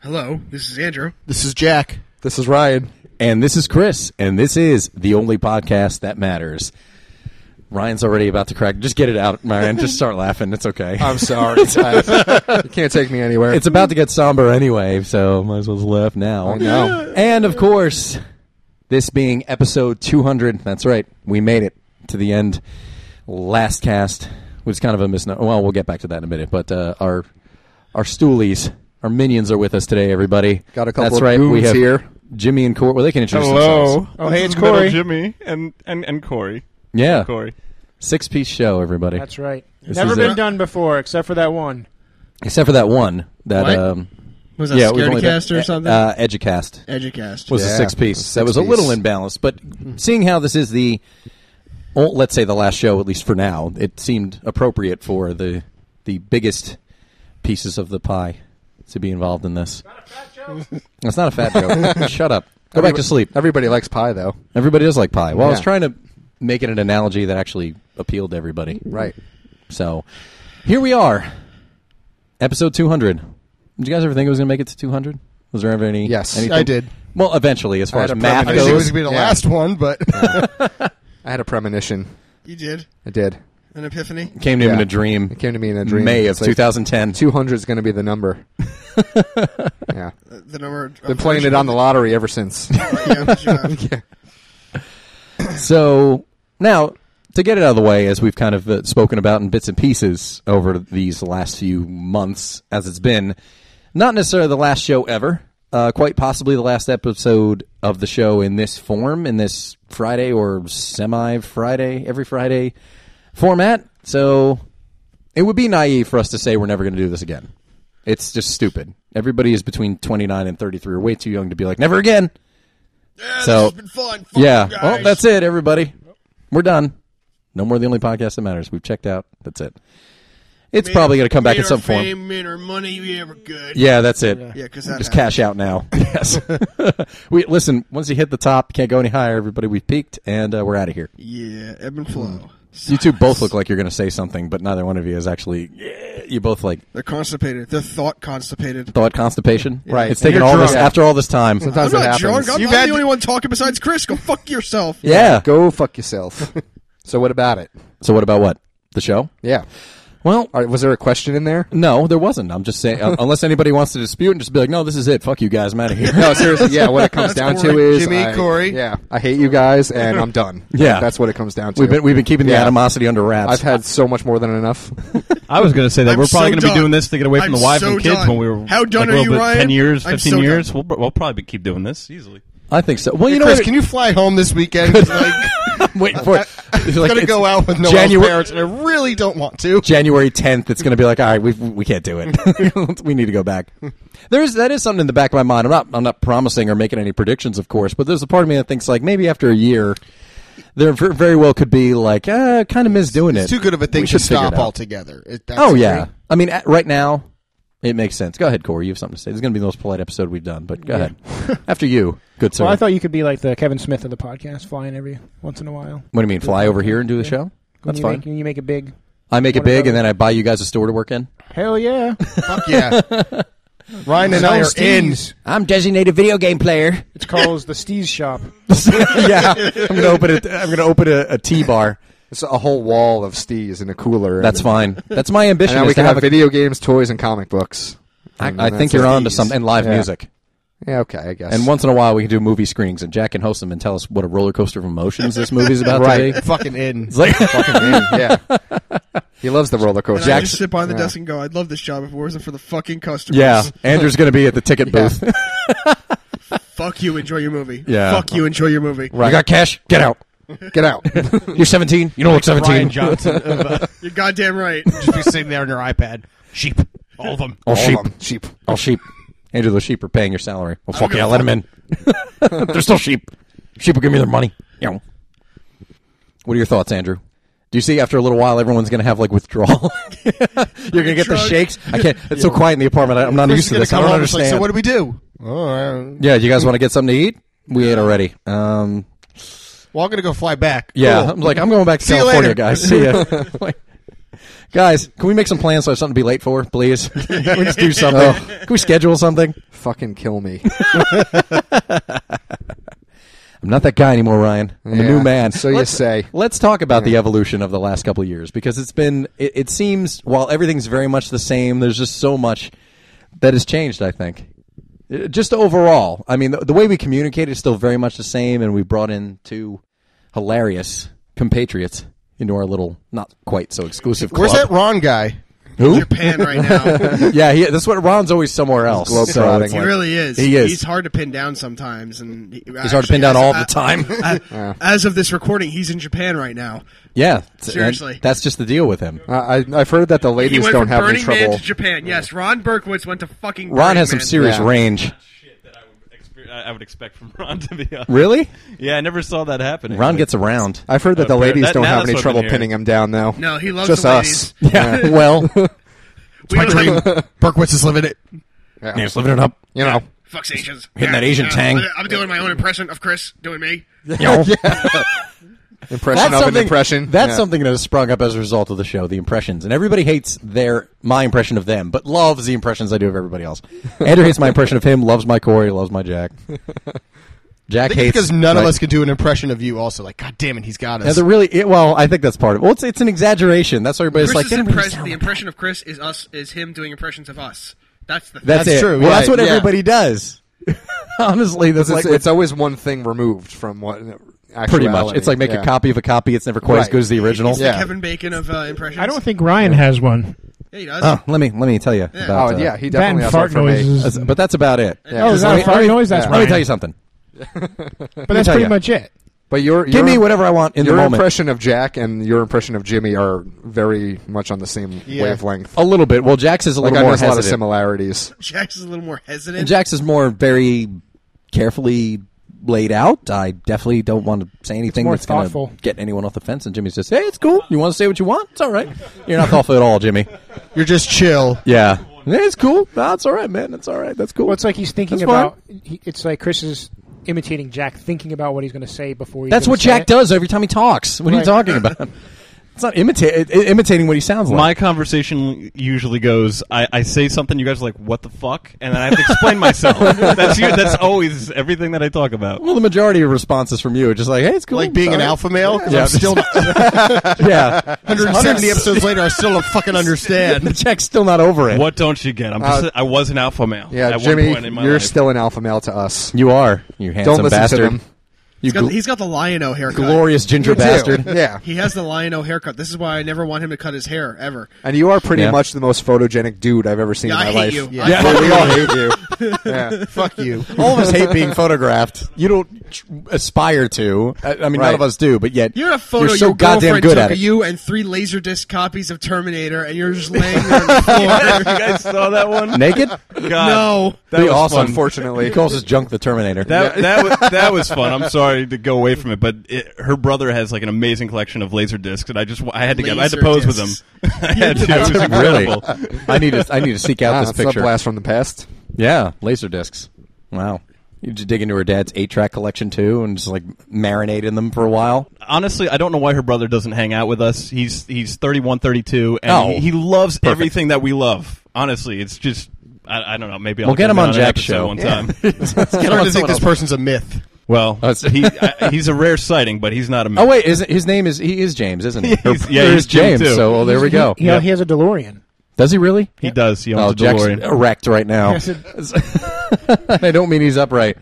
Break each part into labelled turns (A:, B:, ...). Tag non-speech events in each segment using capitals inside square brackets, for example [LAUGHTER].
A: Hello, this is Andrew.
B: This is Jack.
C: This is Ryan.
D: And this is Chris, and this is the only podcast that matters. Ryan's already about to crack. Just get it out, Ryan. Just
C: [LAUGHS]
D: start laughing. It's okay. [LAUGHS]
C: I'm sorry. guys. you can't take me anywhere.
D: It's about to get somber anyway, so might as well just laugh now.
C: I know.
D: And of course, this being episode 200, that's right, we made it to the end. Last cast was kind of a misnomer. Well, we'll get back to that in a minute, but uh, our our stoolies, our minions are with us today, everybody.
C: Got a couple
D: that's
C: of
D: right, we
C: goons
D: have
C: here.
D: Jimmy and Court. Well, they can introduce
E: Hello.
D: themselves.
E: Oh,
F: This
E: hey, it's
F: is Middle
E: Corey.
F: Jimmy and and and Corey.
D: Yeah.
F: Corey.
D: Six piece show, everybody.
E: That's right.
D: This
E: Never
D: is
E: been
D: it.
E: done before, except for that one.
D: Except for that one that
A: What?
D: um
A: Was that
D: yeah, we've only
A: Scaredy
D: done-
A: Cast or something?
D: Uh, Educast.
A: Educast.
D: was a
C: Yeah,
D: six piece.
C: a
D: that was a
C: six-piece.
D: little imbalanced, but
A: Mm-hmm.
D: seeing how this is the, oh, let's say the last show, at least for now, it seemed appropriate for the the biggest pieces of the pie to be involved in this. [LAUGHS] It's not a
C: [LAUGHS]
D: fat joke. Shut up. Go back to sleep.
C: Everybody likes pie, though.
D: Everybody does like pie. Well, I was
C: Yeah.
D: trying to make it an analogy that actually appealed to everybody.
C: Right.
D: So here we are, episode 200. Did you guys ever think it was going to make it to 200? Was there ever any?
C: Yes.
D: anything-
B: I did.
D: Well, eventually, as far
C: had
D: as
C: a
D: math
C: I
B: I
C: premonition. [LAUGHS]
B: didn't
D: goes,
B: think it was going to be the
C: Yeah.
B: last one,
D: [LAUGHS]
B: but
C: [LAUGHS] I had a premonition.
A: You did
C: I did.
A: an epiphany.
D: came to him in
C: Yeah.
D: a dream.
C: It came to me in a dream.
D: May of
C: It's like,
D: 2010.
C: 200 is going to be the
D: [LAUGHS]
C: number. yeah.
A: The, Uh, the number.
C: Been playing it on the lottery ever
D: [LAUGHS]
C: since.
A: yeah.
D: So now, to get it out of the way, as we've kind of uh, spoken about in bits and pieces over these last few months, as it's been, not necessarily the last show ever, uh, quite possibly the last episode of the show in this form, in this Friday or semi Friday, every Friday format. So it would be naive for us to say we're never going to do this again. It's just stupid. Everybody is between 29 and 33 are way too young to be like, never again. So-
A: this has been fun. Fuck
D: Yeah.
A: you guys.
D: Well, that's it, everybody. We're done. No more the only podcast that matters. We've checked out. That's it. It's
A: Made
D: probably
A: our-
D: going to come back
A: made
D: in
A: our
D: some form.
A: Fame, made our money, we ever good.
D: Yeah, that's it.
A: Yeah, 'cause that happened.
D: just cash out now. [LAUGHS] yes. we listen. Once you hit the top, can't go any higher. Everybody, we've peaked, and uh, we're out of here.
A: Yeah, ebb and flow.
D: Mm. You two both look like you're going to say something, but neither one of you is actually. You both like
A: They're constipated. They're thought constipated.
D: thought constipation.
C: Right.
D: It's
C: And
D: taken
C: you're
D: all this
C: drunk.
D: after all this time.
C: Sometimes
A: I'm
C: it
A: not
C: happens.
A: drunk. I'm
E: You've
A: not
E: had
A: the
E: to-
A: only one talking besides Chris. Go fuck yourself.
D: yeah.
C: Go fuck yourself. so what about it?
D: So what about what the show?
C: Yeah.
D: Well,
C: All right, was there a question in there?
D: No, there wasn't. I'm just saying, un- unless anybody wants to dispute and just be like, no, this is it. Fuck you guys. I'm out of here.
B: [LAUGHS]
C: No, seriously. Yeah, what it
D: [LAUGHS]
C: comes down to
A: boring.
C: is
B: Jimmy,
C: I-
B: Corey.
C: Yeah, I hate you guys, and I'm done.
D: Yeah.
C: that's what it comes down to.
D: we've been we've been keeping the
C: Yeah.
D: animosity under wraps.
C: I've had so much more than
D: [LAUGHS]
C: enough.
F: I was going to say that
A: I'm
F: we're
A: so
F: probably going to be
A: done.
F: doing this to get away from
A: I'm
F: the wife
A: so
F: and kids
A: done.
F: when we were
A: How done
F: like,
A: are
F: a little
A: you,
F: bit-
A: Ryan?
F: Ten years,
A: I'm
F: fifteen
A: so
F: years. We'll, we'll probably keep doing this easily.
D: I think so. Well, you know
B: Chris,
D: what?
B: can you fly home this
D: [LAUGHS]
B: weekend? 'Cause, Like,
D: I'm waiting for it. It's
B: [LAUGHS] I'm
D: like,
B: going to
D: it's
B: go out with Noel's
D: January-
B: parents, and I really don't want to.
D: January 10th. It's going to be like, all right, we we can't do it.
B: [LAUGHS]
D: [LAUGHS] we need to go back. There's that is something in the back of my mind. I'm not I'm not promising or making any predictions, of course, but there's a part of me that thinks like maybe after a year, there ver- very well could be like, uh, kind of miss doing it.
B: It's too good of
D: We
B: a thing to
D: should figure
B: stop
D: it out.
B: altogether. It- that's
D: Oh
B: the
D: yeah.
B: thing.
D: I mean, at, right now, it makes sense. Go ahead, Corey. You have something to say. This is going to be the most polite episode we've done, but go ahead. [LAUGHS] After you, good sir.
E: Well, I thought you could be like the Kevin Smith of the podcast, flying every once in a while.
D: what do you mean? Fly over here and do the show?
E: When
D: That's
E: you
D: fine.
E: Make, when you make it big.
D: I make it
E: What about
D: big,
E: it?
D: and then I buy you guys a store to work in.
E: Hell yeah! [LAUGHS]
B: Fuck yeah. Ryan and I are in.
D: I'm designated video game player.
E: It's called the Steez Shop.
D: [LAUGHS] yeah, I'm gonna open it. I'm gonna open a, a tea bar.
C: It's a whole wall of stees and a cooler.
D: That's
C: and,
D: fine. That's my
C: And
D: ambition.
C: now
D: is
C: we
D: to
C: can have,
D: have a,
C: video games, toys, and comic books. And
D: I, I
C: then
D: think
C: that's
D: you're
C: it.
D: on to something. And live
C: Yeah.
D: music.
C: Yeah, okay, I guess.
D: And once in a while, we can do movie screenings, and Jack can host them and tell us what a roller coaster of emotions this movie's about
C: Right. [LAUGHS]
D: to be. [LAUGHS]
B: Fucking in.
D: It's like
C: fucking in, yeah. He loves the roller
A: And
C: coaster.
A: I just sit behind the
C: Yeah.
A: desk and go, "I'd love this job if it wasn't for the fucking customers."
D: Yeah, Andrew's going to be at the ticket
C: Yeah.
D: booth.
A: Fuck you. Enjoy your movie.
D: Yeah.
A: Fuck you. Enjoy your movie.
D: You got cash? Get out.
C: [LAUGHS] Get
D: [LAUGHS]
C: out.
D: You're 17. You don't look 17.
F: [LAUGHS] Johnson, uh,
A: You're goddamn right.
F: just be sitting there on your iPad. Sheep, all of them.
D: All sheep.
C: All of 'em. Sheep.
D: All Oh, sheep. Andrew, those sheep are paying your salary. Well, fuck
A: give
D: yeah,
A: a
D: let them in. [LAUGHS] They're still sheep. Sheep will give me their money. Yeah. What are your thoughts, Andrew? Do you see after a little while everyone's going to have like withdrawal? [LAUGHS] You're going to get the
A: drunk.
D: shakes. I can't. It's so quiet in the apartment. I, I'm not used to
B: He's
D: this.
B: gonna
D: I
B: come
D: don't
B: home, it's like,
D: understand.
B: so what do we do? Oh, I don't-
D: yeah, you guys want to get something to eat? We ate already. Um,
B: well, I'm going to go fly back.
D: yeah,
B: Cool.
D: I'm like I'm going back to
B: See you
D: California,
B: later. [LAUGHS]
D: guys. See ya. [LAUGHS] Like, Guys, can we make some plans so I have something to be late for, [LAUGHS] please? can we just do something? Can we schedule something?
C: Fucking kill me.
D: I'm not that guy anymore, Ryan. I'm a
C: Yeah,
D: new man.
C: so you
D: Let's-
C: say.
D: Let's talk about the evolution of the last couple of years because it's been. It, it seems while everything's very much the same, there's just so much that has changed. I think, Uh, just overall. I mean, the, the way we communicate is still very much the same, and we brought in two hilarious compatriots into our little, not quite so exclusive club.
B: Where's that Ron guy?
D: [LAUGHS] Who?
A: Japan right now.
D: yeah, he, that's [LAUGHS] what Ron's always somewhere else.
C: globe
D: so
C: trotting.
D: it's
A: he
D: like-
A: really is.
D: He is.
A: He's hard to pin down sometimes, and he-
D: he's hard to
A: actually,
D: pin down
A: as-
D: all the
A: uh,
D: time.
A: uh, [LAUGHS] As of this recording, he's in Japan right now.
D: [LAUGHS] yeah, and
A: Seriously.
D: that's just the deal with him.
C: I, I- I've heard that the
A: He
C: ladies
A: went
C: don't
A: from
C: have any
A: Burning Man
C: trouble.
A: to Japan. Yes, Ron Berkowitz went to fucking.
D: Ron
A: Burning
D: has some
A: Man.
D: serious
C: Yeah.
D: range.
F: Shit that I would, expe- I I would expect from Ron to be honest.
D: Really?
F: Yeah, I never saw that happening.
D: Ron
F: Like,
D: gets around.
C: I've heard that the
F: Uh,
C: ladies
F: that-
C: don't
F: now
C: have
F: that's
C: any
F: what I've
C: trouble
F: been
C: pinning him down, though.
A: No, he loves
C: Just
A: the
C: us.
A: ladies.
D: [LAUGHS] Yeah. well,
A: We don't-
B: Berkowitz is living it.
C: Yeah.
D: he's living it up.
C: You know.
A: [LAUGHS] Fucks Asians.
D: [LAUGHS] Hitting that Asian tang.
A: I'm doing my own impression of Chris doing
D: [LAUGHS]
A: me.
C: Impression of an impression.
D: That's
C: Yeah.
D: something that has sprung up as a result of the show, the impressions. And everybody hates their my impression of them, but loves the impressions I do of everybody else. Andrew hates my impression of him, loves my Corey, loves my Jack. Jack
B: I think
D: hates
B: because none of
D: [LAUGHS] my-
B: us could do an impression of you. Also, like, God damn it, he's got
D: Yeah,
B: us.
D: they're really it, well. I think that's part of it. Well, it's it's an exaggeration. That's why everybody's like.
A: Chris's
D: "They don't really
A: impress-
D: sound
A: the
D: like
A: impression of Chris is us is him doing impressions of us. That's the
D: That's,
B: That's
D: it.
B: true,
D: Well, that's
B: right,
D: what
B: yeah.
D: everybody does. [LAUGHS] Honestly, that's
C: It's,
D: like
C: it's always one thing removed from what.
D: pretty much. It's like make a copy of a copy. It's never quite as
C: Right.
D: good as the original.
A: the
C: Yeah.
A: Kevin Bacon of uh, impressions.
E: I don't think Ryan has one.
A: Yeah, he does.
D: Oh, let me let me tell you.
C: Oh
D: About, uh,
C: yeah, he
E: That
C: definitely
E: and
C: has
E: fart
C: one for me.
E: noises.
D: that's- but that's about it.
C: Yeah.
E: Oh, is that a
D: Let me- let
E: fart
D: me-
E: noise? That's
C: yeah.
D: Let me
E: Ryan.
D: tell you something.
E: But that's
D: tell
E: pretty
D: you.
E: much it.
C: But your
D: Give
C: your-
D: me whatever I want in the
C: Your
D: moment.
C: impression of Jack and your impression of Jimmy are very much on the same
B: Yeah.
C: wavelength.
D: A little bit. Well, Jax is a
C: Like
D: little
C: I
D: more
C: noticed a lot of
D: hesitant.
C: similarities.
A: [LAUGHS] Jax is a little more hesitant.
D: And Jax is more very carefully laid out. I definitely don't want to say anything
E: more
D: that's going
E: thoughtful.
D: to get anyone off the fence. And Jimmy's just, hey, it's cool. You want to say what you want? It's all right. You're not thoughtful at all, Jimmy.
B: You're just chill.
D: Yeah. Yeah, it's cool. That's all right, man. That's all right. That's cool.
E: Well, it's like he's thinking
D: That's fine.
E: about. He, it's like Chris is imitating Jack, thinking about what he's going to say before. He's
D: That's
E: gonna
D: what
E: say
D: Jack
E: it.
D: does every time he talks. What are you
E: Right.
D: talking about? It's not imita- i- imitating what he sounds like.
F: My conversation usually goes: I, I say something, you guys are like, "What the fuck?" and then I have to explain myself. that's you, that's always everything that I talk about.
D: well, the majority of responses from you are just like, "Hey, it's cool."
B: Like being an
D: Sorry.
B: alpha male. 'Cause
D: Yeah.
B: I'm still
D: Yeah,
B: 170 episodes later. I still don't
D: [LAUGHS]
B: fucking
D: The
B: understand.
D: check's still not over it.
F: What don't you get? I'm just,
C: Uh,
F: I was an alpha male.
C: Yeah,
F: at
C: Jimmy,
F: one point in my
C: you're
F: life.
C: still an alpha male to us.
D: You are you handsome
C: Don't listen
D: bastard.
C: to them.
D: You
A: he's, got,
D: gl-
A: he's got the lion-o haircut.
D: glorious ginger
C: You do. [LAUGHS]
D: bastard.
C: Yeah.
A: He has the lion-o haircut. This is why I never want him to cut his hair
D: [LAUGHS]
A: ever.
C: And you are pretty
D: Yeah.
C: much the most photogenic dude I've ever seen
A: Yeah,
C: in my
A: I hate
C: life.
A: you.
B: Yeah.
A: I
B: Yeah.
A: fucking
C: we
A: hate
C: all
A: you.
D: [LAUGHS]
C: hate you. Yeah.
B: Fuck you.
D: All of us hate being photographed. You don't tr- aspire to. I, I mean, none
C: Right.
D: of us do. But yet,
A: You're a photo
D: You're so
A: your
D: goddamn
A: girlfriend
D: good
A: took
D: at
A: of
D: it.
A: you and three Laserdisc copies of Terminator, and you're just laying there
D: [LAUGHS]
A: on the floor.
F: [LAUGHS] you guys saw that one?
D: naked.
F: God.
A: no.
F: That
D: Be
F: was
D: awesome.
F: fun.
D: Unfortunately, he calls us junk the Terminator. [LAUGHS]
F: That, that, was, that was fun. I'm sorry to go away from it, but it, her brother has like an amazing collection of laser discs, and I just I had to get I had to
A: Laser
F: pose with
A: discs.
F: him. [LAUGHS] I had to. It was
D: really,
F: incredible.
D: I need to. I need to seek out
C: Ah, [LAUGHS]
D: this
C: it's a
D: picture.
C: blast from the past.
D: Yeah, laser discs. Wow. You just dig into her dad's eight track collection too, and just like marinate in them for a while.
F: Honestly, I don't know why her brother doesn't hang out with us. He's he's 31, 32, and
D: Oh,
F: he, he loves
D: perfect.
F: everything that we love. Honestly, it's just I, I don't know. Maybe I'll
D: We'll get him on
F: an
D: Jack's
F: episode
D: show.
F: one
D: Yeah.
F: time. [LAUGHS]
B: I'm starting to think this person's a myth.
F: Well,
D: [LAUGHS] That's-
F: he I, he's a rare sighting, but he's not a.
D: [LAUGHS] Oh wait, is it, his name is he is James, isn't he?
F: He's-
D: Or-
F: yeah,
D: or
F: he's
D: is
F: Jim,
D: James.
F: too.
D: So well, there we
E: [LAUGHS]
D: go.
E: He, he has a DeLorean.
D: Does he really?
F: he does. He
D: oh,
F: owns a
D: Jack's
F: DeLorean.
D: erect right now. [LAUGHS]
E: Yes, it-
D: I don't mean he's upright.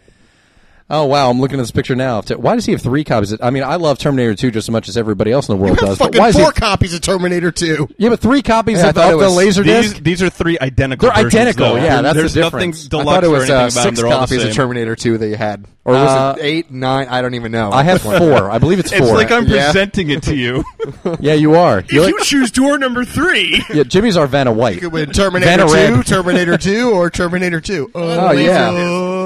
D: Oh wow, I'm looking at this picture now. Why does he have three copies? I mean, I love Terminator 2 just as much as everybody else in the world does. But
B: Fucking
D: why is he?
B: four copies of Terminator 2.
D: Yeah, but three copies
C: Yeah, I
D: of,
C: thought
D: of
C: it
D: the
C: was-
D: laser
F: These,
D: disc.
F: these are three identical.
D: They're
F: versions,
D: identical,
F: though.
D: yeah, that's the
F: There's
D: difference. I
F: nothing deluxe
C: I thought it was
F: or
C: uh,
F: anything about them.
C: six
F: They're all the
C: copies of
F: same.
C: Terminator 2 that you had. Or was
D: Uh,
C: it eight, nine? I don't even know. [LAUGHS]
D: I have four. I believe it's four.
F: It's like I'm
C: Yeah.
F: presenting it to you.
D: yeah, [LAUGHS] you are.
A: If
D: You're
A: you choose door number three,
D: like- yeah, Jimmy's our Vanna White.
B: Could win Terminator
D: Vanna Red.
B: 2, Terminator 2, or
A: [LAUGHS]
B: Terminator Uh, 2.
A: Uh,
C: Oh, yeah.
B: yeah.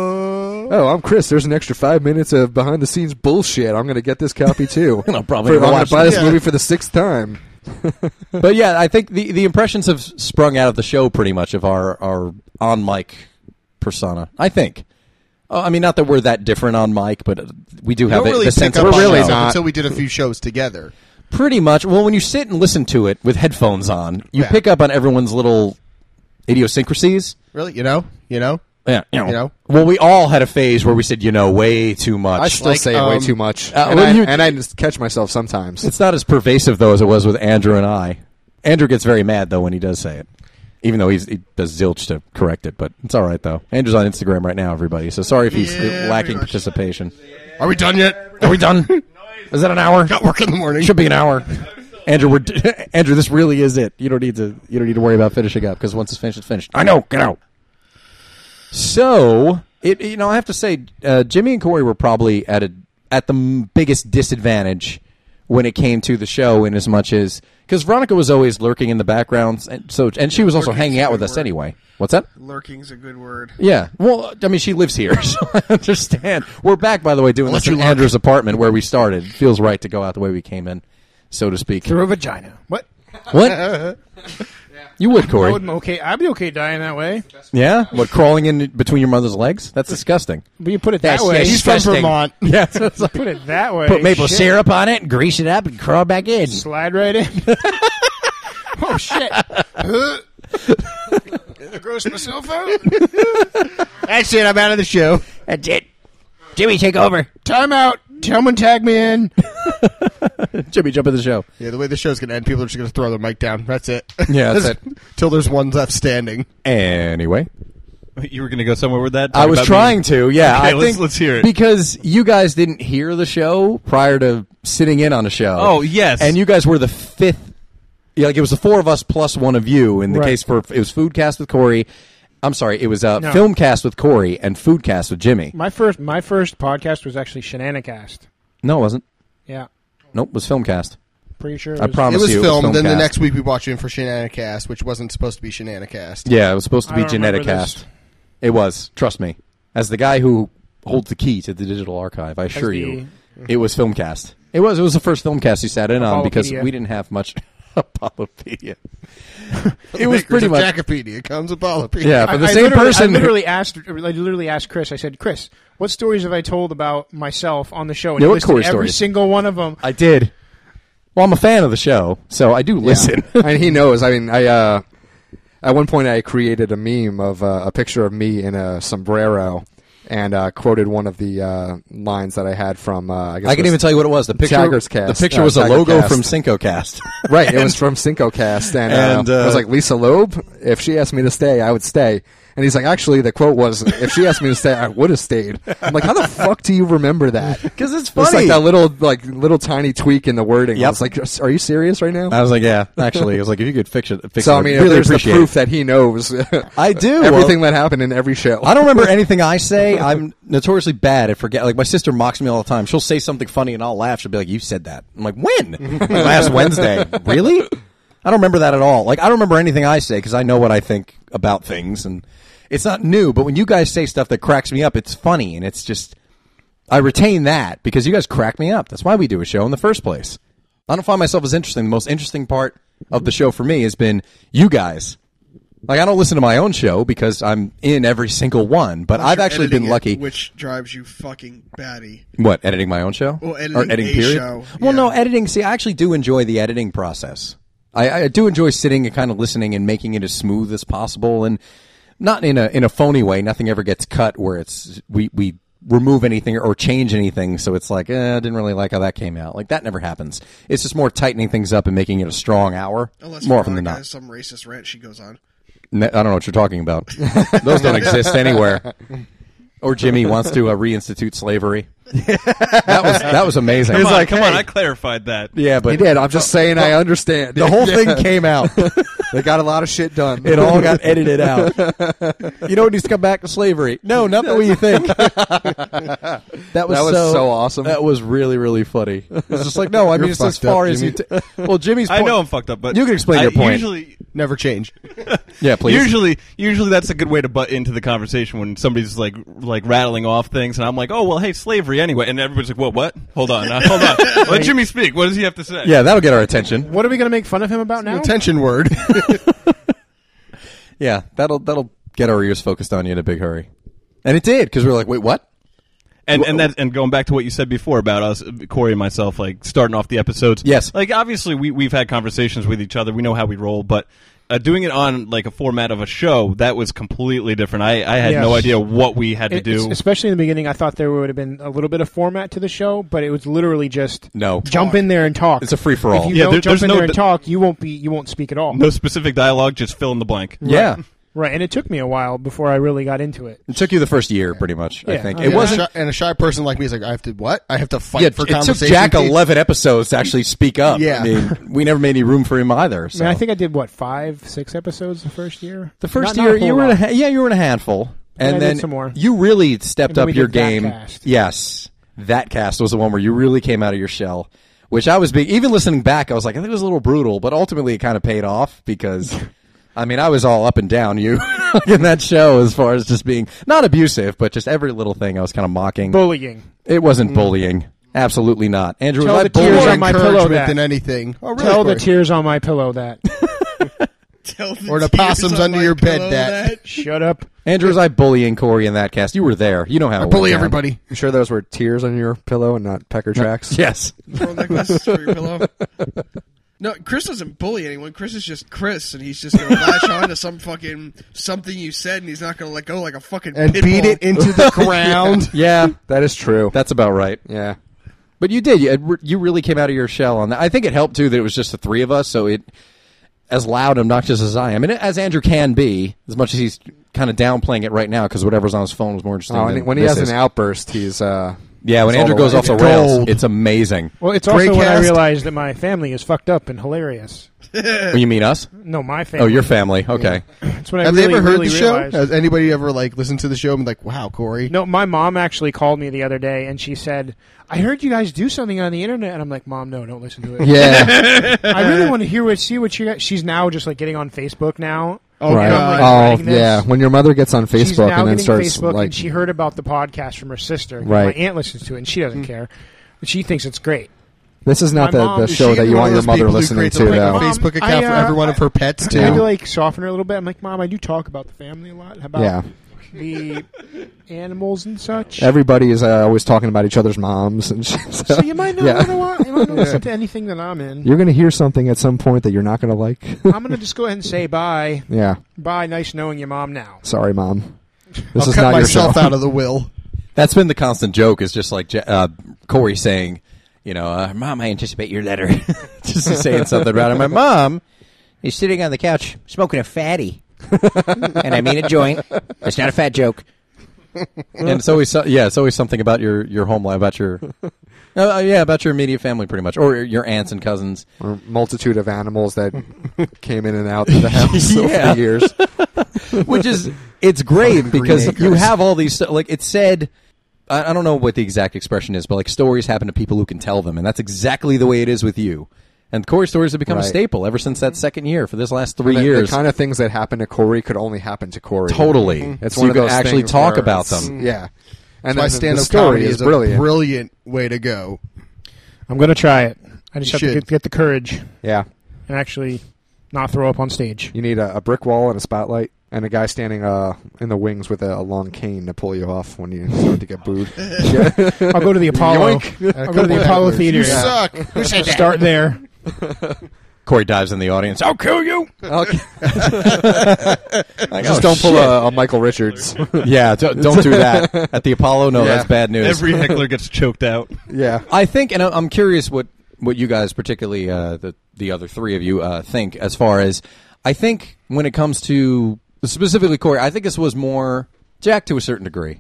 C: Oh, I'm Chris. There's an extra five minutes of behind the scenes bullshit. I'm going to get this copy too.
D: And I'll probably
C: For-
D: never
C: I'm gonna
D: watch
C: buy
D: it.
C: this movie for the sixth time.
D: [LAUGHS] but yeah, I think the, the impressions have sprung out of the show pretty much of our, our on mic persona. I think. Uh, I mean, not that we're that different on mic, but uh, we do
B: We
D: have
B: don't
D: it,
B: really
D: the sense
B: pick
D: of
B: up
D: a
B: on
D: show.
B: really until we did a few shows together.
D: Pretty much. Well, when you sit and listen to it with headphones on, you
B: Yeah.
D: pick up on everyone's little idiosyncrasies.
B: Really? You know? You know?
D: Yeah,
B: You know?
D: Well, we all had a phase where we said, you know, way too much.
C: I still
B: like,
C: say it way
B: um,
C: too much,
D: uh,
C: and,
D: well,
C: I,
D: you-
C: and I just catch myself sometimes.
D: [LAUGHS] It's not as pervasive though as it was with Andrew and I. Andrew gets very mad though when he does say it, even though he's, he does zilch to correct it. But it's all right though. Andrew's on Instagram right now, everybody. So sorry if he's uh,
A: Yeah,
D: lacking
A: pretty much.
D: participation.
A: Are we done yet?
D: Are we done? [LAUGHS] [LAUGHS] Is that an hour?
A: Got work in the morning.
D: It should be an hour. Andrew, we're d- [LAUGHS] Andrew. This really is it. You don't need to. You don't need to worry about finishing up because once it's finished, it's finished. I know. Get out. So it. You know, I have to say, uh, Jimmy and Corey were probably at a at the m- biggest disadvantage when it came to the show, in as much as because Veronica was always lurking in the background, and so and she was also
A: Lurking's
D: hanging
A: a
D: out
A: good
D: with us
A: word.
D: anyway. What's that?
A: Lurking's a good word.
D: Yeah. Well, I mean, she lives here, [LAUGHS] so I understand. We're back, by the way, doing this
A: let
D: in
A: you look.
D: Andrew's apartment where we started. Feels right to go out the way we came in, so to speak.
E: Through a vagina. What?
D: What? [LAUGHS] You would,
E: I
D: Corey.
E: wouldn't okay. I'd be okay dying that way.
D: Yeah? What, crawling in between your mother's legs? That's disgusting.
E: But you put it that way.
D: He's
B: from Vermont.
D: [LAUGHS] Yeah.
E: put it that way.
D: Put maple
E: Shit.
D: syrup on it, grease it up, and crawl back in.
E: Slide right in. [LAUGHS] oh shit!
A: Gross myself out.
B: That's it. I'm out of the show.
D: That's it. Jimmy, take over.
E: Time out. Someone tag me in.
D: [LAUGHS] Jimmy, jump in the show.
B: Yeah, the way the show's going to end, people are just going to throw their mic down. That's it.
D: Yeah, that's it.
B: [LAUGHS] Till there's one left standing.
D: Anyway.
F: [LAUGHS] You were going to go somewhere with that?
D: I
F: Talk
D: was
F: about
D: trying
F: me?
D: to, yeah.
F: Okay,
D: I
F: let's-
D: think
F: let's hear it.
D: because you guys didn't hear the show prior to sitting in on a show.
F: Oh, yes.
D: and you guys were the fifth. Yeah, like it was the four of us plus one of you. In the
E: Right.
D: case for it was Foodcast with Corey. I'm sorry, it was uh,
E: No.
D: Filmcast with Corey and Foodcast with Jimmy.
E: My first, my first podcast was actually Shenanicast.
D: No, it wasn't.
E: Yeah,
D: Nope, it was Filmcast.
E: pretty sure. It
D: I
E: was-
D: promise
B: It was
D: you.
B: filmed. Then the
D: Filmcast.
B: next week we brought you in for Shenanigans, which wasn't supposed to be Shenanigans.
D: Yeah, it was supposed to
E: I
D: be
E: don't remember this.
D: Geneticast. It was. Trust me, as the guy who holds the key to the digital archive, I assure
E: the-
D: you, it was Filmcast. It was. It was the first Filmcast you sat in on because
E: Apollopedia.
D: we didn't have much [LAUGHS] Apollopedia. it was
B: Makers
D: pretty
B: of
D: much.
B: Jackopedia comes Apollopedia.
D: Yeah,
E: I,
D: for the
E: I
D: same
E: literally,
D: person.
E: I literally asked. I literally asked Chris. I said, "Chris, what stories have I told about myself on the show?" And
D: Yeah,
E: he
D: what
E: listed
D: Corey
E: every
D: stories?
E: single one of them.
D: I did. Well, I'm a fan of the show, so I do listen.
C: [LAUGHS] and he knows. I mean, I uh, at one point I created a meme of uh, a picture of me in a sombrero and uh, quoted one of the uh, lines that I had from. Uh, I, guess
D: [LAUGHS] I can
C: it
D: even
C: was-
D: tell you what it was. The picture.
C: Tigers Cast.
D: The picture
C: Uh,
D: was a
C: Tiger
D: logo
C: Cast.
D: from [LAUGHS] Syncocast.
C: right. It was from Cincocast, and,
D: And,
C: uh,
D: uh,
C: it was like Lisa Loeb. If she asked me to stay, I would stay. And he's like, actually, the quote was, "If she asked me to stay, I would have stayed." I'm like, how the fuck do you remember that?
D: Because it's
C: It's
D: funny.
C: like that little, like little tiny tweak in the wording.
D: Yep.
C: I was like, "Are you serious right now?"
D: I was like, yeah, actually, it was like if you could fix it, fix
C: so
D: it,
C: Uh, I mean,
D: I'd really
C: there's the
D: appreciate it.
C: proof that he knows. [LAUGHS]
D: I do.
C: everything that happened in every show. [LAUGHS]
D: I don't remember anything I say. I'm notoriously bad at forget. Like my sister mocks me all the time. She'll say something funny and I'll laugh. She'll be like, "You said that." I'm like, "When?" Like, Last Wednesday. Really? I don't remember that at all. Like I don't remember anything I say because I know what I think about things, and it's not new. But when you guys say stuff that cracks me up, it's funny, and it's just I retain that because you guys crack me up. That's why we do a show in the first place. I don't find myself as interesting. The most interesting part of the show for me has been you guys. Like I don't listen to my own show because I'm in every single one, but I've
A: You're
D: actually
A: editing
D: been
A: it,
D: lucky.
A: which drives you fucking batty.
D: what editing my own show
A: Well, editing a show,
D: Well, no
A: yeah.
D: editing. See, I actually do enjoy the editing process. I, I do enjoy sitting and kind of listening and making it as smooth as possible, and not in a in a phony way. Nothing ever gets cut where it's we we remove anything or change anything. So it's like eh, I didn't really like how that came out. Like that never happens. It's just more tightening things up and making it a strong hour
A: Unless
D: more
A: more
D: often than not.
A: has some racist rant she goes on.
D: Ne- I don't know what you're talking about. [LAUGHS] Those don't exist anywhere. Or Jimmy wants to uh, reinstitute slavery. That was that was amazing.
F: Come on, come on, I clarified that.
D: yeah,
C: He
D: but
C: did. I'm just saying. I understand.
D: the
C: [LAUGHS]
D: whole thing came out.
C: they got a lot of shit done. [LAUGHS]
D: It all got edited out. [LAUGHS] You know, it needs to come back to slavery. No, not the way you [LAUGHS] think. That was,
C: That was so awesome.
D: That was really really funny. It's just like no, I mean
C: You're
D: it's as
C: fucked up,
D: far as you. ta- well, Jimmy's.
F: I
D: Point,
F: know I'm fucked up, but
D: You can explain
F: I
D: your point.
F: Usually,
B: Never change.
D: [LAUGHS] Yeah, please.
F: Usually, usually that's a good way to butt into the conversation when somebody's like like rattling off things, and I'm like, oh well, hey, slavery anyway, and everybody's like, what, what? Hold on, uh, hold
D: [LAUGHS]
F: on. Let Jimmy speak. What does he have to say?
D: yeah, that'll get our attention.
E: What are we going to make fun of him about now?
D: [LAUGHS]
B: Attention word.
D: Yeah, that'll that'll get our ears focused on you in a big hurry. And it did because we were like, wait, what?
F: and and that and going back to what you said before about us, Corey and myself, like starting off the episodes.
D: Yes.
F: like obviously we we've had conversations with each other. We know how we roll, but. Uh, doing it on like a format of a show that was completely different. I, I had
E: Yeah.
F: no idea what we had to
E: It-
F: do.
E: it's- Especially in the beginning, I thought there would have been a little bit of format to the show, but it was literally just
D: No.
E: jump in there and talk.
D: It's a free-for-all.
E: If you
F: Yeah,
E: don't
F: there-
E: jump
F: there's
E: in
F: no
E: there and
F: di-
E: talk, you won't be you won't speak at all.
F: no specific dialogue, just fill in the blank.
D: Yeah.
E: Right, and it took me a while before I really got into it.
D: It took you the first year, pretty much. I
E: Yeah. Oh,
D: think
E: Yeah.
D: it wasn't.
B: And a shy, and a shy person like me is like, I have to what? I have to fight
D: Yeah,
B: for
D: it took
B: conversation.
D: Jack eleven episodes to actually speak up.
B: Yeah.
D: I mean, we never made any room for him either.
E: I
D: So
E: mean, I think I did what five, six episodes the first year.
D: the first
E: Not- not
D: year
E: a whole
D: you were in a
E: lot.
D: ha- yeah you were in a handful,
E: I
D: and
E: did
D: then
E: some more.
D: you really stepped
E: And then
D: up
E: we
D: your
E: did That
D: game.
E: Cast.
D: Yes, that cast was the one where you really came out of your shell. Which I was being even listening back, I was like, I think it was a little brutal, but ultimately it kind of paid off
E: [LAUGHS]
D: because. I mean, I was all up and down you [LAUGHS] in that show as far as just being not abusive, but just every little thing I was kind of mocking.
E: bullying.
D: It
C: Mm.
D: wasn't bullying. Absolutely not. Andrew,
E: Tell
D: was I
E: the tears
D: bullying?
E: on my pillow
B: encouragement
E: that-
B: than anything. Oh, really,
E: Tell the
B: Corey?
E: tears on my pillow [LAUGHS] that.
A: Tell
B: Or the
A: tears
B: possums
A: on
B: under
A: my
B: your bed,
A: pillow
B: Dad.
E: Shut up.
D: Andrew, was I bullying Corey in that cast? You were there. You know how
B: I
D: it went
B: bully
D: down.
B: everybody.
C: You sure those were tears on your pillow and not pecker tracks?
D: [LAUGHS] Yes.
A: Pearl necklaces for your pillow. [LAUGHS] No, Chris doesn't bully anyone. Chris is just Chris, and he's just going to latch on to some fucking something you said, and he's not going to let go like a fucking
B: And
A: pit
B: beat
A: bull.
B: it into [LAUGHS] the ground.
D: Yeah,
C: That is true.
D: that's about right.
C: yeah.
D: But you did. You, you really came out of your shell on that. I think it helped too that it was just the three of us, so it as loud and obnoxious as I am, and as Andrew can be, as much as he's kind of downplaying it right now because whatever's on his phone was more interesting.
C: Oh,
D: than
C: when he, when he
D: this
C: has
D: is.
C: an outburst, he's uh,
D: yeah,
C: it's
D: when
C: all
D: Andrew
C: the
D: goes
C: way-
D: off the
C: it's
D: rails,
C: gold.
D: it's amazing.
E: Well, it's
B: Great
E: also when I
B: cast.
E: realized that my family is fucked up and hilarious.
D: Oh, you mean us?
E: No, my family.
D: Oh, your family. Okay.
E: That's when I
B: Have
E: really,
B: they ever heard
E: really
B: the
E: realized.
B: show? Has anybody ever like listened to the show and been like, "Wow, Corey"?
E: No, my mom actually called me the other day and she said, "I heard you guys do something on the internet," and I'm like, "Mom, no, don't listen [LAUGHS] to it.
C: yeah.
E: I really want to hear what see what you guys." She's now just like getting on Facebook now.
A: Oh,
E: Right.
A: God.
C: oh
E: writing this.
C: yeah. When your mother gets on
E: she's
C: Facebook
E: now
C: and then
E: getting
C: starts
E: Facebook,
C: like,
E: and she heard about the podcast from her sister.
C: Right.
E: my aunt listens to it, and she doesn't care. But she thinks it's great.
C: this is not
E: my
C: the,
E: mom-
C: the
E: is
C: show
B: She
C: that you want
B: one of
C: your
B: those
C: mother
B: people who
C: listening
B: creates
C: to,
B: a private
C: though.
E: Mom,
B: Facebook account
E: I,
B: for
E: uh,
B: every one of her pets
E: I had to
B: too.
E: like soften her a little bit. I'm like, Mom, I do talk about the family a lot. How about
C: Yeah.
E: the animals and such.
C: Everybody is uh, always talking about each other's moms and [LAUGHS] shit. So,
E: so you might not
C: yeah.
E: want to want, you might not listen to anything that I'm in.
C: You're gonna hear something at some point that you're not gonna like.
E: I'm gonna just go ahead and say bye.
C: [LAUGHS] yeah.
E: Bye. Nice knowing you, mom. Now.
C: Sorry, mom. This
B: I'll
C: is
B: cut
C: not your
B: myself
C: show. [LAUGHS]
B: out of the will.
D: That's been the constant joke is just like Je- uh, Corey saying, you know, uh, Mom, I anticipate your letter. [LAUGHS] just saying something about it. My mom is sitting on the couch smoking a fatty. [LAUGHS] and I made a joint. It's not a fat joke. and it's always so- yeah, it's always something about your your home life, about your [LAUGHS] uh, yeah, about your immediate family, pretty much, or your aunts and cousins.
C: Or multitude of animals that [LAUGHS] came in and out of the house [LAUGHS]
D: Yeah.
C: over the years.
D: which is [LAUGHS] it's great because
C: Green
D: you
C: Acres.
D: have all these like it said I, I don't know what the exact expression is but like stories happen to people who can tell them and that's exactly the way it is with you and Corey stories have become a
C: Right.
D: staple ever since that second year for this last three
C: The-
D: years
C: The kind of things that happen to Corey could only happen to Corey.
D: [LAUGHS] totally
C: It's
D: so
C: one
D: you
C: of
D: can
C: those
D: actually
C: things
D: talk
C: where
D: about
C: it's- mm.
D: them
C: Yeah. And
B: [LAUGHS] And
C: then the-
B: my
C: the
B: stand-up
C: story
B: comedy
C: is
B: is a
C: brilliant.
B: brilliant way to go.
E: I'm gonna try it. I just
B: You
E: have to
B: should.
E: get, get the courage
C: yeah.
E: and actually not throw up
C: [LAUGHS]
E: on stage.
C: You need a, a brick wall and a spotlight and a guy standing uh, in the wings with a, a long cane to pull you off when you [LAUGHS] start to get
B: [LAUGHS]
C: booed.
E: I'll go to the Apollo. I'll go to the Apollo Theater.
B: You
E: Yeah.
B: suck. [LAUGHS] Who said that?
E: Start there.
D: Corey dives in the audience I'll kill you [LAUGHS]
C: Okay.
D: Like,
C: Just
D: "Oh,
C: don't pull
D: shit."
C: a, a Michael Richards. [LAUGHS]
D: yeah don't, don't do that at the Apollo no
C: Yeah.
D: that's bad news
F: Every heckler gets
C: [LAUGHS]
F: choked out.
C: yeah.
D: I think, and I- I'm curious what what you guys, particularly uh, the the other three of you, uh, think as far as I think when it comes to specifically Corey. I think this was more Jack to a certain degree.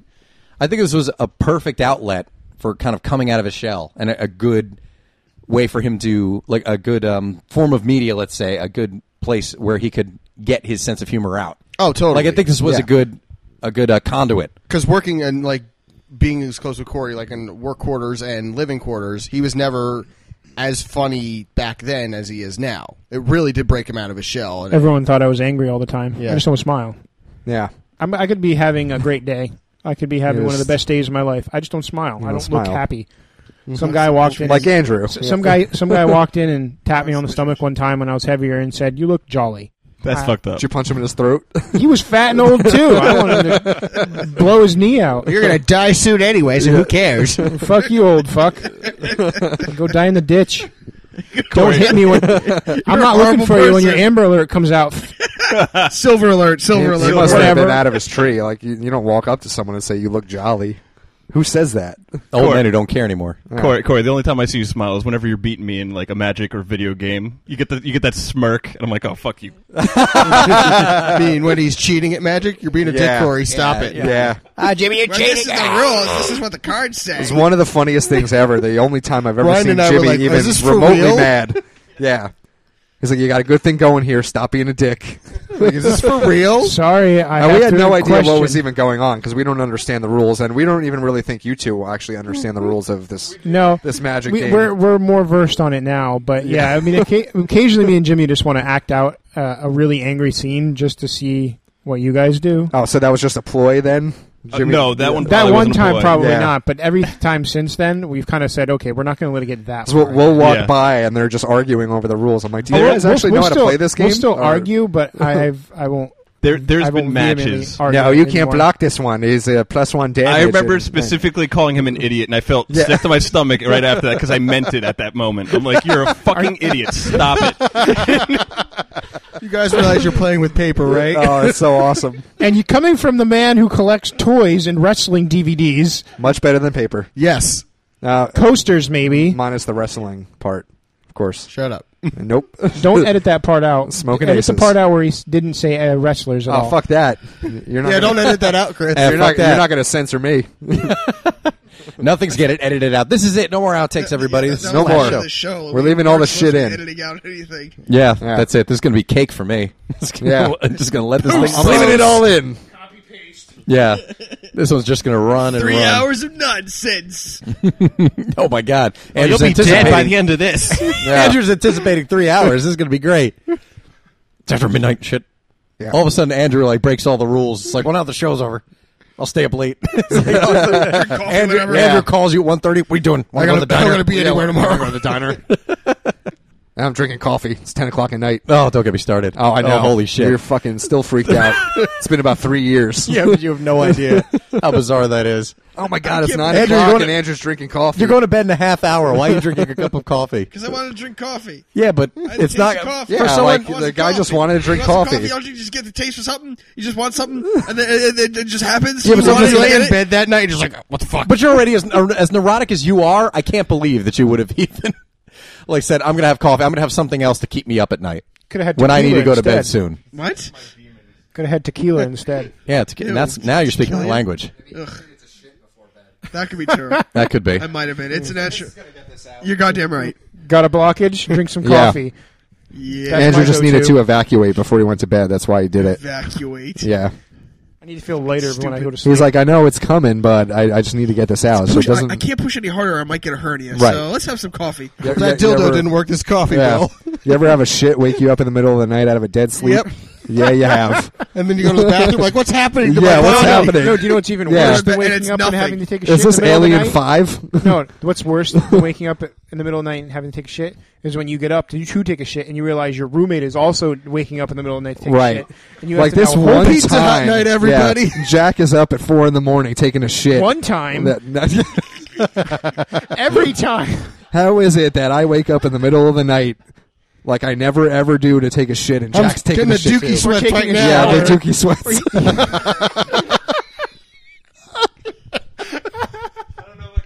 D: I think this was a perfect outlet for kind of coming out of his shell and a, a good way for him to like a good um, form of media. Let's say a good place where he could get his sense of humor out.
B: Oh, totally.
D: Like I think this was
C: Yeah.
D: a good a good uh, conduit.
B: because working and like being as close with Corey, like in work quarters and living quarters, he was never as funny back then as he is now. It really did break him out of his shell. And
E: Everyone thought I was angry all the time. I
B: Yeah.
E: just don't smile.
C: Yeah.
E: I'm, I could be having a great day. I could be having
C: Yes.
E: one of the best days of my life. I just don't smile.
C: don't
E: I don't look
C: smile. Mm-hmm.
E: happy. Some guy walked in.
C: Like
E: and,
C: Andrew.
E: s- some guy, some guy walked in and tapped me on the stomach one time when I was heavier and said, "You look jolly."
F: That's
E: I-
F: fucked up.
C: Did you punch him in his throat? [LAUGHS]
E: He was fat and old too. I wanted to blow his knee out.
B: You're gonna die soon anyway, so who [LAUGHS] cares?
E: Fuck you, old fuck. Go die in the ditch. Don't hit me when I'm not
A: horrible
E: looking for you when your
A: person.
E: Amber Alert comes out.
A: [LAUGHS] Silver alert, silver
C: he
A: alert.
C: must have
E: whatever.
C: been out of his tree. Like you, you don't walk up to someone and say you look jolly. Who says that?
D: Old men who don't care anymore.
F: Corey, Corey, the only time I see you smile is whenever you're beating me in like a magic or video game. You get the you get that smirk, and I'm like, oh fuck you.
B: I
A: [LAUGHS]
B: mean, when he's cheating at magic, you're being a
C: Yeah.
B: dick, Corey. Stop it.
C: yeah.
B: Ah, Jimmy, you're
A: But this is the rules. This is what the cards say.
C: It's one of the funniest things ever. The only time I've ever
B: Ryan
C: seen
B: and I were
C: Jimmy
B: like, "Oh,
C: even
B: "Is this for
C: remotely
B: real?"
C: mad. Yeah. He's like, you got a good thing going here. Stop being a dick.
B: Like, is this for real?
E: Sorry, I
C: And
E: have
C: Uh, we had
E: to
C: no idea
E: question-
C: what was even going on because we don't understand the rules, and we don't even really think you two will actually understand the rules of this.
E: No,
C: this magic
E: We,
C: game.
E: We're we're more versed on it now, but yeah, I mean, occa- occasionally me and Jimmy just want to act out uh, a really angry scene just to see what you guys do.
C: Oh, so that was just a ploy then?
F: Uh, no, that one.
E: That
F: probably
E: one
F: wasn't a
E: time,
F: boy.
E: probably
C: Yeah.
E: not, but every time since then, we've kind of said, okay, we're not going to let it get that.
C: 'Cause We'll,
E: far.
C: we'll walk
F: Yeah.
C: by and they're just arguing over the rules. I'm like, do you
F: We'll-
C: guys
E: Oh, We'll-
C: actually
E: we'll
C: know how to
E: still-
C: play this game?
E: We'll still
C: Or-
E: argue,
C: [LAUGHS]
E: but I've I won't.
F: There, there's
E: I won't
F: been
E: vehemently
F: matches.
E: argue
C: No, you
E: anymore.
C: can't block this one. He's a plus one damage.
F: I remember
C: and-
F: specifically calling him an idiot, and I felt
C: Yeah.
F: sick to my stomach right after that because I meant it at that moment. I'm
C: [LAUGHS]
F: like, "You're a fucking idiot! Stop it!"
B: You guys realize you're playing
C: [LAUGHS]
B: with paper, right?
C: Oh, it's so awesome.
E: And you coming from the man who collects toys and wrestling DVDs,
C: Much better than paper.
B: yes.
C: Uh,
E: coasters maybe.
C: minus the wrestling part, of course. [LAUGHS]
B: Shut up.
C: Nope. [LAUGHS]
E: Don't edit that part out.
C: Smoking
E: edit the
C: aces.
E: part out where he s- didn't say uh, wrestlers at all.
C: oh, fuck that. You're not. gonna,
B: Yeah, don't edit that out, Chris.
C: [LAUGHS] Yeah,
B: You're
C: fuck
B: not-
C: that. You're not going to censor me.
D: Nothing's getting edited out. This is it. No more outtakes, everybody. This
A: That
D: is
C: no
A: was
D: the
A: the
C: more.
D: last
A: end of
D: show.
A: the show.
C: We're leaving all the
A: weren't supposed to
C: shit
A: be
C: in.
A: Editing out anything.
D: Yeah,
C: Yeah.
D: that's it. This is going to be cake for me. [LAUGHS] It's gonna-
C: Yeah.
D: I'm just going to let this
C: I'm
D: thing.
C: leaving it all in.
D: Yeah, this one's just going to run and
A: Three
D: run.
A: hours of nonsense.
D: Oh my god!
F: You'll
D: Andrew's
F: be dead by
D: anticipating-
F: the end
D: [LAUGHS]
F: of this.
D: Andrew's anticipating three hours. This is going to be great. It's after midnight shit.
C: Yeah.
D: All of a sudden, Andrew like breaks all the rules. It's like, well, now the show's over. I'll stay up late. [LAUGHS] It's like,
A: Coffee,
D: Andrew,
A: whatever.
D: Andrew calls you at one thirty. What are you doing? Wanna
B: I
D: go to
B: gotta,
D: the
B: I'm
D: diner?
B: gonna be
D: Yeah,
B: anywhere
D: wanna
B: tomorrow.
D: go to the diner.
B: [LAUGHS]
C: I'm drinking coffee. It's 10 o'clock at night.
D: Oh, don't get me started.
C: Oh, I know.
D: holy
C: [LAUGHS]
D: shit.
C: You're fucking still freaked out. [LAUGHS] it's been about three [LAUGHS] years.
D: yeah, but you have no idea [LAUGHS] how bizarre that is.
C: Oh my god, it's nine
D: Andrew, you're
C: o'clock
D: going
C: and
D: to-
C: Andrew's drinking coffee.
D: You're going to bed in a half hour. Why are you drinking a cup of coffee?
A: Because I wanted to drink coffee.
D: Yeah, but
A: I had a
D: it's
A: taste
D: not
A: of coffee.
C: yeah,
D: for someone.
C: like,
A: I want
C: the
A: some
C: guy just wanted to drink
A: you want some coffee.
C: coffee.
A: Don't you just get the taste for something? You just want something, and then it, it, it just happens.
D: Yeah, but
A: you
D: don't
A: want
D: just
A: it,
D: lay
A: you
D: in
A: get it.
B: bed that night, you're just like, what the fuck?
D: But you're already as as neurotic as you are. I can't believe that you would have [LAUGHS] even like said, "I'm going to have coffee. I'm going to have something else to keep me up at night."
E: Could have had
D: when I need to
E: tequila
D: go to bed
E: instead.
D: soon.
A: What?
E: Could have had tequila instead.
D: Yeah, to get,
A: Ew.
D: that's now you're speaking the
A: Italian?
D: language.
A: Ugh. That could be true.
D: That could be.
A: I might have been. It's an actual. You're goddamn right.
E: Got a blockage. Drink some
C: Yeah.
E: coffee.
A: Yeah.
E: That's
C: Andrew
E: my
C: just
E: go-to.
C: needed to evacuate before he went to bed. That's why he did it.
A: Evacuate.
C: Yeah.
E: I need to feel lighter when I go to sleep.
C: He's like, I know it's coming, but I, I just need to get this out. So it
A: Push- I,
C: doesn't.
A: I can't push any harder. or I might get a hernia.
C: Right.
A: So let's have some coffee.
C: You-
B: that
C: you
B: dildo
C: ever-
B: didn't work this coffee
C: Yeah.
B: well.
C: [LAUGHS] you ever have a shit wake you up in the middle of the night out of a dead sleep?
B: Yep.
C: Yeah, you
E: [LAUGHS]
C: have.
B: [LAUGHS] And then you go to the bathroom, like, what's happening? To
C: [LAUGHS] Yeah,
B: my
C: what's
B: body?
C: happening?
E: Oh, No, do you know what's even
C: Yeah.
E: worse than
A: And
E: waking
A: it's
E: up
A: nothing.
E: and having to take a shit?
C: Is this
E: in the middle of the
C: Alien
E: night?
C: Five?
E: No, what's worse than waking up in the middle of the night and having to take a shit is when you get up to you take a shit and you realize your roommate is also waking up in the middle of the night to take
C: [LAUGHS] Right.
E: a shit. And you
C: like
E: have to
C: this
E: now
C: one
B: Pizza Hut
C: time,
B: night,
C: Yeah.
B: everybody.
C: [LAUGHS] Jack is up at four in the morning taking a shit.
E: one time,
C: That- that-
E: [LAUGHS]
C: [LAUGHS]
E: every time.
C: how is it that I wake up in the middle of the night like I never ever do to take a shit, and
B: I'm
C: Jack's taking
B: getting
C: a
B: a
C: shit
B: dookie
C: too?
B: sweat
E: taking
B: right
E: a
B: now.
C: Yeah,
E: shower.
C: the dookie
E: [LAUGHS]
C: sweats.
D: [LAUGHS]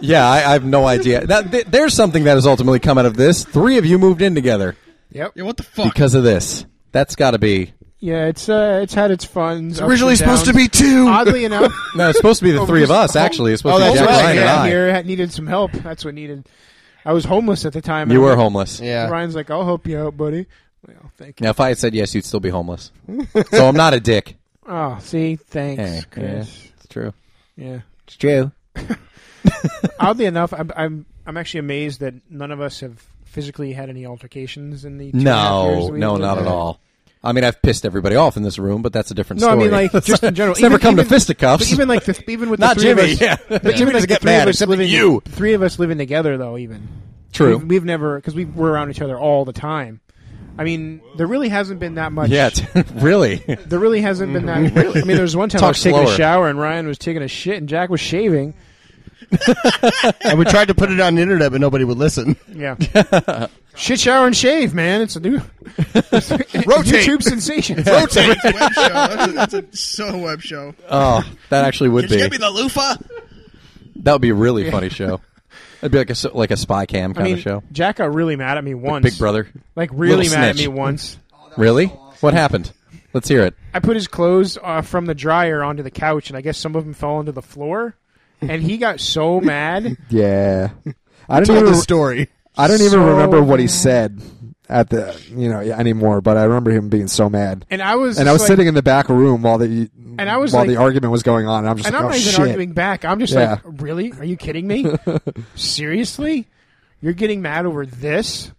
D: Yeah, I, I have no idea. That, th- there's something that has ultimately come out of this. Three of you moved in together
E: Yep.
A: Yeah. What the fuck?
D: because of this. That's got to be.
E: Yeah, it's uh, it's had its fun. It's
B: Originally supposed to be two.
E: Oddly enough,
D: No, it's supposed to be the
E: Oh,
D: three of
E: because
D: us.
E: home-
D: Actually, it's supposed
B: Oh,
D: to be
B: that's
D: Jack
B: right,
D: Ryan
E: yeah,
D: and I.
E: here I needed some help. That's what needed. I was homeless at the time.
D: You
E: and
D: were
E: I'm like-
D: homeless.
B: Yeah.
E: Ryan's like, I'll help you out, buddy. Well, thank you.
D: Now, if I had said yes, you'd still be homeless. so I'm not a
E: [LAUGHS]
D: dick.
E: Oh, see, thanks,
D: Hey,
E: Chris.
D: It's true.
E: yeah.
D: It's true.
E: oddly enough, I'm, I'm I'm actually amazed that none of us have physically had any altercations in the two and a half years
D: No,
E: that we've
D: no,
E: lived
D: not at
E: together.
D: all. I mean, I've pissed everybody off in this room, but that's a different
E: No, I
D: story.
E: mean like just in
D: [LAUGHS]
E: general.
D: It's never come to fisticuffs. [LAUGHS]
E: But even like the, even with
D: Not
E: the three
D: Jimmy,
E: Of us,
D: yeah.
E: But
D: Yeah. [LAUGHS]
E: even
D: Jimmy
E: like
D: doesn't
E: the
D: get
E: three
D: mad
E: of us
D: except
E: living [LAUGHS]
D: you.
E: three of us living together though even
D: True.
E: We've, we've never because we were around each other all the time. I mean, there really hasn't been that much.
D: Yeah, t- [LAUGHS] really.
E: There really hasn't been
D: [LAUGHS]
E: that. I mean, there was one time I
D: Talk
E: was taking
D: slower.
E: a shower and Ryan was taking a shit and Jack was shaving.
B: and we tried to put it on the internet, but nobody would listen.
E: Yeah. [LAUGHS] shit, shower, and shave, man. It's
D: [LAUGHS]
E: a new [LAUGHS]
B: Rotate.
E: YouTube sensation.
B: Rotate.
A: web show. That's, a, that's a, so web show.
D: Oh, that actually would
A: Did you
D: be.
A: give me the loofah?
D: that would be a really funny show. It'd be like a s- like a spy cam
E: I
D: kind
E: mean,
D: of show.
E: Jack got really mad at me once.
D: Big Brother.
E: Like really
D: Little
E: mad
D: snitch.
E: at me once.
D: Really? What happened? Let's hear it.
E: I put his clothes uh, from the dryer onto the couch, and I guess some of them fell onto the floor. And he got
C: [LAUGHS]
E: so mad.
C: Yeah, I don't
B: Told
C: even.
B: the story.
C: I don't even
E: So
C: remember what he
E: mad.
C: said at the you know anymore. But I remember him being so mad.
E: And I was
C: And I was
E: just like-
C: sitting in the back room while the
E: And I was
C: while
E: like-
C: the argument was going on. And I'm just
E: and
C: like,
E: I'm
C: oh
E: not even
C: shit.
E: arguing back. I'm just
C: Yeah.
E: like, really? Are you kidding me?
C: [LAUGHS]
E: Seriously? You're getting mad over this?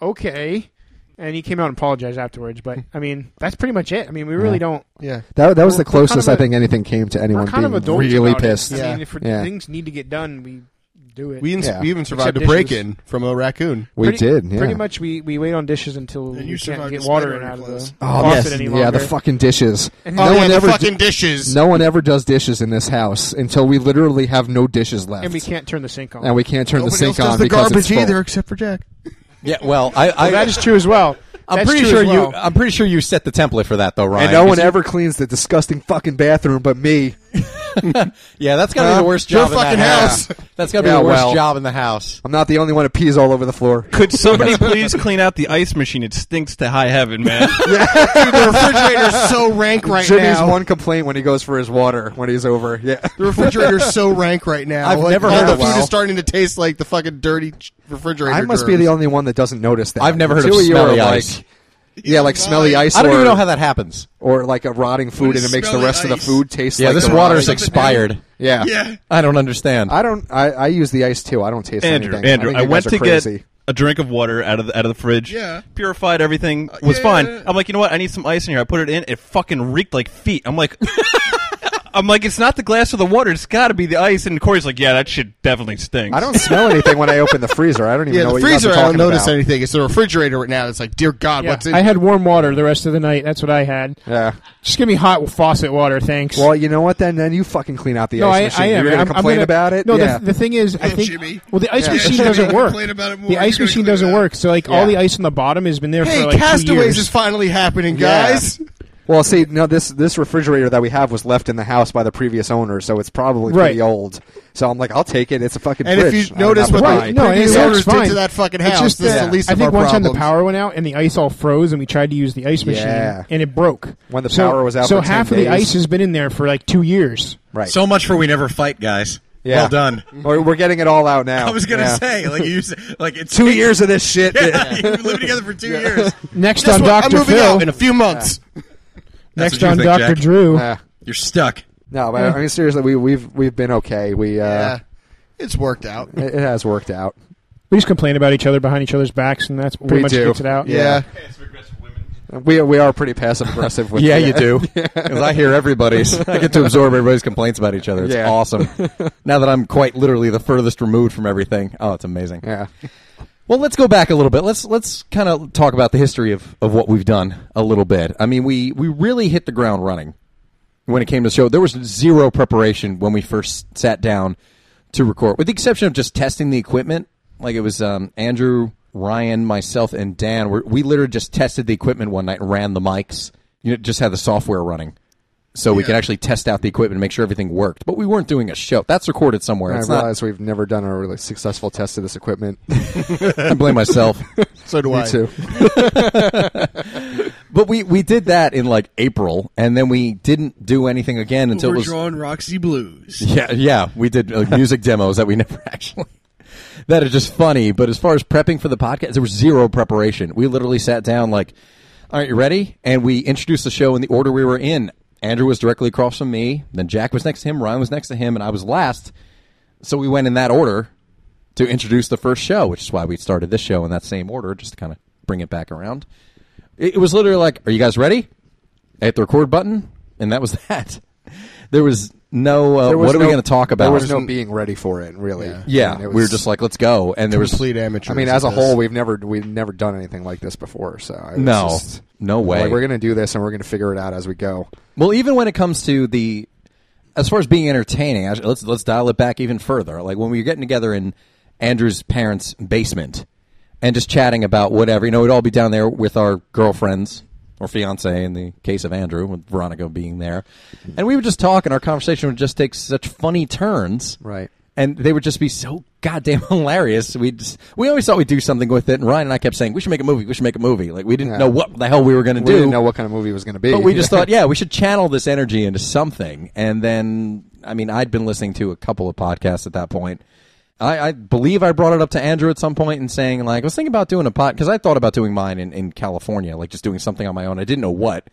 E: Okay. And he came out and apologized afterwards. But I mean, that's pretty much it. I mean, we really
C: Yeah.
E: don't.
B: Yeah.
C: That, that was
E: We're-
C: the
E: we're kind
C: closest
E: of
C: I
E: a-
C: think anything came to
E: We're
C: anyone
E: kind of
C: being
E: adults
C: really
E: about it.
C: pissed.
E: I
B: Yeah.
E: mean, if
C: Yeah.
E: things need to get done, we do it.
B: We, even-
C: Yeah.
B: we even survived
E: Except
B: a break
E: dishes.
B: in from a raccoon.
C: We
E: pretty,
C: did. Yeah.
E: Pretty much, we, we wait on dishes until
A: And
E: we
A: you
E: can't
A: survived
E: get
A: the
E: water
A: spider
E: in
A: on
E: out
A: your
E: of the
A: clothes.
C: Oh,
E: faucet
C: yes.
E: any
C: yeah,
E: longer.
C: the fucking dishes.
E: And
C: No
B: oh,
C: one
B: yeah,
C: ever
B: the fucking dishes.
C: No one ever does dishes in this house until we literally have no dishes left,
E: and we can't turn the sink on.
C: and we can't turn
B: Nobody
C: the sink
B: else does
C: on
B: the
C: because
B: garbage
C: it's full.
B: either, except for Jack.
D: Yeah. Well, I, I
E: Well, that is true as well.
D: I'm
E: That's
D: pretty
E: true
D: sure
E: as well.
D: you. I'm pretty sure you set the template for that though, Ryan.
C: And no one
D: You-
C: ever cleans the disgusting fucking bathroom but me.
D: Yeah, that's gotta be
C: Huh?
D: the worst
B: Your
D: job in
B: fucking
D: that
B: house.
D: [LAUGHS] That's gotta
C: Yeah,
D: be the worst
C: well.
D: job in the house.
C: I'm not the only one who pees all over the floor.
F: Could somebody please clean out the ice machine? It stinks to high
C: [LAUGHS]
F: heaven, man.
B: Dude, the refrigerator's so rank right
C: Jimmy's
B: now.
C: one complaint when he goes for his water when he's over. Yeah.
B: the refrigerator's so rank right now.
D: I've
B: Like,
D: never
B: all
D: heard
B: the
D: of
B: food
D: wow.
B: is starting to taste like the fucking dirty ch- refrigerator.
C: I must be
B: germs.
C: the only one that doesn't notice that.
D: I've never
C: The
D: heard of
C: two you are
D: smelly
C: like-
D: ice.
C: yeah, like smelly ice.
D: I don't
C: or,
D: even know how that happens.
C: or like a rotting food, and it
A: is
C: makes the
A: smelly
C: rest of the
A: ice?
C: food taste.
D: Yeah,
C: like
D: this
C: the
D: water
C: rotting-
D: is expired.
C: Yeah.
A: Yeah.
D: I don't understand.
C: I don't. I, I use the ice too. I don't taste
F: Andrew,
C: anything.
F: Andrew,
C: I,
F: I,
C: think you
F: went
C: guys
F: to
C: are crazy.
F: get a drink of water out of the, out of the fridge.
A: Yeah. Uh,
F: purified everything was
A: yeah,
F: fine.
A: yeah, yeah.
F: I'm like, you know what? I need some ice in here. I put it in. It fucking reeked like feet. I'm like. [LAUGHS] I'm like, it's not the glass or the water. It's got to be the ice. And Corey's like, yeah, that shit definitely stinks.
C: I
F: [LAUGHS]
C: don't smell anything when I open the freezer. I don't even
B: Yeah,
C: know
B: the
C: what
B: freezer.
C: you guys
B: I
C: are
B: don't
C: talking
B: notice
C: about.
B: anything. It's the refrigerator right now. It's like, dear God,
E: Yeah,
B: what's in?
E: I had warm water the rest of the night. That's what I had.
C: Yeah.
E: Just give me hot faucet water, thanks.
C: Well, you know what? Then then you fucking clean out the ice machine. You're gonna
E: I'm- I'm
C: complain
E: gonna-
C: about it.
E: No,
C: yeah.
E: the, the thing is, I
A: Well,
E: think.
A: Jimmy.
E: Well, the ice
A: Yeah,
E: machine
A: Jimmy,
E: doesn't
A: you
E: work.
A: complain about it more.
E: The
A: You're
E: ice
A: gonna
E: machine
A: complain
E: doesn't
A: about it.
E: work. So, like, all
C: Yeah.
E: the ice on the bottom has been there
B: hey,
E: for like two
B: Castaways
E: years.
B: is finally happening,
C: Yeah.
B: guys.
C: well, see, no, this this refrigerator that we have was left in the house by the previous owner, so it's probably pretty
E: Right.
C: old. So I'm like, I'll take it. It's a fucking.
B: And
C: fridge.
B: if you
C: I'm not
B: notice what
C: gonna
E: Right,
C: buy
B: the
C: it.
E: no, and it
B: previous
E: works
B: owners did
E: fine.
B: to that fucking
E: It's
B: house,
E: just
B: this is
E: that
B: the least
E: I
B: of
E: think
B: our
E: one
B: problems.
E: time the power went out and the ice all froze and we tried to use the ice machine
C: Yeah.
E: and it broke.
C: When the
E: So-
C: power was out
E: so
C: for 10
E: half of
C: days.
E: the ice has been in there for like two years.
C: right.
D: So much for we never fight, guys.
C: Yeah. [LAUGHS]
D: Well done.
C: we're, we're getting it all out now.
A: I was gonna
C: Yeah.
A: say, like you, said- like it's
C: two
A: [LAUGHS]
C: years of this shit.
A: You've been living together
C: [LAUGHS]
A: for two years.
E: Next
B: Guess
E: on
B: what? I'm
E: Doctor
B: moving
E: Phil.
B: out in a few months.
A: That's
E: Next
A: what
E: on
A: you think,
E: Doctor
A: Jack.
E: Drew.
C: Yeah.
D: You're stuck.
C: No, but I mean seriously, we we've we've been okay. We uh,
B: Yeah, it's worked out.
C: it, it has worked out.
E: We just complain about each other behind each other's backs, and that's pretty
C: We
E: much
C: do.
E: gets it out.
B: Yeah.
C: We we are pretty passive aggressive with
D: [LAUGHS] [LAUGHS] Yeah, you do. Because I hear everybody's. I get to absorb everybody's complaints about each other. It's
C: Yeah.
D: [LAUGHS] awesome. Now that I'm quite literally the furthest removed from everything. Oh, it's amazing.
C: Yeah.
D: Well, let's go back a little bit. Let's let's kind of talk about the history of, of what we've done a little bit. I mean, we we really hit the ground running when it came to the show. There was zero preparation when we first sat down to record, with the exception of just testing the equipment. Like it was um, Andrew, Ryan, myself, and Dan. We're, we literally just tested the equipment one night and ran the mics. You know, just had the software running. So we
A: Yeah.
D: could actually test out the equipment, and make sure everything worked. But we weren't doing a show. That's recorded somewhere.
C: I
D: It's not,
C: realize we've never done a really successful test of this equipment.
D: I
C: [LAUGHS]
D: blame myself.
B: So do I.
C: Me too.
D: But we we did that in like April, and then we didn't do anything again until it was
A: Overdrawing Roxy Blues.
D: yeah yeah we did like, music demos that we never [LAUGHS] actually. That is just funny. But as far as prepping for the podcast, there was zero preparation. We literally sat down like, all right, you ready? And we introduced the show in the order we were in. Andrew was directly across from me. Then Jack was next to him. Ryan was next to him, and I was last. So we went in that order to introduce the first show, which is why we started this show in that same order, just to kind of bring it back around. It, it was literally like, "Are you guys ready?" I hit the record button, and [LAUGHS] that was that. there was no. Uh,
C: There was
D: what are we
C: no-
D: going to talk about?
C: There was no being ready for it, really.
B: Yeah.
D: yeah,
C: I mean, it
D: we were
C: was-
D: just like, let's go, and there was
B: complete amateur.
C: I mean, as a whole, we've never we've never done anything like this before. So I was
D: no,
C: just-
D: no way.
C: Like, we're gonna do this, and we're gonna figure it out as we go.
D: Well, even when it comes to the, as far as being entertaining, I- let's let's dial it back even further. Like when we were getting together in Andrew's parents' basement and just chatting about whatever. You know, we'd all be down there with our girlfriends or fiance in the case of Andrew, with Veronica being there, and we would just talk, and our conversation would just take such funny turns,
C: Right.
D: And they would just be so goddamn [LAUGHS] hilarious. We just, we always thought we'd do something with it, and Ryan and I kept saying we should make a movie. We should make a movie. Like we didn't
C: Yeah.
D: know what the hell we were going to
C: We
D: do.
C: didn't know what kind of movie it was gonna be,
D: But we
C: [LAUGHS]
D: just thought, yeah, we should channel this energy into something. And then, I mean, I'd been listening to a couple of podcasts at that point. I, I believe I brought it up to Andrew at some point and saying, like, I was thinking about doing a pod because I thought about doing mine in, in California, like just doing something on my own. I didn't know what,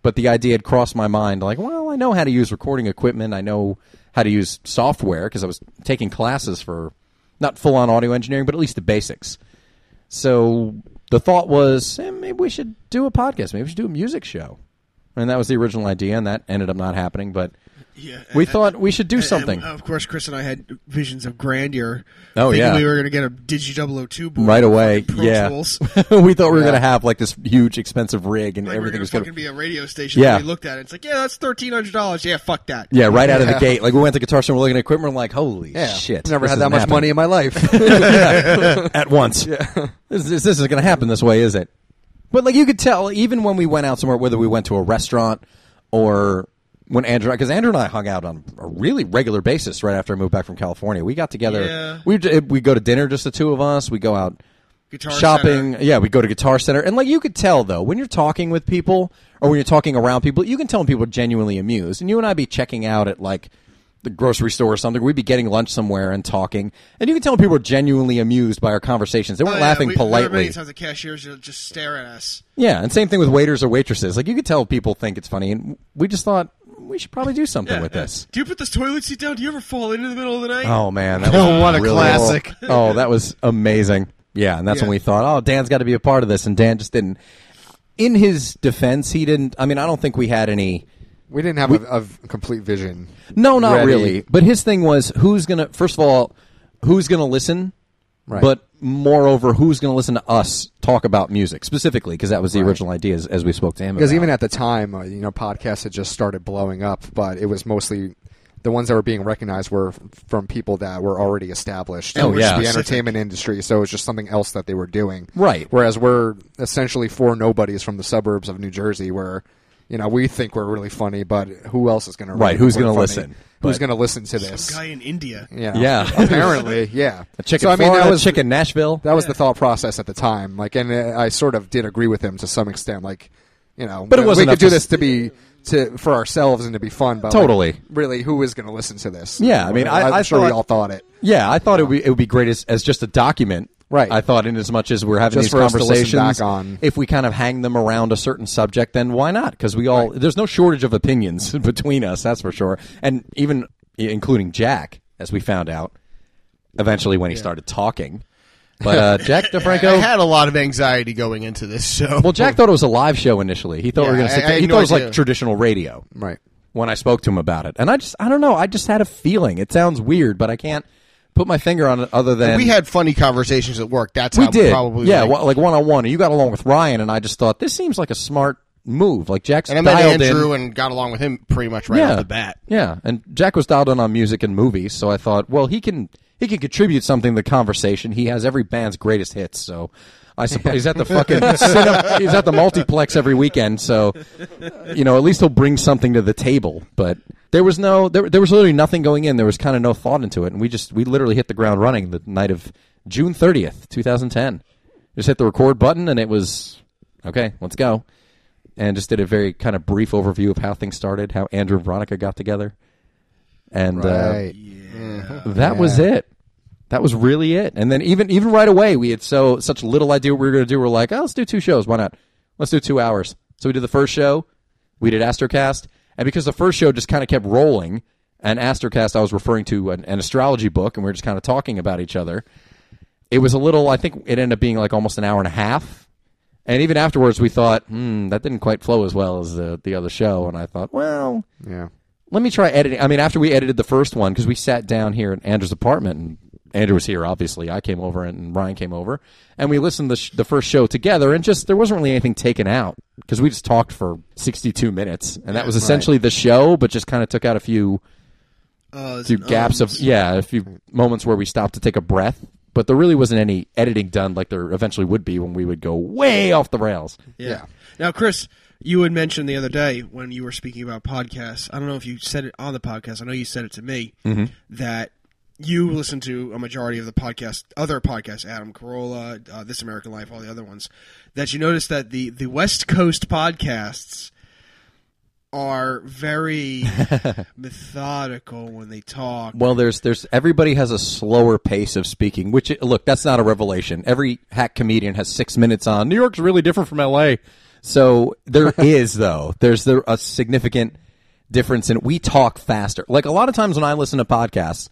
D: but the idea had crossed my mind, like, well, I know how to use recording equipment. I know how to use software because I was taking classes for not full on audio engineering, but at least the basics. So the thought was, eh, maybe we should do a podcast. Maybe we should do a music show. And that was the original idea, and that ended up not happening. But
A: Yeah,
D: we
A: I-
D: thought we should do
A: And- uh,
D: something.
A: and, of course, Chris and I had visions of grandeur.
D: Oh,
A: thinking
D: yeah.
A: we were going to get a Digi 002 board
D: right away.
A: fucking Pro
D: Yeah, we
A: Tools.
D: thought [LAUGHS] we were going to have like this huge, expensive rig, and
A: Like we're
D: everything was
A: going
D: going
A: to
D: to.
A: be a radio station.
D: Yeah.
A: Yeah, we looked at it. It's like, yeah, that's thirteen hundred dollars. Yeah, fuck that.
D: Yeah, right out of the
C: Yeah.
D: gate. Like we went to Guitar Center, we're looking at equipment, we're like, holy
C: yeah,
D: shit!
C: Never
D: this
C: had that
D: isn't
C: much
D: happening.
C: money in my life.
D: [LAUGHS] at once. This, this, this is going to happen this way, is it? But like you could tell, even when we went out somewhere, whether we went to a restaurant or when Andrew, because Andrew and I hung out on a really regular basis right after I moved back from California. We got together.
A: Yeah.
D: We we go to dinner, just the two of us. We go out
A: Guitar
D: shopping.
A: Center.
D: Yeah, we go to Guitar Center, and like you could tell though, when you're talking with people or when you're talking around people, you can tell when people are genuinely amused. And you and I be checking out at like the grocery store or something. We'd be getting lunch somewhere and talking, and you can tell when people are genuinely amused by our conversations. They
A: Oh,
D: weren't
A: yeah,
D: laughing
A: we- There were
D: politely.
A: many times the cashiers would just stare at us.
D: Yeah, and same thing with waiters or waitresses. Like you could tell people think it's funny, and we just thought we should probably do something
A: Yeah,
D: with
A: yeah.
D: this.
A: Do you put this toilet seat down? Do you ever fall into the middle of the night?
D: Oh man, [LAUGHS] that
B: Oh,
D: was
B: what a
D: really
B: classic.
D: cool. Oh, that was amazing. Yeah, and that's when
B: Yeah.
D: we thought, oh, Dan's got to be a part of this, and Dan just didn't. In his defense, he didn't. I mean, I don't think we had any.
C: we didn't have a, a complete vision.
D: No, not
C: Ready.
D: really. But his thing was, who's gonna? First of all, who's gonna listen?
C: Right.
D: But moreover, who's gonna listen to us talk about music specifically? Because that was the original idea, as, as we spoke to him.
C: Because
D: about.
C: even at the time, uh, you know, podcasts had just started blowing up, but it was mostly the ones that were being recognized were f- from people that were already established.
D: Oh,
C: It was
D: yeah.
C: the entertainment industry. So it was just something else that they were doing,
D: Right.
C: Whereas we're essentially four nobodies from the suburbs of New Jersey, where you know we think we're really funny, but who else is going to
D: Right, who's
C: going
D: gonna
C: to
D: listen?
C: Who's
D: But-
C: going to listen to
A: Some
C: this?
A: guy in India.
C: Yeah,
D: Yeah.
C: apparently, yeah.
D: [LAUGHS] a chicken
C: So, I mean,
D: Florida,
C: that was
D: chicken Nashville.
C: that was the thought process at the time. Like, and uh, I sort of did agree with him to some extent. Like, you know,
D: But it
C: we-
D: wasn't
C: we
D: up
C: could do
D: to
C: this to be to for ourselves and to be fun. But like,
D: Totally.
C: really, who is going to listen to this?
D: Yeah, I mean, I-
C: am
D: I
C: sure we
D: thought-
C: all thought it.
D: Yeah, I thought it would be, it would be great as, as just a document.
C: Right.
D: I thought in as much as we're having
C: Just
D: these
C: for us to listen
D: conversations,
C: back on.
D: if we kind of hang them around a certain subject, then why not? Because we all there's no shortage of opinions [LAUGHS] between us, that's for sure, and even i- including Jack, as we found out eventually when he
C: [LAUGHS]
D: started talking. But uh, Jack
B: I
D: DeFranco.
B: had a lot of anxiety going into this show.
D: Well, Jack thought it was a live show initially. He thought we were
B: Yeah,
D: going to.
B: I- I had
D: He
B: no
D: thought it was
B: idea.
D: like traditional radio
C: Right.
D: when I spoke to him about it, and I just I don't know. I just had a feeling. It sounds weird, but I can't put my finger on it other than
B: we had funny conversations at work. That's
D: we
B: how
D: did
B: probably
D: yeah
B: like-
D: well, like one on one you got along with ryan and i just thought this seems like a smart move like jack's
B: and I met
D: dialed in
B: Andrew and got along with him pretty much right
D: yeah
B: off the bat.
D: yeah and jack was dialed in on music and movies so i thought well he can he can contribute something to the conversation he has every band's greatest hits so I
B: [LAUGHS]
D: suppose he's at the fucking cine- he's at the multiplex every weekend, so uh, you know at least he'll bring something to the table. But there was no there, there was literally nothing going in. There was kind of no thought into it, and we just we literally hit the ground running the night of June thirtieth, two thousand ten. Just hit the record button, and it was okay. Let's go, and just did a very kind of brief overview of how things started, how Andrew and Veronica got together, and uh,
C: Right.
D: that was
C: Yeah.
D: it. That was really it. And then even even right away, we had so such little idea what we were going to do. We're like, oh, let's do two shows. Why not? Let's do two hours. So we did the first show. We did Astrocast, and because the first show just kind of kept rolling, and Astrocast, I was referring to an, an astrology book, and we were just kind of talking about each other. It was a little. I think it ended up being like almost an hour and a half. And even afterwards, we thought, hmm, that didn't quite flow as well as the, the other show. And I thought, well,
C: Yeah.
D: let me try editing. I mean, after we edited the first one, because we sat down here at Andrew's apartment, and Andrew was here, obviously. I came over, and Ryan came over, and we listened to the, sh- the first show together, and just there wasn't really anything taken out because we just talked for 62 minutes, and that was essentially the show, but just kind of took out a few
A: Uh, there's
D: few
A: an
D: gaps of
A: ums.
D: yeah, a few moments where we stopped to take a breath. But there really wasn't any editing done like there eventually would be when we would go way off the rails.
A: Yeah. Now, Chris, you had mentioned the other day when you were speaking about podcasts. I don't know if you said it on the podcast. I know you said it to me that you listen to a majority of the podcast, other podcasts, Adam Carolla, uh, This American Life, all the other ones. That you noticed that the the West Coast podcasts are
D: [LAUGHS]
A: very methodical when they talk.
D: Well, there's there's everybody has a slower pace of speaking. Which look, that's not a revelation. Every hack comedian has six minutes on. New York's really different from L.A. So [LAUGHS] there is though. There's there a significant difference in we talk faster. Like a lot of times when I listen to podcasts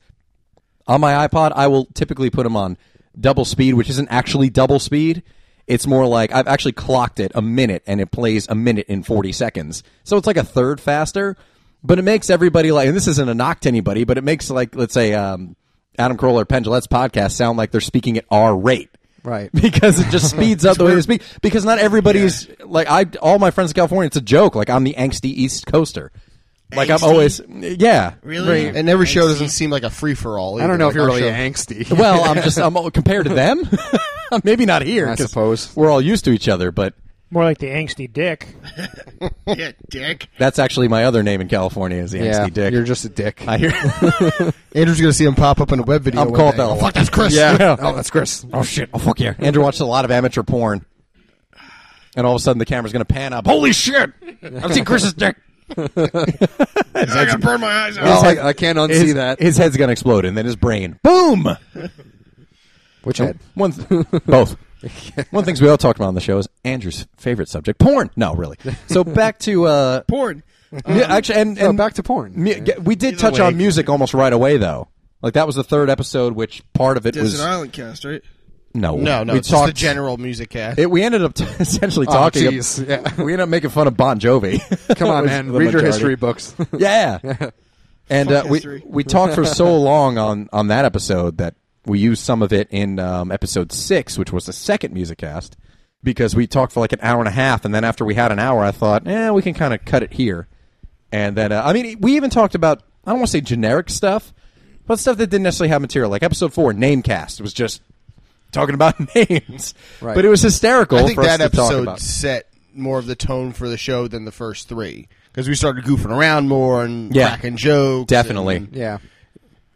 D: on my iPod, I will typically put them on double speed, which isn't actually double speed. It's more like I've actually clocked it a minute and it plays a minute in 40 seconds. So it's like a third faster, but it makes everybody like, and this isn't a knock to anybody, but it makes like, let's say, um, Adam Carolla or Penn Jillette's podcast sound like they're speaking at our rate.
C: Right.
D: [LAUGHS] Because it just speeds up the way they speak. Because not everybody's like I. All my friends in California, it's a joke. Like I'm the angsty East Coaster. Like
A: Angsty?
D: I'm always, yeah.
A: really?
B: And every show doesn't seem like a free for all.
C: I don't know if you're really angsty.
D: [LAUGHS] Well, I'm just I'm compared to them. [LAUGHS] Maybe not here.
C: I
D: 'cause
C: suppose.
D: we're all used to each other, but
E: More like the angsty dick.
A: yeah, dick.
D: that's actually my other name in California is the
C: Yeah,
D: angsty dick.
C: you're just a dick.
D: I hear.
B: Andrew's gonna see him pop up in a web video.
D: I'm
B: one
D: called
B: day.
D: that a
B: Oh,
D: lot.
B: fuck, that's
A: [LAUGHS]
B: Chris.
D: yeah.
C: [LAUGHS] oh, that's
D: [LAUGHS]
C: Chris.
D: Oh shit. Oh fuck yeah. Andrew watches a lot of amateur porn, and all of a sudden the camera's gonna pan up. Holy shit! I've seen
A: [LAUGHS]
D: Chris's dick.
A: I gotta burn my eyes out.
C: Well, Oh, I, I can't unsee
D: his,
C: that.
D: His head's gonna explode, and then his brain. Boom.
C: Which head?
D: One, th- [LAUGHS]
C: [LAUGHS]
D: both. One of the things we all talked about on the show is Andrew's favorite subject, porn. No, really. So back to
B: [LAUGHS]
D: uh,
A: Porn.
D: mu- actually, and, and
C: Oh, back to porn.
D: mu-
C: Yeah.
D: g- we did touch on music almost right away, though. Like that was the third episode, which part of it
A: Desert
D: was
A: Island cast, right?
D: no,
B: No, no,
D: We
B: it's just the
D: talked
B: general music cast.
D: It, we ended up [LAUGHS] t- essentially
C: Oh,
D: talking. ab-
C: jeez. Yeah.
D: [LAUGHS] we ended up making fun of Bon Jovi.
C: Come on,
D: [LAUGHS] Was
C: man.
D: the
C: Read your
D: majority.
C: history books. [LAUGHS]
D: [LAUGHS]
A: [LAUGHS]
D: Yeah. and
A: Fuck
D: uh, we
A: history.
D: we talked for so long on on that episode that we used some of it in um, episode six, which was the second music cast, because we talked for like an hour and a half, and then after we had an hour, I thought, eh, we can kind of cut it here. And then uh, I mean, we even talked about I don't want to say generic stuff, but stuff that didn't necessarily have material. Like episode four, name cast was just talking about [LAUGHS] names,
C: Right.
D: but it was hysterical.
B: I think
D: for us
B: that
D: to talk
B: episode
D: about.
B: set more of the tone for the show than the first three because we started goofing around more and
D: Yeah.
B: cracking jokes.
D: Definitely.
B: and
C: yeah.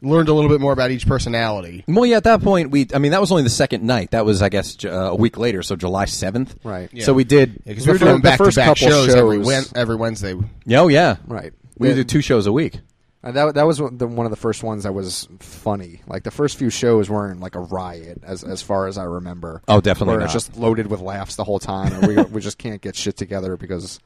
B: learned a little bit more about each personality.
D: Well, yeah, at that point, we, I mean, that was only the second night. That was, I guess, ju- uh, a week later, so July 7th.
C: Right. Yeah.
D: So we did.
B: Because we were doing back to back shows, every Wed- every Wednesday.
D: Oh, yeah.
C: Right.
D: We
C: The-
D: do two shows a week.
C: Uh, that that was one- the, one of the first ones that was funny. Like the first few shows weren't like a riot, as as far as I remember.
D: Oh, definitely
C: Where it's
D: not.
C: just loaded with laughs the whole time, and we [LAUGHS] we just can't get shit together because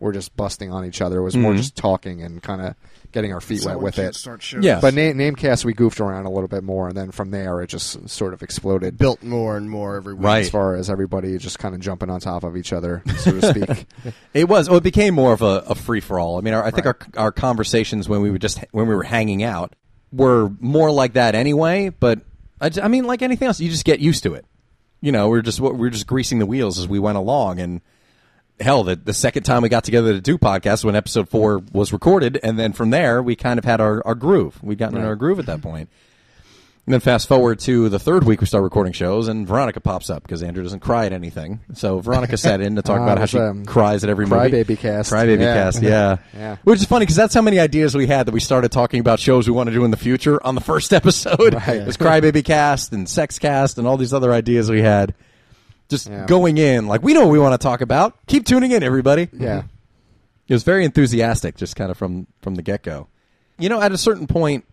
C: we're just busting on each other. It was
D: Mm-hmm.
C: more just talking and kind of getting our feet wet
A: Someone
C: with
A: can't
C: it.
A: Start shows.
D: Yeah.
C: But na- Namecast, we goofed around a little bit more, and then from there it just sort of exploded.
B: Built more and more every week.
D: Right.
C: As far as everybody just kind of jumping on top of each other, so to
D: [LAUGHS]
C: speak.
D: It was. Well, it became more of a, a free for all. I mean, our, I think our our conversations when we were just when we were hanging out were more like that anyway. But I, j- I mean, like anything else, you just get used to it. You know, we're just we're just greasing the wheels as we went along. And hell, the the second time we got together to do podcasts when episode four was recorded, and then from there we kind of had our, our groove. We'd gotten in our groove at that point. And then fast forward to the third week, we start recording shows, and Veronica pops up because Andrew doesn't cry at anything. So Veronica sat in to talk
C: [LAUGHS] Ah,
D: about how
C: there's,
D: she
C: um,
D: cries at every movie.
C: Crybaby cast.
D: Crybaby
C: Yeah.
D: cast, yeah.
C: [LAUGHS] Yeah.
D: Which is funny because that's how many ideas we had that we started talking about shows we want to do in the future on the first [LAUGHS] episode.
C: Right.
D: It was Crybaby cast and Sex cast and all these other ideas we had. Just
C: Yeah.
D: going in, like, we know what we want to talk about. Keep tuning in, everybody.
A: [LAUGHS]
C: yeah.
D: It was very enthusiastic, just kind of from from the get go. You know, at a certain point,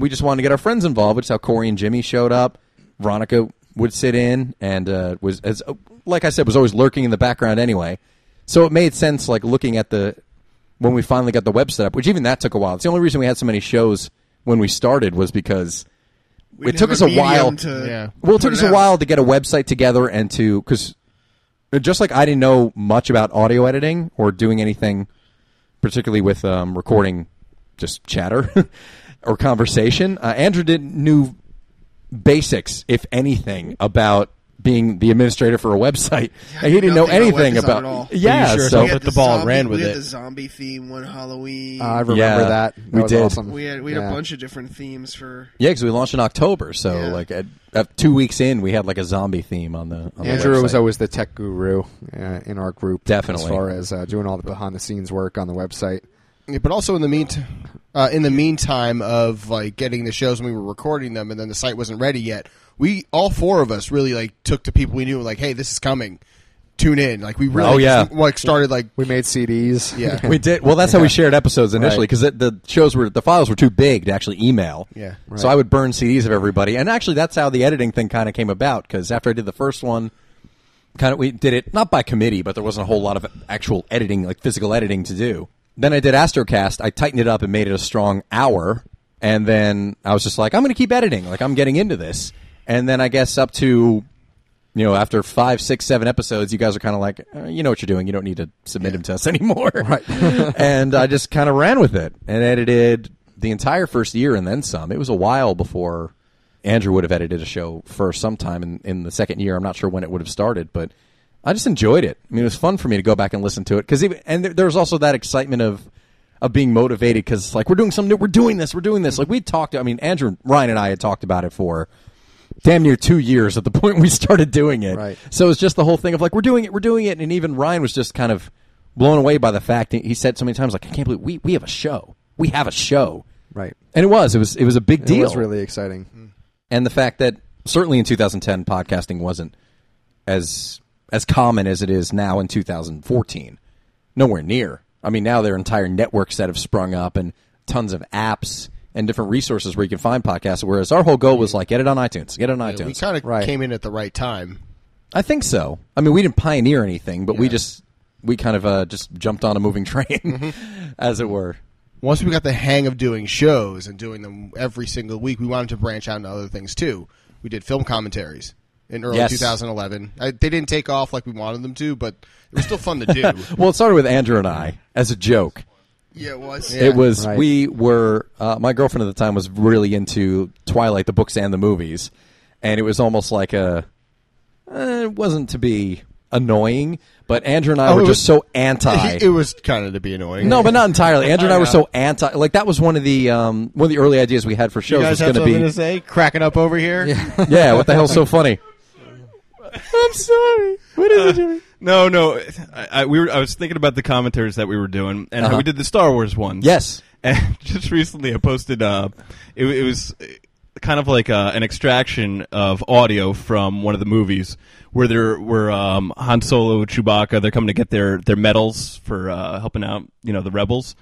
D: we just wanted to get our friends involved, which is how Corey and Jimmy showed up. Veronica would sit in and uh, was as like I said, was always lurking in the background anyway. So it made sense, like looking at the when we finally got the web set up, which even that took a while. It's the only reason we had so many shows when we started was because
A: We
D: it took
A: didn't
D: us
A: have
D: a while.
A: medium To
B: Yeah.
D: well, it took
A: put
D: us a
A: out.
D: while to get a website together and to because just like I didn't know much about audio editing or doing anything, particularly with um, recording just chatter [LAUGHS] or conversation. Uh, Andrew didn't knew basics, if anything, about being the administrator for a website. and he didn't know
A: nothing about
D: anything
A: Webdesign
D: about.
A: at all.
D: Yeah,
F: sure as
D: so
F: hell Put the ball and
A: zombie,
F: ran with
A: we
F: it.
A: Had the zombie theme one Halloween.
C: Uh,
B: Uh,
C: I remember
D: Yeah,
C: that. That
D: we
C: was
D: did.
C: awesome.
A: we had we had
C: Yeah.
A: a bunch of different themes for.
D: yeah, because we launched in October, so
A: Yeah.
D: like at, at two weeks in, we had like a zombie theme on the. On the
C: Andrew was
D: website.
C: always the tech guru uh, in our group,
D: Definitely.
C: as far as uh, doing all the behind the scenes work on the website.
B: Yeah, but also in the meantime, uh, in the meantime of like getting the shows when we were recording them, and then the site wasn't ready yet. We all four of us really like took to people we knew, like, "Hey, this is coming. Tune in." Like we really,
D: Oh, yeah.
B: just, like started like,
C: We made CDs. [LAUGHS]
B: yeah,
D: [LAUGHS] We did well. That's how we shared episodes initially because the shows were the files were too big to actually email.
B: Yeah.
D: So I would burn CDs of everybody, and actually that's how the editing thing kind of came about. Because after I did the first one, kind of we did it not by committee, but there wasn't a whole lot of actual editing, like physical editing, to do. Then I did Astrocast. I tightened it up and made it a strong hour, and then I was just like, I'm going to keep editing. Like I'm getting into this, and then I guess up to you know, after five, six, seven episodes, you guys are kind of like, uh, you know what you're doing. You don't need to submit them to us [LAUGHS] anymore. Right. and I just kind of ran with it and edited the entire first year and then some. It was a while before Andrew would have edited a show for some time in, in the second year. I'm not sure when it would have started, but I just enjoyed it. I mean, it was fun for me to go back and listen to it because even and there, there was also that excitement of of being motivated because it's like we're doing something, new, we're doing this, we're doing this. Like we talked, I mean, Andrew, Ryan, and I had talked about it for damn near two years at the [LAUGHS] point we started doing it.
C: Right.
D: So it's just the whole thing of like we're doing it, we're doing it, and even Ryan was just kind of blown away by the fact that he said so many times like I can't believe we we have a show, we have a show,
C: Right.
D: and it was it was it was a big
C: It
D: deal
C: was really exciting.
D: and the fact that certainly in 2010 podcasting wasn't as as common as it is now in 2014 nowhere near i mean now there are entire networks that have sprung up and tons of apps and different resources where you can find podcasts whereas our whole goal was like get it on itunes get it on
B: we
D: itunes
B: kind of
C: Right.
B: came in at the right time.
D: i think so i mean we didn't pioneer anything but we
B: Yeah. Mm-hmm.
D: just we kind of uh, just jumped on a moving [LAUGHS] train as it were
B: Once we got the hang of doing shows and doing them every single week, we wanted to branch out into other things too. We did film commentaries in early
D: Yes.
B: 2011. I, they didn't take off like we wanted them to, but it was still fun
D: [LAUGHS]
B: to do.
D: well it started with andrew and i as a joke
A: Yeah, it was.
B: Yeah.
D: It
B: [LAUGHS]
D: was
C: Right.
D: we were uh, my girlfriend at the time was really into Twilight, the books and the movies, and it was almost like a uh, it wasn't to be annoying, but Andrew and I
B: Oh,
D: were
B: it
D: just
B: was-
D: so
B: [LAUGHS]
D: anti.
B: it was kind of to be annoying.
D: no, but not entirely. Andrew and I were so anti. Like that was one of the um, one of the early ideas we had for shows was going to be
F: say? Cracking up over here?
D: yeah. What the hell's so funny?
F: [LAUGHS] I'm sorry. What is it doing? No, no. I, I, we were, I was thinking about the commentaries that we were doing, and how
D: Uh-huh.
F: we did the Star Wars ones.
D: Yes.
F: [LAUGHS] And just recently, I posted. Uh, it, it was uh, kind of like uh, an extraction of audio from one of the movies where there were um, Han Solo, Chewbacca. They're coming to get their their medals for uh, helping out, you know, the rebels,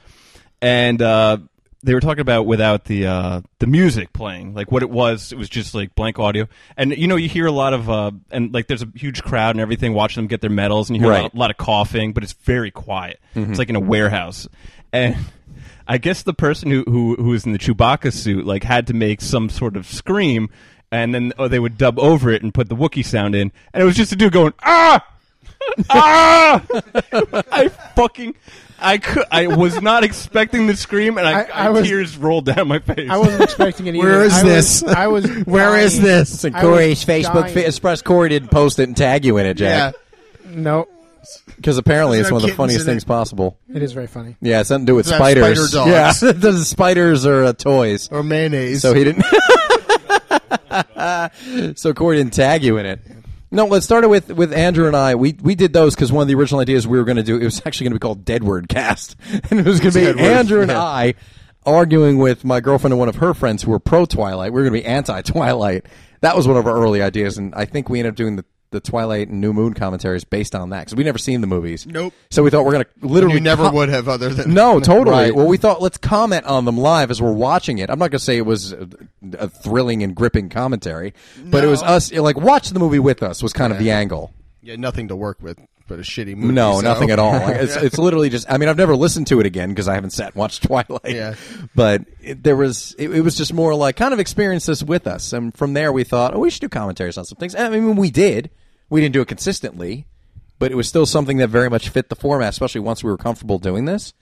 F: and. Uh, they were talking about without the uh, the music playing, like what it was. It was just like blank audio, and you know you hear a lot of uh, and like there's a huge crowd and everything watching them get their medals, and you hear a,
D: Right.
F: lot, a lot of coughing, but it's very quiet. It's like in a warehouse, and [LAUGHS] I guess the person who, who who was in the Chewbacca suit like had to make some sort of scream, and then oh, they would dub over it and put the Wookiee sound in, and it was just a dude going ah. ah! [LAUGHS] I fucking, I could, I was not expecting the scream, and I,
E: I- I was-
F: tears rolled down my face.
E: I wasn't expecting it either.
B: Where is
E: I
B: this?
E: Was, I was.
B: Where is
E: dying.
B: this?
E: I was dying.
D: Express Corey didn't post it and tag you in it,
B: [LAUGHS] Yeah.
D: Jack,
E: No,
D: because apparently
A: There's
D: it's
A: no
D: one of the
A: kittens
D: funniest
A: in it.
D: things possible.
E: it is very funny.
D: Yeah, it's something to do with
B: It's about
D: spiders.
B: spider dogs.
D: Yeah, [LAUGHS] the spiders are uh, toys.
B: or mayonnaise.
D: So he didn't. [LAUGHS] so Corey didn't tag you in it. No, let's start it with with Andrew and I. We we did those because one of the original ideas we were going to do it was actually going to be called Dead Word Cast, [LAUGHS] and it was going to be
B: Dead Word,
D: Andrew and
B: yeah.
D: I arguing with my girlfriend and one of her friends who were pro Twilight. We were going to be anti Twilight. That was one of our early ideas, and I think we ended up doing the. The Twilight and New Moon commentaries based on that because we never seen the movies.
A: Nope.
D: So we thought we're gonna literally
B: you never
D: co-
B: would have other than
D: no, totally.
C: Right.
D: Well, we thought let's comment on them live as we're watching it. I'm not going to say it was a, a thrilling and gripping commentary, but it was us like watch the movie with us was kind of the angle.
B: Yeah, nothing to work with but a shitty movie.
D: No,
B: so-
D: nothing at all. Like,
B: [LAUGHS]
D: it's, it's literally just. I mean, I've never listened to it again because I haven't sat and watched [LAUGHS] Twilight.
B: Yeah.
D: But it, there was. It, it was just more like kind of experience this with us, and from there we thought, oh, we should do commentaries on some things. I mean, we did. We didn't do it consistently, but it was still something that very much fit the format, especially once we were comfortable doing this.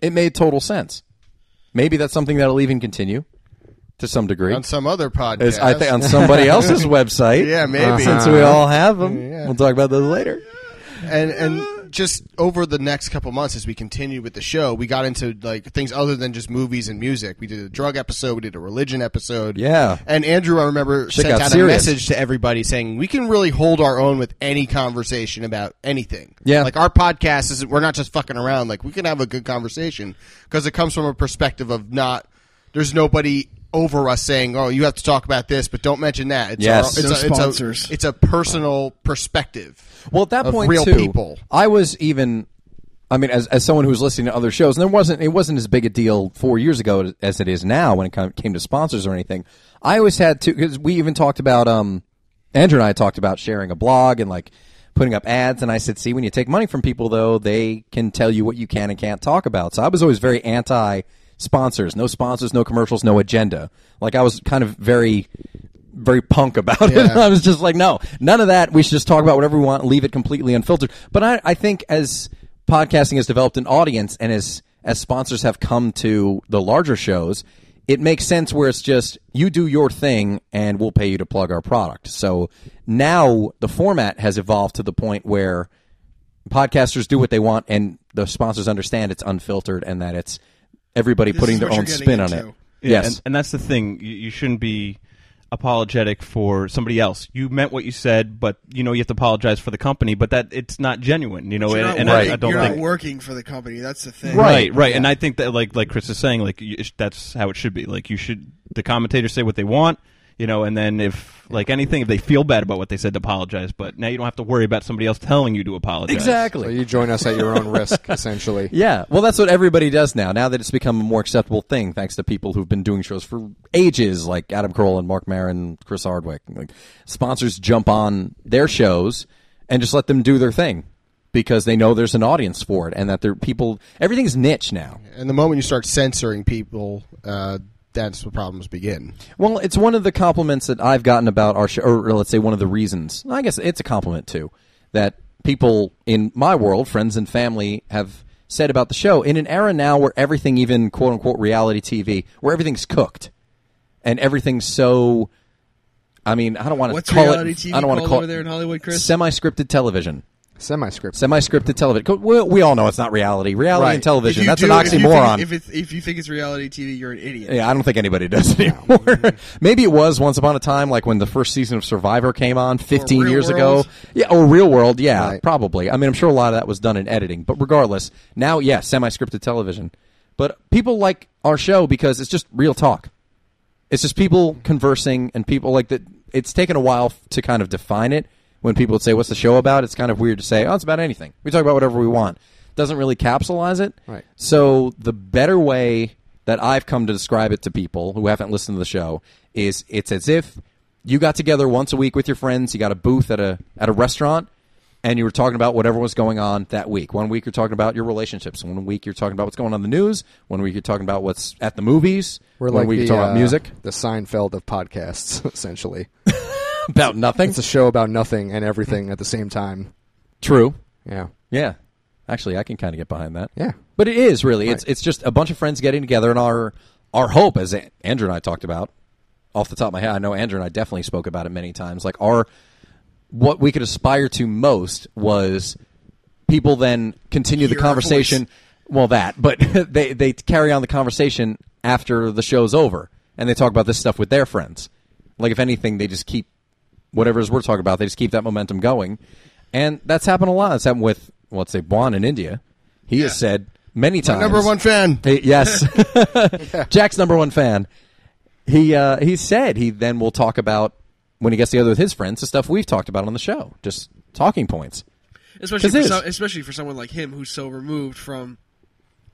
D: It made total sense. Maybe that's something that'll even continue to some degree.
B: on some other podcast.
D: Is, I think on somebody
B: [LAUGHS]
D: else's website.
B: Yeah, maybe.
D: Since we all have them,
B: Yeah.
D: we'll talk about those later.
B: and and just over the next couple months as we continued with the show, we got into like things other than just movies and music. We did a drug episode, we did a religion episode.
D: Yeah.
B: And Andrew, I remember,
D: Shit
B: sent
D: got
B: out
D: serious.
B: a message to everybody saying we can really hold our own with any conversation about anything.
D: Yeah.
B: Like our podcast is we're not just fucking around. Like we can have a good conversation because it comes from a perspective of not there's nobody over us saying, "Oh, you have to talk about this, but don't mention that." It's
D: Yes.
B: our,
A: No
B: it's, a,
A: sponsors.
B: It's, a, it's a personal perspective.
D: Well, at that
B: of
D: point,
B: real
D: too,
B: people.
D: I was even. I mean, as, as someone who was listening to other shows, and there wasn't it wasn't as big a deal four years ago as it is now when it come- came to sponsors or anything. I always had to because we even talked about um, Andrew and I talked about sharing a blog and like putting up ads, and I said, see, when you take money from people though, they can tell you what you can and can't talk about. So I was always very anti sponsors, no sponsors, no commercials, no agenda. Like I was kind of very very punk about it. [LAUGHS] I was just like, no, none of that. We should just talk about whatever we want, leave it completely unfiltered. But I, I think as podcasting has developed an audience and as as sponsors have come to the larger shows, it makes sense where it's just you do your thing and we'll pay you to plug our product. So now the format has evolved to the point where podcasters do what they want and the sponsors understand it's unfiltered and that it's everybody
A: is
D: putting their
A: what
D: own
A: you're getting
D: spin on
A: into.
D: it.
F: [LAUGHS] Yeah,
D: yes.
F: and, and that's the thing. You, you shouldn't be apologetic for somebody else. You meant what you said, but you know you have to apologize for the company. But that it's not genuine. You know,
A: You're
F: and,
A: not
F: and
A: working,
F: I, I don't
A: you're
F: think
A: not working for the company. That's the thing.
F: right, right. And I think that like like Chris is saying, like you, it- that's how it should be. Like you should the commentators say what they want. You know, and then if like anything, if they feel bad about what they said, to apologize. But now you don't have to worry about somebody else telling you to apologize.
D: exactly.
C: So you join us at your
D: [LAUGHS]
C: own risk, essentially.
D: Yeah, well, that's what everybody does now. Now that it's become a more acceptable thing, thanks to people who've been doing shows for ages, like Adam Carolla and Mark Maron, Chris Hardwick. Like sponsors jump on their shows and just let them do their thing because they know there's an audience for it, and that there people everything's niche now.
B: And the moment you start censoring people, uh, that's where problems begin.
D: Well, it's one of the compliments that I've gotten about our show, or let's say one of the reasons. I guess it's a compliment too that people in my world, friends and family, have said about the show in an era now where everything, even quote unquote reality TV, where everything's cooked and everything's so. I mean, I don't want
A: What's
D: to call
A: reality
D: it.
A: TV
D: I don't want to
A: called
D: call
A: over
D: it
A: there in Hollywood, Chris?
D: Semi-scripted television.
C: Semi-script.
D: Semi-scripted television. Co- We, we all know it's not reality. Reality
C: Right.
D: and
A: If
D: television.
A: you
D: That's
A: do-
D: an
A: if you think-
D: oxymoron.
A: If, it's, if you think it's reality TV, you're an idiot.
D: Yeah, I don't think anybody does anymore. [LAUGHS] Maybe it was once upon a time, like when the first season of Survivor came on 15
A: Real
D: years
A: World.
D: ago. Yeah, or Real World. Yeah,
C: Right.
D: probably. I mean, I'm sure a lot of that was done in editing, but regardless, now, yeah, semi-scripted television. But people like our show because it's just real talk. It's just people conversing and people like that. It's taken a while f- to kind of define it. When people would say, "What's the show about?" It's kind of weird to say, "Oh, it's about anything." We talk about whatever we want. Doesn't really capsulize it.
C: Right.
D: So the better way that I've come to describe it to people who haven't listened to the show is it's as if you got together once a week with your friends, you got a booth at a at a restaurant and you were talking about whatever was going on that week. One week you're talking about your relationships, one week you're talking about what's going on in the news, one week you're talking about what's at the movies,
C: We're
D: one
C: like
D: week
C: the,
D: you're talking
C: uh,
D: about music,
C: the Seinfeld of podcasts, [LAUGHS]
D: [LAUGHS]
C: essentially.
D: about nothing.
C: It's a show about nothing and everything at the same time.
D: True.
C: Yeah.
D: Yeah. Actually, I can kind of get behind that.
C: Yeah.
D: But it is really. It's it's just a bunch of friends getting together and our our hope as A- Andrew and I talked about off the top of my head. I know Andrew and I definitely spoke about it many times. Like our what we could aspire to most was people then continue the
A: Hear our
D: conversation. Well, that, but [LAUGHS] they they carry on the conversation after the show's over and they talk about this stuff with their friends. Like if anything, they just keep whatever it is we're talking about. They just keep that momentum going, and that's happened a lot. That's happened with well, let's say Juan in India. He has said many times. [LAUGHS]
B: Number one fan.
D: Hey,
B: [LAUGHS]
D: yes, [LAUGHS] Jack's number one fan. He uh, he said he then will talk about when he gets together with his friends the stuff we've talked about on the show, just talking points.
A: Especially
D: 'Cause
A: for
D: it is.
A: some, especially for someone like him who's so removed from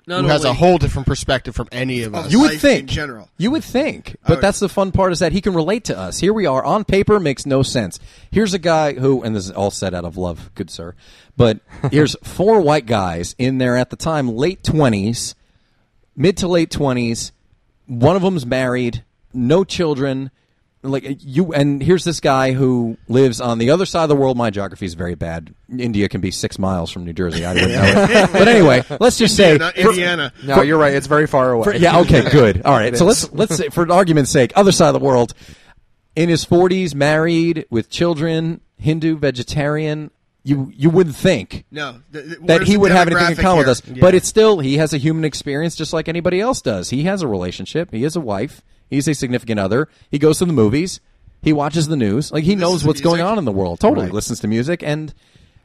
A: not
B: Who
A: only
B: has a whole different perspective from any of us.
D: You would
A: life
D: think
A: in general.
D: You would think, but
A: would-
D: that's the fun part is that he can relate to us. Here we are on paper makes no sense. Here's a guy who, and this is all said out of love, good sir,
A: [LAUGHS]
D: but here's four white guys in there at the time, late twenties, mid to late twenties. One of them's married, no children, like you and here's this guy who lives on the other side of the world. My geography is very bad. India can be six miles from New Jersey. I wouldn't know
A: [LAUGHS]
D: it. But anyway, let's just say
A: Indiana, Indiana.
C: No, you're right. It's very far away.
D: for- yeah.
C: [LAUGHS]
D: Okay. Good. All right. So
B: [LAUGHS]
D: let's let's say, for argument's sake, other side of the world, in his forties, married with children, Hindu, vegetarian. You you wouldn't think
A: No, th- th-
D: that
A: where's
D: he
A: the
D: would have anything in
A: demographic
D: common with
A: here?
D: us. But it's still he has a human experience just like anybody else does. He has a relationship. He has a wife. He's a significant other. He goes to the movies. He watches the news. Like he knows
A: to
D: what's going
A: music.
D: on in the world. Totally
C: Right.
D: listens to music and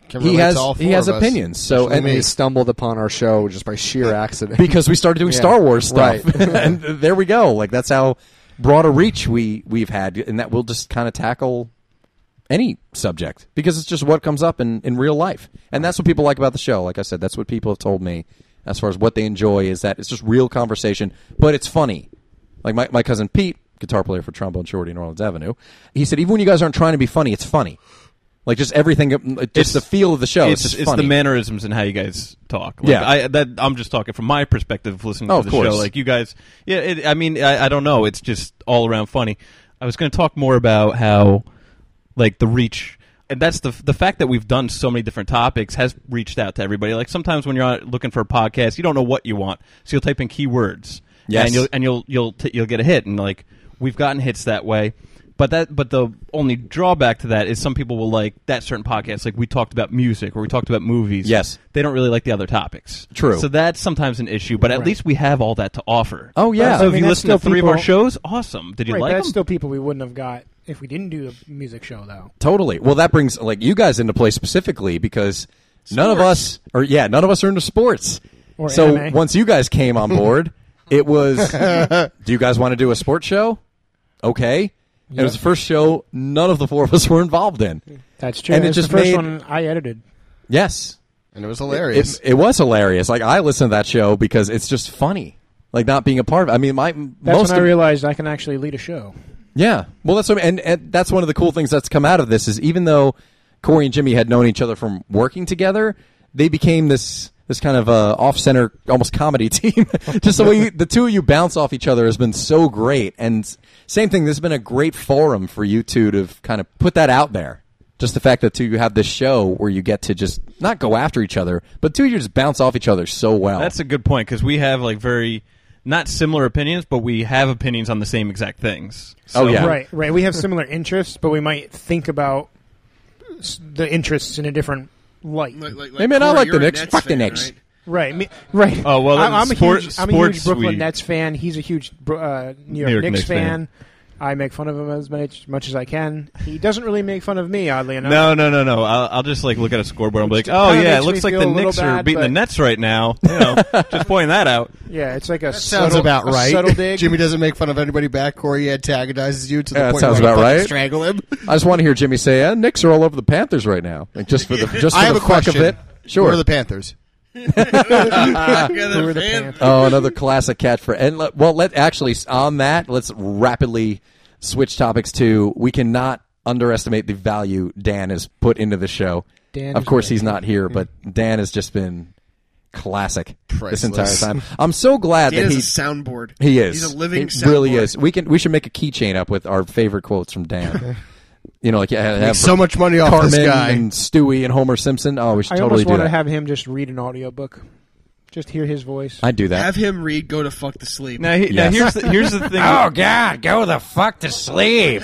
B: Can
D: he
B: relate
D: has
B: to all
D: he
B: four
D: has
B: of us,
D: opinions. So
C: And
D: and
C: we stumbled upon our show just by sheer accident.
D: because we started doing
C: Yeah.
D: Star Wars stuff,
C: Right.
D: [LAUGHS] and there we go. Like that's how broad a reach we we've had, and that we'll just kind of tackle any subject because it's just what comes up in, in real life. And that's what people like about the show. Like I said, that's what people have told me as far as what they enjoy is that it's just real conversation, but it's funny. Like my, my cousin Pete, guitar player for Trombone Shorty in Orleans Avenue, he said, even when you guys aren't trying to be funny, it's funny. Like just everything, just
F: It's-
D: the feel of the show. It's,
F: it's,
D: just
F: it's
D: funny.
F: the mannerisms and how you guys talk. Like,
D: Yeah.
F: I, that, I'm just talking from my perspective, listening
D: Oh, of
F: to the
D: course.
F: show. Like you guys, yeah. It, I mean, I, I don't know. It's just all around funny. I was going to talk more about how, like, the reach. And that's the the fact that we've done so many different topics has reached out to everybody. Like sometimes when you're out looking for a podcast, you don't know what you want, so you'll type in keywords,
D: Yes.
F: and you'll and you'll you'll t- you'll get a hit. And like we've gotten hits that way, but that but the only drawback to that is some people will like that certain podcast. Like we talked about music or we talked about movies.
D: Yes.
F: they don't really like the other topics.
D: True.
F: So that's sometimes an issue. But at
E: Right.
F: least we have all that to offer.
D: Oh yeah,
F: So
E: I
F: if
E: mean,
F: you
E: that's
F: listen to
E: still
F: three of our
E: people-
F: shows, awesome. Did you
E: right, but
F: like
E: that's
F: them?
E: still people we wouldn't have got if we didn't do the music show, though.
D: Totally. Well, that brings like you guys into play specifically because none of us are yeah, none of us are into sports.
E: Or
D: so
E: MMA.
D: once you guys came on
E: [LAUGHS]
D: board, it was do you guys want to do a sports show? Okay. And It was the first show none of the four of us were involved in.
E: That's true.
D: And it
E: was
D: just
E: the first
D: made-
E: one I edited.
D: Yes.
B: and it was
D: It,
B: hilarious.
D: it was hilarious. Like I listened to that show because it's just funny. Like not being a part of. it. I mean, my
E: That's
D: most
E: when I
D: of-
E: realized I can actually lead a show.
D: Yeah. Well, that's what, and, and that's one of the cool things that's come out of this is even though Corey and Jimmy had known each other from working together, they became this this kind of uh, off center, almost comedy [LAUGHS] team. Just the way you, the two of you bounce off each other has been so great. And s- same thing, this has been a great forum for you two to kind of put that out there. Just the fact that two of you have this show where you get to just not go after each other, but two of you just bounce off each other so well.
F: That's a good point because we have like very not similar opinions, but we have opinions on the same exact things. So
D: Oh, yeah.
E: Right, right. We have similar interests, but we might think about s- the interests in a different light.
A: Like- like-
D: Hey, man, I
A: Corey,
D: like the
A: you're a
D: Knicks.
A: Nets
D: Fuck the
A: fan,
D: Knicks.
A: right?
E: Right, me, right.
F: Oh, well,
E: I,
F: in
E: I'm
F: sport-
E: a huge, I'm a huge
F: sports,
E: Brooklyn
F: we-
E: Nets fan. He's a huge Bro- uh, New York, Knicks, fan. I make fun of him as much, much as I can. He doesn't really make fun of me, oddly enough.
F: No, no, no, no. I'll, I'll just like look at a scoreboard. I'm like, oh
E: kinda
F: yeah, it
E: makes
F: looks
E: me
F: like
E: feel
F: the
E: a little
F: Knicks are
E: bad,
F: beating the
E: but-
F: Nets right now. You know, just pointing that out.
E: Yeah, it's like a
B: Sounds
E: subtle,
B: about
E: a
B: right.
E: subtle
B: [LAUGHS]
E: dig.
B: Jimmy doesn't make fun of anybody back. Corey antagonizes you to the
D: Yeah, that
B: point
D: sounds
B: where you
D: about
B: fucking
D: right.
B: strangle him.
D: I just want to hear Jimmy say, eh, "Knicks are all over the Panthers right now." Like just for the just for
B: I have
D: the
B: a
D: fuck
B: question.
D: of it. Sure.
B: Who are the Panthers?
A: Together,
E: Who are uh, the
A: fan.
E: Panthers?
D: Oh, another classic catch for and let, well, let actually on that, let's rapidly switch topics to we cannot underestimate the value Dan has put into the show.
E: Dan
D: of
E: is
D: course,
E: great.
D: he's not here, but Dan has just been classic this
B: Priceless.
D: entire time. I'm so glad
A: Dan
D: that
A: is a
D: he
A: soundboard.
D: he is
A: He's a living
D: He
A: soundboard.
D: really is. We can we should make a keychain up with our favorite quotes from
E: [LAUGHS]
D: Dan. you know, like yeah, have
B: Makes so much money off
D: Cartman
B: this guy.
D: and Stewie and Homer Simpson. Oh, we should
E: I
D: totally
E: almost
D: do
E: want to
D: that.
E: have him just read an audiobook. Just hear his voice.
D: I'd do that.
A: Have him read "Go to Fuck to Sleep."
F: Now, he, now
D: Yes. Oh,
F: here's the, here's the thing.
D: God, go the fuck to sleep.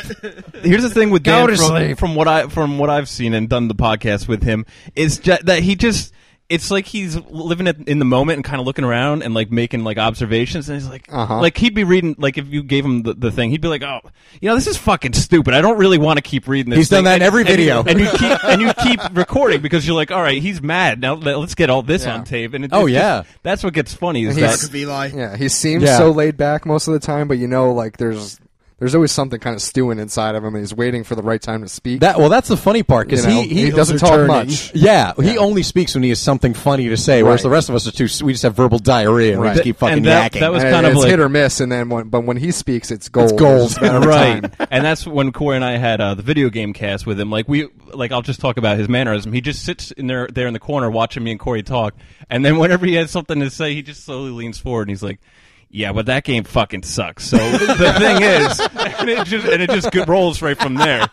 F: here's the thing with
D: Go
F: Dan
D: to
F: from,
D: sleep.
F: from what I from what I've seen and done the podcast with him is ju- that he just it's like he's living it in the moment and kind of looking around and like making like observations and he's like
C: Uh-huh.
F: like he'd be reading like if you gave him the, the thing he'd be like oh you know this is fucking stupid I don't really want to keep reading this
D: He's done
F: thing."
D: that in every
F: And- and-
D: video.
F: and you
D: [LAUGHS]
F: keep and you keep recording because you're like all right he's mad now let- let's get all this on tape and it,
D: Oh,
F: it's just-
D: yeah.
F: that's what gets funny is
A: Mark
F: that
A: of Eli.
C: Yeah, he seems
D: Yeah.
C: so laid back most of the time, but you know, like there's there's always something kind of stewing inside of him, and he's waiting for the right time to speak.
D: That well, that's the funny part
C: you
D: because
C: know?
D: he, he
C: doesn't talk
B: turning.
C: much.
D: Yeah, he only speaks when he has something funny to say, whereas
C: Right.
D: the rest of us are too. We just have verbal diarrhea and we just
C: Right.
D: keep fucking
F: And that-
D: yakking.
F: that was- It's
C: And
F: kind of
C: it's
F: like-
C: hit or miss, and then when, but when he speaks, it's gold.
D: gold.
C: It's just a
F: [LAUGHS]
C: matter of
F: right
C: time.
F: and that's when corey and i had uh, the video game cast with him like we like i'll just talk about his mannerism he just sits in there there in the corner watching me and corey talk and then whenever he has something to say he just slowly leans forward and he's like yeah, but that game fucking sucks. So the thing is, [LAUGHS] and it just and it just go- rolls right from there.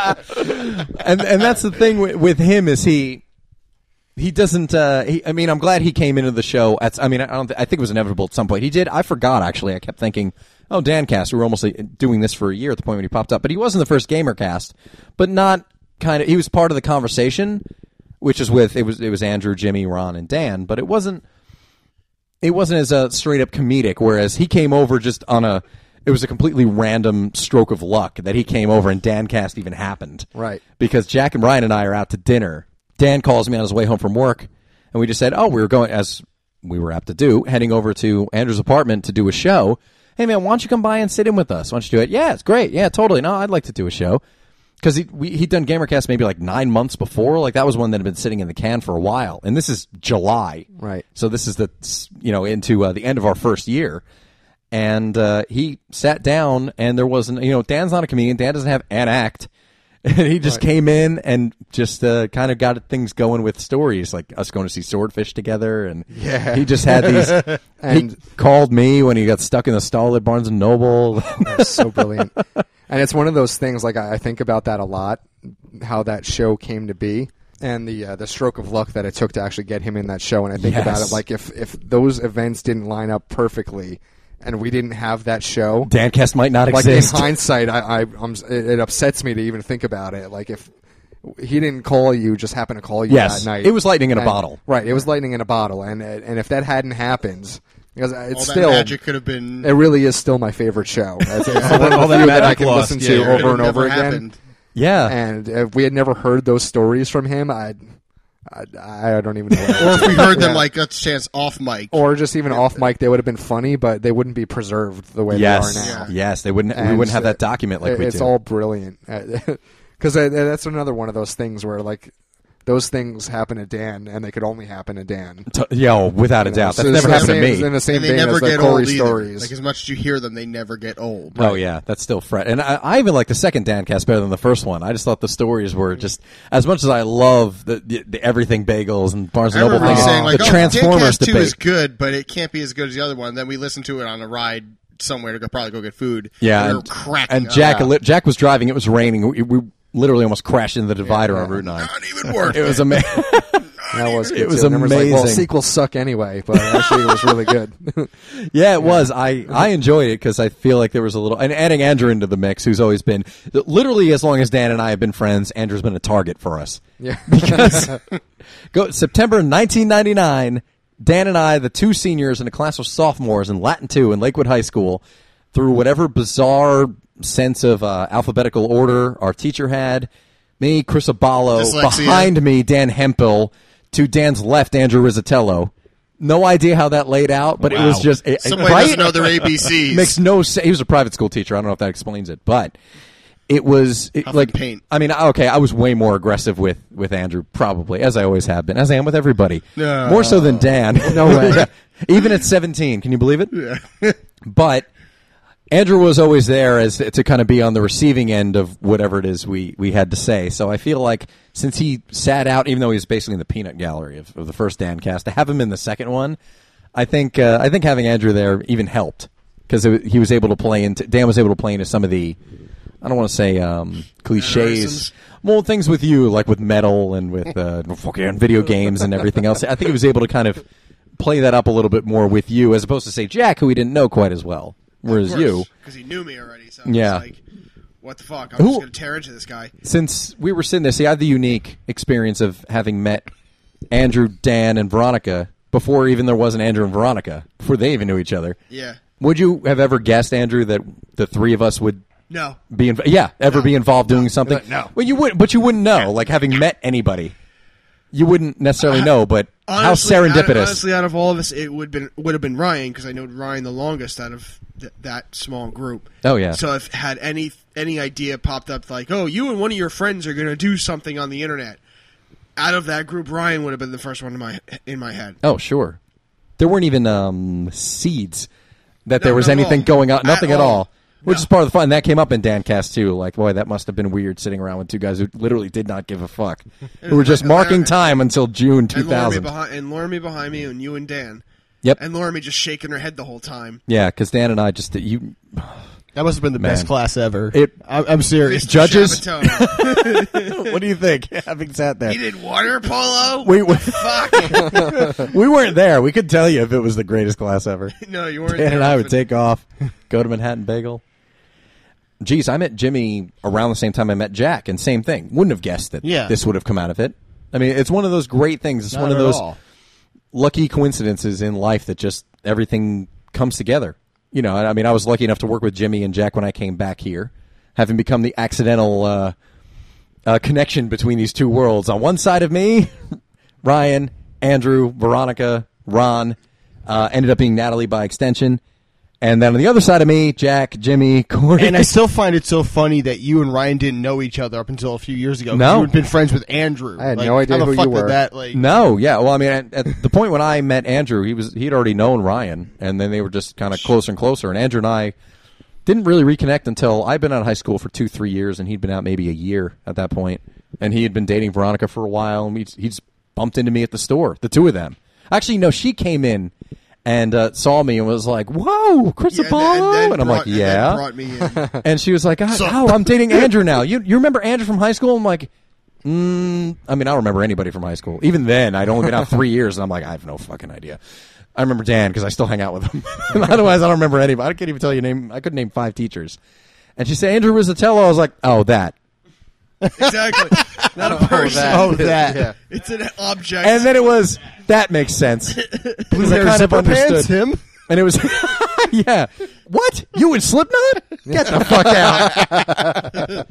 D: and and that's the thing with, with him is he he doesn't uh he, i mean i'm glad he came into the show at i mean i don't th- i think it was inevitable at some point he did i forgot actually i kept thinking oh dancast we were almost uh, doing this for a year at the point when he popped up but he wasn't the first gamercast but not kind of he was part of the conversation which is with it was it was andrew jimmy ron and dan but it wasn't it wasn't as a straight up comedic. Whereas he came over just on a, it was a completely random stroke of luck that he came over and Dan Cast even happened.
C: Right.
D: Because Jack and Ryan and I are out to dinner. Dan calls me on his way home from work, and we just said, "Oh, we were going as we were apt to do, heading over to Andrew's apartment to do a show. Hey man, why don't you come by and sit in with us? Why don't you do it? Yeah, it's great. Yeah, totally. No, I'd like to do a show." Because he we, he'd done Gamercast maybe like nine months before, like that was one that had been sitting in the can for a while, and this is July,
C: Right.
D: so this is the you know into uh, the end of our first year, and uh, he sat down and there wasn't you know Dan's not a comedian. Dan doesn't have an act, [LAUGHS] and he just came in and just uh, kind of got things going with stories like us going to see Swordfish together, and
C: Yeah.
D: he just
C: [LAUGHS]
D: had these.
C: And-
D: he called me when he got stuck in the stall at Barnes and Noble. [LAUGHS]
C: so brilliant. And it's one of those things. Like I, I think about that a lot, how that show came to be, and the uh, the stroke of luck that it took to actually get him in that show. And I think about
D: Yes.
C: it like if if those events didn't line up perfectly, and we didn't have that show,
D: Dancast might not
C: like
D: exist.
C: in hindsight, I, I I'm, it, it upsets me to even think about it. Like if he didn't call you, just happened to call you
D: Yes.
C: that night.
D: It was lightning in a
C: And-
D: bottle.
C: Right, it was lightning in a bottle, and and if that hadn't happened, because it's
B: All that
C: still
B: magic could have been.
C: it really is still my favorite
D: [LAUGHS]
C: show. It's, it's
F: All
C: one
F: that-
C: of
F: all
C: the
F: that
C: few that I
F: magic
C: can
F: lost,
C: listen to
F: yeah,
C: over
B: could've
C: and over
B: never
C: again.
B: happened.
D: [LAUGHS] yeah,
C: And if we had never heard those stories from him, I'd, I'd I don't even know. what I
B: Or
C: would
B: if we heard them
C: Yeah.
B: like that's a chance off mic.
C: or just even off mic, they would have been funny, but they wouldn't be preserved the way
D: yes,
C: they are now.
D: yes, they wouldn't. we
C: And,
D: wouldn't have
C: uh,
D: that document like
C: it-
D: we
C: it's
D: do.
C: all brilliant. [LAUGHS] Because that's another one of those things where like those things happen to Dan, and they could only happen to Dan.
D: T- yo, without a doubt,
C: So
D: that's
C: it's
D: never
C: the
D: happened to
C: same-
D: me.
C: it's In the same
B: and they
C: vein
B: never
C: as the
B: get
C: Corey
B: old either.
C: stories.
B: Like as much as you hear them, they never get old.
D: Oh yeah, that's still fresh. And I, I even like the second Dancast better than the first one. I just thought the stories were
B: Mm-hmm.
D: just as much as I love the, the, the everything bagels and Barnes
B: I
D: and Noble
B: remember
D: thing.
B: you saying like,
D: the
B: "Oh,
D: Transformers
B: Dick Cast Two
D: debate.
B: is good, but it can't be as good as the other one." Then we listened to it on a ride somewhere to go probably go get food.
D: yeah,
B: and we were
D: and,
B: cracking.
D: and
B: up.
D: Jack li- Jack was driving. It was raining. We, we literally almost crashed into the divider on Route Nine.
B: not even worth
D: It was amazing.
C: that was good,
D: was
C: too. And everyone's Like, well,
D: amazing.
C: sequels suck anyway, but actually it was really good.
D: yeah, it was. I, I enjoyed it because I feel like there was a little. And adding Andrew into the mix, who's always been literally as long as Dan and I have been friends, Andrew's been a target for us.
C: Yeah.
D: [LAUGHS] because go September 1999, Dan and I, the two seniors in a class of sophomores in Latin 2 in Lakewood High School, through whatever bizarre sense of uh, alphabetical order our teacher had, me, Chris Abalo,
B: Dyslexia.
D: behind me, Dan Hempel, to Dan's left, Andrew Rizzatello. No idea how that laid out, but it was
F: Wow.
D: just it-
B: Somebody
D: right?
B: doesn't know their
D: [LAUGHS]
B: ABCs. [LAUGHS]
D: makes no sense. He was a private school teacher. I don't know if that explains it, but it was it,
B: Huff
D: like
B: and paint.
D: I mean, okay, I was way more aggressive with with Andrew, probably as I always have been, as I am with everybody,
B: No.
D: more so than Dan. No way. [LAUGHS] Even at seventeen, can you believe it? but Andrew was always there as to kind of be on the receiving end of whatever it is we, we had to say. So I feel like since he sat out, even though he was basically in the peanut gallery of, of the first Dan cast, to have him in the second one, I think uh, I think having Andrew there even helped because he was able to play into Dan was able to play into some of the I don't want to say um, cliches,
B: Mannerisms.
D: well things with you like with metal and with uh, fucking video games and everything else. I think he was able to kind of play that up a little bit more with you as opposed to say Jack, who we didn't know quite as well. Whereas you,
B: because he knew me already. So I was
D: Yeah.
B: like, what the fuck? I'm
D: Who-
B: just gonna tear into this guy.
D: since we were sitting there, see, I had the unique experience of having met Andrew, Dan, and Veronica before even there was an Andrew and Veronica, before they even knew each other.
B: Yeah.
D: Would you have ever guessed, Andrew, that the three of us would
B: No.
D: be inv- yeah ever be involved doing something?
B: No.
D: Well, you would, but you wouldn't know. Like having met anybody, you wouldn't necessarily know. But
B: Uh, Honestly,
D: how
B: out of-
D: serendipitous!
B: honestly, out of all of us, it would been would have been Ryan because I know Ryan the longest out of th- that small group.
D: Oh, yeah.
B: So if had any any idea popped up like, oh, you and one of your friends are gonna do something on the internet, out of that group, Ryan would have been the first one in my in my head.
D: oh, sure. There weren't even um, seeds that
B: No,
D: there was
B: not at
D: anything
B: all.
D: going on.
B: At
D: Nothing at all.
B: all.
D: Which
B: No.
D: is part of the fun. And that came up in Dancast too. Like, boy, that must have been weird sitting around with two guys who literally did not give a
B: [LAUGHS]
D: fuck, who were just
B: like-
D: marking time until June two
B: And Laramie
D: thousand.
B: behind and Laramie behind me and you and Dan.
D: Yep.
A: And Laura me just shaking her head the whole time.
D: Yeah, because Dan and I just uh, you
B: That must have been the
D: Man.
B: best class ever.
D: It-
B: I'm, I'm serious.
A: Mr.
D: judges?
A: Chapato,
B: what do you think? [LAUGHS] Having sat there,
A: he did water
D: [LAUGHS]
A: polo.
D: we we,
B: [LAUGHS]
A: Fuck.
D: we weren't there. We could tell you if it was the greatest class
B: [LAUGHS]
D: ever.
A: no, you weren't.
D: Dan
A: there,
D: and I would
A: but-
D: take off, go to Manhattan Bagel. Geez, I met Jimmy around the same time I met Jack, and same thing. Wouldn't have guessed that
B: Yeah.
D: this would have come out of it. I mean, it's one of those great things. It's
B: Not
D: one of
B: at
D: those
B: all.
D: lucky coincidences in life that just everything comes together. You know, I I mean, I was lucky enough to work with Jimmy and Jack when I came back here, having become the accidental uh, uh, connection between these two worlds. On one side of me, [LAUGHS] Ryan, Andrew, Veronica, Ron, uh, ended up being Natalie by extension. And then on the other side of me, Jack, Jimmy, [LAUGHS] Corey.
B: And I still find it so funny that you and Ryan didn't know each other up until a few years ago. 'cause
D: No.
B: you had been friends with Andrew.
C: I had
B: Like,
C: no idea
B: how the
C: who
B: fuck
C: you
B: did
C: were.
B: That like,
D: No, yeah. Well, I mean, at, at the point when I met Andrew, he was he'd already known Ryan, and then they were just kind of closer and closer. And Andrew and I didn't really reconnect until I'd been out of high school for two, three years, and he'd been out maybe a year at that point. And he had been dating Veronica for a while, and he'd, he'd bumped into me at the store, the two of them. Actually, no, she came in and uh, saw me and was like, "Whoa, Chris
A: Yeah, and then-
D: Apollo," and,
A: then
D: I'm
A: brought-
D: like,
A: and then
D: "Yeah."
A: brought me in.
B: [LAUGHS]
D: And she was like, oh, oh, I'm dating Andrew now. You you remember Andrew from high school? I'm like, mm, I mean, I don't remember anybody from high school. Even then, I'd only been out
B: [LAUGHS]
D: three years, and I'm like, I have no fucking idea. I remember Dan because I still hang out with him. [LAUGHS] Otherwise, I don't remember anybody. I can't even tell you name. I could name five teachers. And she said, Andrew Rizzatello. I was like, oh, that.
B: [LAUGHS]
A: exactly. Not a person.
B: [LAUGHS] Oh,
C: [LAUGHS]
B: that.
A: It's an object.
D: And then it was, that makes
B: [LAUGHS]
D: sense. Because I kind of understood.
B: Pants him.
D: And it was, [LAUGHS] yeah. What? You in Slipknot? Get the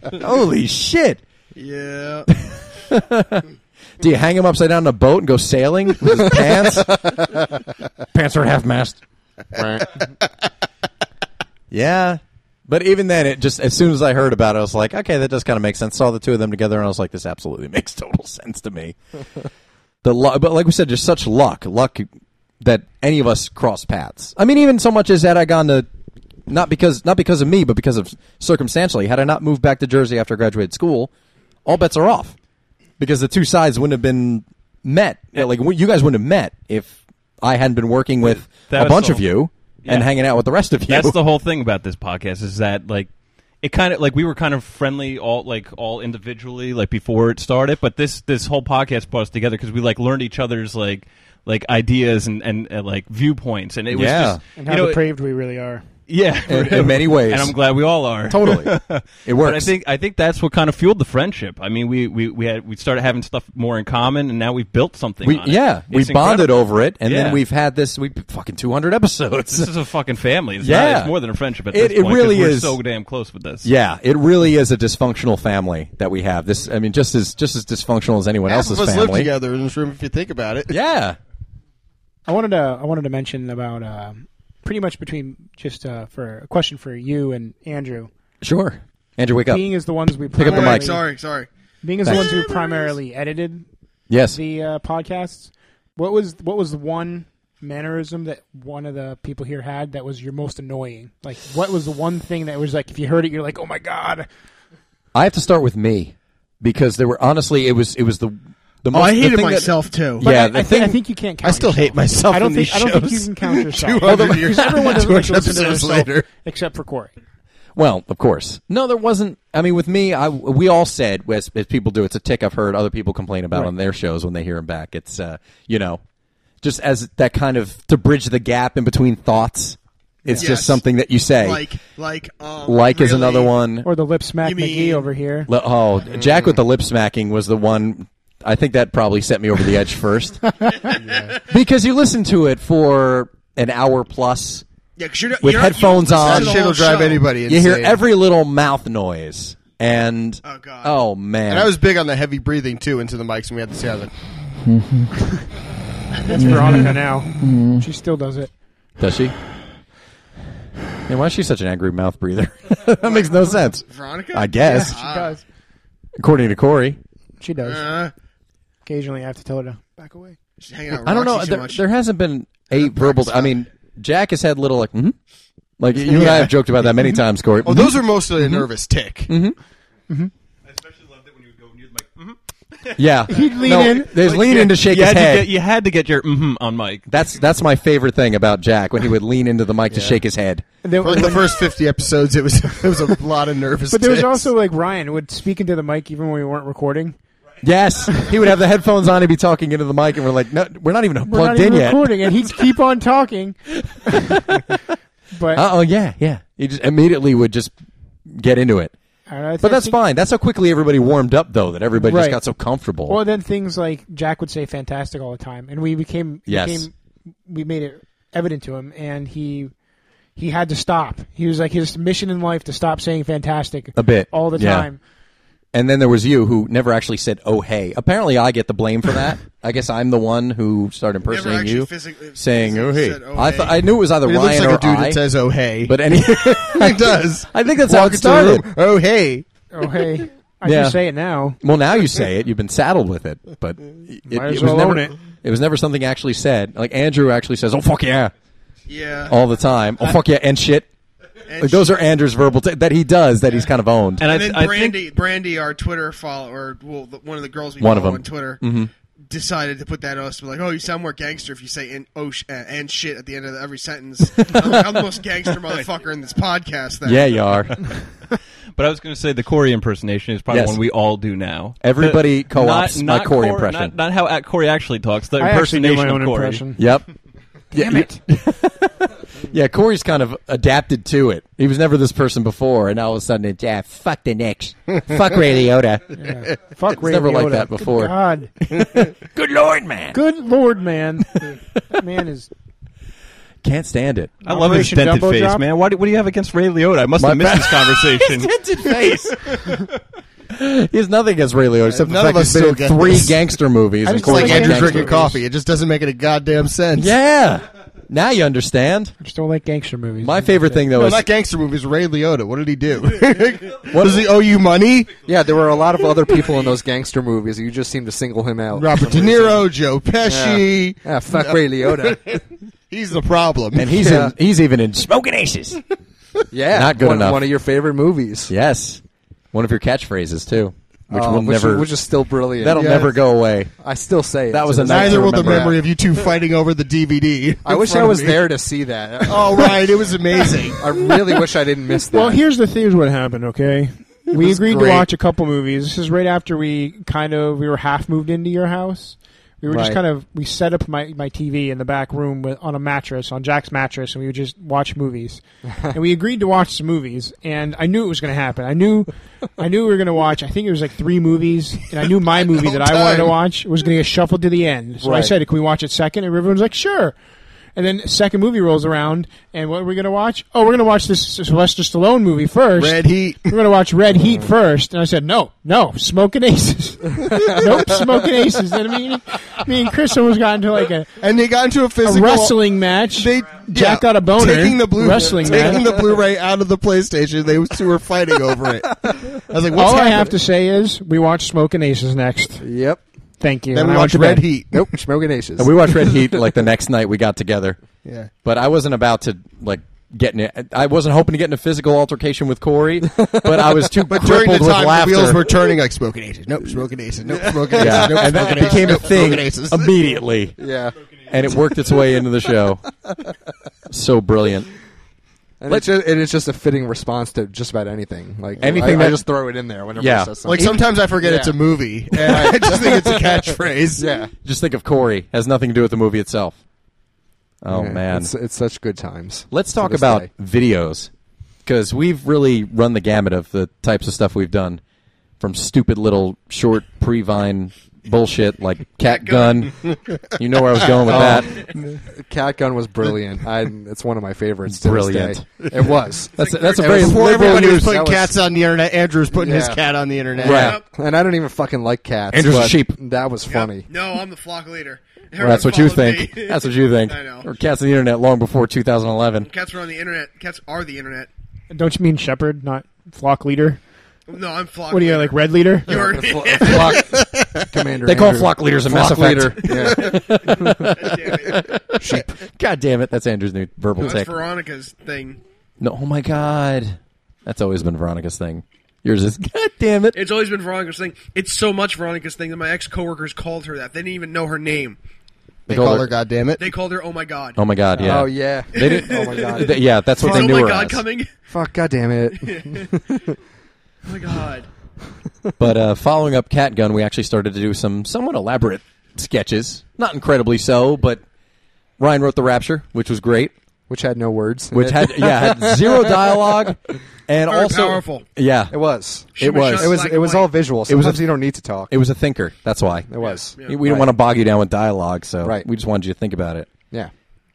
D: fuck out.
B: [LAUGHS]
D: Holy shit.
A: yeah.
D: Do you hang him upside down in a boat and go sailing with his pants? pants are half mast. yeah. But even then, it just as soon as I heard about it, I was like, okay, that does kind of make sense. Saw the two of them together, and I was like, this absolutely [LAUGHS] makes total sense to me. the lu- but like we said, just such luck, luck that any of us cross paths. I mean, even so much as had I gone to not because not because of me, but because of circumstantially, had I not moved back to Jersey after I graduated school, all bets are off because the two sides wouldn't have been met. Yeah, Like you guys wouldn't have met if I hadn't been working with
F: That
D: a
F: was
D: bunch
F: the-
D: of you and
F: yeah.
D: hanging out with the rest of you.
F: That's the whole thing about this podcast is that like it kind of like we were kind of friendly all like all individually like before it started, but this this whole podcast brought us together because we like learned each other's like like ideas and and, and like viewpoints, and it was
D: Yeah.
F: just
E: And
F: you
E: how
F: know
E: depraved we really are.
F: [LAUGHS] yeah
D: In- in many ways.
F: and I'm glad we all are [LAUGHS]
D: totally. It works.
F: But I think I think that's what kind of fueled the friendship. I mean, we we, we had we started having stuff more in common, and now we've built something.
D: we,
F: on it.
D: yeah, we
F: It's
D: bonded
F: incredible.
D: over it, and
F: Yeah.
D: then we've had this we fucking 200 episodes.
F: This is a fucking family. It's
D: Yeah.
F: not, it's more than a friendship at
D: It-
F: this
D: it
F: point. 'cause
D: really
F: we're
D: is.
F: so damn close with
D: [LAUGHS]
F: this.
D: Yeah, it really is a dysfunctional family that we have. This, I mean, just as just as dysfunctional as anyone
B: Half
D: else's
B: of us live
D: family.
B: together in this room. If you think about it,
D: Yeah,
E: I wanted to I wanted to mention about um pretty much between just uh, for a question for you and Andrew.
D: sure. Andrew, wake up.
E: Being is the ones we
D: Pick up the
A: All right,
D: mic.
A: Sorry,
E: primarily-
A: sorry.
E: Being is the
D: Thanks.
E: ones who primarily edited
D: Yes,
E: the uh, podcasts. What was what was the one mannerism that one of the people here had that was your most annoying? Like, what was the one thing that was like if you heard it, you're like, oh my god,
D: I have to start with me because there were honestly, it was it was the the
A: Oh,
D: most.
A: I
D: the
A: hated
D: thing that-
A: myself too.
D: yeah,
E: I,
D: the
E: I, thi-
D: thing
E: I think you can't. Count
B: I still hate
E: yourself.
B: myself.
E: I don't
B: in
E: think
B: these
E: I don't think you
B: shows.
E: can
B: [LAUGHS]
E: count yourself.
B: 200
E: Although-
B: years-
E: because everyone
B: [LAUGHS]
E: doesn't like to
B: 200
E: listen to
B: episodes
E: themselves
B: later.
E: except for Corey.
D: Well, of course. No, there wasn't. I mean, with me, I we all said as, as people do. It's a tick I've heard other people complain about on their shows when they hear them back. It's uh, you know, just as that kind of to bridge the gap in between thoughts. It's
A: Yes.
D: just something that you say.
A: Like, like, um,
D: Like is
A: really-
D: another one.
E: Or the lip smack
A: You mean-
E: McGee over here.
D: Le- oh, Jack with the lip smacking was the one. I think that probably set me over the edge first, because you listen to it for an hour plus.
A: Yeah, 'cause you're not-
D: With
A: you're not- you
D: headphones
A: listen to
D: on.
B: That
A: the
B: shit will
A: whole
B: drive
A: show.
B: anybody insane.
D: You hear every little mouth noise, and
A: Oh, God.
D: oh, man,
B: And I was big on the heavy breathing too into the mics, and we had to say, I was like,
E: That's Veronica now. She still does it.
D: Does she? And why is she such an angry mouth breather? [LAUGHS] that makes no sense.
A: Veronica?
D: I guess,
E: She does.
D: according to Corey.
E: She does.
A: Uh,
E: Occasionally, I have to tell her to back away.
A: she's hanging out with
D: I don't know.
A: Roxy too
D: There,
A: much.
D: there hasn't been a verbal. I mean, Jack has had little like, hmm? like you and I have joked about that many times, Corey.
B: Mm-hmm. "Oh, those are mostly a nervous tick."
F: I especially loved it when you would go near the mic.
A: mm-hmm.
E: [LAUGHS]
D: Yeah, he'd
E: lean in.
D: There's lean in to shake
F: you
D: his
F: had to
D: head.
F: get- you had to get your mm-hmm on mic.
D: That's that's my favorite thing about Jack when he would lean into the mic to shake his head.
E: And then-
B: For like the first fifty episodes, it was [LAUGHS] it was a lot of nervous.
E: but there was
B: tics.
E: also like Ryan would speak into the mic even when we weren't recording.
D: Yes, he would have the headphones on. He'd be talking into the mic, and we're like, "No, we're not even
E: We're
D: plugged
E: not
D: in
E: even
D: yet."
E: recording,
D: [LAUGHS]
E: and he'd keep on talking. but
D: Uh oh, yeah, yeah. He just immediately would just get into it.
E: and I
D: But that's
E: think-
D: fine. That's how quickly everybody warmed up, though, that everybody just
E: Right.
D: got so comfortable.
E: Well, then things like Jack would say "fantastic" all the time, and we became
D: Yes.
E: became we made it evident to him, and he he had to stop. He was like his mission in life to stop saying "fantastic"
D: a bit
E: all the
D: Yeah.
E: time.
D: And then there was you who never actually said, "Oh hey." Apparently, I get the blame for that. I guess I'm the one who started impersonating
A: actually
D: you,
A: physically-
D: saying, "Oh
A: physically
D: hey."
A: said, "Oh,
D: I
A: hey."
D: thought I knew it was either
B: It
D: Ryan
B: looks like
D: or
B: a dude
D: I.
B: that says, "Oh hey,"
D: but
B: [LAUGHS]
D: any, [LAUGHS]
B: it does.
D: I think that's how
B: Walk
D: it
B: into the
D: started.
B: room. Oh hey,
E: Oh, hey, I
D: Yeah.
E: just say it now.
D: Well, now you say it. You've been saddled with it, but it,
E: Might as
D: it was
E: well
D: never.
E: own it.
D: was never something actually said. Like Andrew actually says, "Oh fuck yeah,"
A: Yeah.
D: all the time. Oh fuck yeah, and shit.
A: and
D: Like, those are Andrew's verbal t- that he does that he's kind of owned.
A: And
F: And, I,
A: then
F: I
A: Brandy,
F: think
A: Brandy, our Twitter follower, well, the, one of the girls we
D: One of
A: follow
D: them.
A: on Twitter, decided to put that on us. Like, oh, you sound more gangster if you say and oh sh- uh, and shit at the end of every sentence. [LAUGHS] I'm, like, I'm the most gangster motherfucker in this podcast. Then.
D: yeah,
A: [LAUGHS]
D: you are.
F: But I was going to say the Corey impersonation is probably
D: Yes.
F: one we all do now.
D: Everybody
F: The-
D: co-opts my Corey impression.
F: Not, not how at Corey actually talks. The
E: I actually
F: impersonation
E: do my own
F: of Corey.
E: impression.
D: yep.
E: Damn it!
D: [LAUGHS] Yeah, Corey's kind of adapted to it. He was never this person before, and all of a sudden, it's yeah, fuck the Knicks, fuck Ray Liotta.
E: Yeah. Fuck
D: It's never
E: Ray
D: like
E: Liotta.
D: that before.
E: Good God,
D: Good lord, man!
E: good lord,
D: [LAUGHS]
E: man, That man is
D: Can't stand it.
F: I love his
E: Operation
F: dented
E: Dumbo
F: face,
E: Drop?
F: man. Why do, what do you have against Ray Liotta? I must
D: My
F: have missed
D: bad. [LAUGHS]
F: this conversation.
D: face. [LAUGHS] he has nothing against Ray Liotta except
B: None
D: the
B: of
D: fact
B: us
D: he's been
B: still
D: in
B: get
D: three
B: this.
D: gangster movies.
E: I
D: and
E: just
B: it's
D: Corey's
E: Like
B: like
D: a
B: Andrew
E: gangster
B: drinking
E: movies.
B: coffee. It just doesn't make any goddamn sense.
D: Yeah. Now you understand.
E: I just don't like gangster movies.
D: My favorite thing though
B: No,
D: is
B: not gangster movies. Ray Liotta. What did he do? [LAUGHS] what does he owe you money?
C: Yeah, there were a lot of other people in those gangster movies. You just seem to single him out.
B: Robert De Niro, Joe Pesci.
C: Yeah, fuck Ray
B: [LAUGHS]
C: Liotta.
B: He's the problem.
D: and he's
C: Yeah.
D: in, he's even in Smoking Aces.
C: Yeah,
D: Not good
C: one,
D: enough.
C: One of your favorite movies.
D: yes. One of your catchphrases too, which
B: Oh,
C: Um,
D: will
C: which,
D: never
C: which is still brilliant.
D: that'll
B: Yes.
D: never go away.
C: I still say it.
D: That was
C: So
D: a
C: it's-
D: nice-
B: Neither
D: I
B: will the
D: remember
B: memory
D: that.
B: of you two fighting over the DVD.
C: I
B: in
C: wish
B: front
C: I
B: of
C: was
B: me.
C: there to see that.
B: [LAUGHS] Oh, right. It was amazing.
C: I really wish I didn't miss that.
E: Well, here's the thing: is what happened. Okay, we
C: was
E: agreed
C: great.
E: to watch a couple movies. This is right after we kind of we were half moved into your house. We were just
C: Right.
E: kind of we set up my, my TV in the back room with, on a mattress on Jack's mattress, and we would just watch
B: [LAUGHS]
E: movies. and we agreed to watch some movies, and I knew it was going to happen. I knew I knew we were going to watch. I think it was like three movies, and I knew
B: [LAUGHS]
E: my movie that I wanted to
B: time.
E: watch was going to get shuffled to the end. So I
C: Right.
E: said, "Can we watch it second? And everyone's like, "Sure." And then second movie rolls around, and what are we going to watch? Oh, we're going to watch this Sylvester Stallone movie first.
B: Red Heat.
E: We're going to watch Red
B: [LAUGHS]
E: Heat first. And I said, no, no, Smoking Aces. [LAUGHS] nope, Smoking Aces. And me, me and Chris almost got into like a,
B: And they got into a
E: a
B: physical.
E: wrestling match.
B: They,
E: Jack
B: yeah,
E: got a boner.
B: Taking the blue
E: wrestling match.
B: taking the Blu-ray out of the PlayStation. They two were fighting over it. I was like, "What's
E: All I
B: happening?"
E: have to say is we watch Smoking Aces next.
C: yep.
E: Thank you.
B: then
E: And
B: we
E: I went
B: watched
E: to
B: Red
E: bed.
B: Heat.
C: Nope. Smoking Aces.
D: And we watched Red Heat like
B: [LAUGHS]
D: the next night we got together.
B: Yeah.
D: But I wasn't about to like get in it. I wasn't hoping to get in a physical altercation with Corey, but I was too
B: [LAUGHS] But
D: crippled
B: during the
D: with
B: time, the
D: laughter.
B: wheels were turning like smoking aces. Nope, smoking aces. Nope, smoking aces.
D: yeah,
B: Nope,
D: and that
B: smoking aces,
D: became a
B: nope,
D: thing
B: smoking aces.
D: immediately.
C: yeah.
D: and it worked its way into the show. So brilliant.
C: And it's, just, and it's just a fitting response to just about anything. Like
D: Anything
C: I, I
D: that-
C: just throw it in there whenever
D: Yeah.
C: it says
B: Like
C: something.
B: sometimes I forget
C: Yeah.
B: it's a movie. And I just think it's a catchphrase.
C: yeah.
D: Just think of Corey. Has nothing to do with the movie itself. Oh
C: Yeah.
D: man.
C: it's, it's such good times.
D: Let's
C: to
D: talk
C: this
D: about
C: day.
D: videos cuz we've really run the gamut of the types of stuff we've done from stupid little short pre-vine bullshit like cat gun. you know where I was going
C: Oh,
D: with that.
C: Cat Gun was brilliant. I, it's one of my favorites. To
D: Brilliant.
C: This day. It was.
D: [LAUGHS] That's a, that's a
C: It
D: very
C: was
B: Before
D: liberal
B: everybody was
D: use.
B: putting
C: that was-
B: cats on the internet, Andrew was putting his
C: Yeah.
B: cat on the internet.
D: Right.
C: and I don't even fucking like cats.
D: Andrew's a
C: but
D: sheep.
C: That was
A: Yep.
C: funny.
A: No, I'm the flock leader.
D: Well, that's what you
A: Everyone [LAUGHS]
D: think.
A: followed me.
D: That's what
C: [LAUGHS]
D: you think.
A: I know.
D: Or cats on the internet long before 2011.
A: Cats are on the internet. Cats are the internet.
E: Don't you mean shepherd, not flock leader?
A: No, I'm flock.
E: What are you, like red leader?
A: You're, [LAUGHS]
C: Flo- flock [LAUGHS] commander.
D: They call
C: Andrew.
D: flock leaders a
C: Flock
D: mass
C: leader.
D: effect.
C: Yeah.
D: Sheep. [LAUGHS] God damn it! That's Andrew's new verbal
A: That's
D: tick.
A: Veronica's thing.
D: No, oh my god, that's always been Veronica's thing. Yours is [LAUGHS] God damn it.
A: It's always been Veronica's thing. It's so much Veronica's thing that my ex coworkers called her that. They didn't even know her name.
B: They
D: call
B: call
D: her-
B: her God damn it.
A: They called her "Oh my God."
D: Oh my god, yeah.
C: Oh yeah.
D: They
C: [LAUGHS]
D: didn't-
C: oh my god.
D: Th- yeah, that's what
A: Is
D: [LAUGHS] they
A: "Oh
D: knew
A: my
D: her
A: God"
D: as.
A: coming. [LAUGHS]
C: Fuck. God damn it.
A: Oh my God.
D: But uh, following up Cat Gun, we actually started to do some somewhat elaborate sketches. Not incredibly so, but Ryan wrote the Rapture, which was great.
C: Which had no words. in
D: Which
C: it. [LAUGHS]
D: had yeah had zero dialogue,
A: Very
D: and [LAUGHS] also
A: powerful.
D: Yeah,
C: It was.
D: it was.
A: Shimmy
C: It was.
A: Black
C: It was
A: and
C: all
A: white.
C: visual.
D: It was
C: Sometimes
D: a-
C: you don't need to talk.
D: It was a thinker. That's why.
C: It was.
D: We didn't want to bog you down with dialogue, so
C: Right.
D: we just wanted you to think about it.
C: Yeah.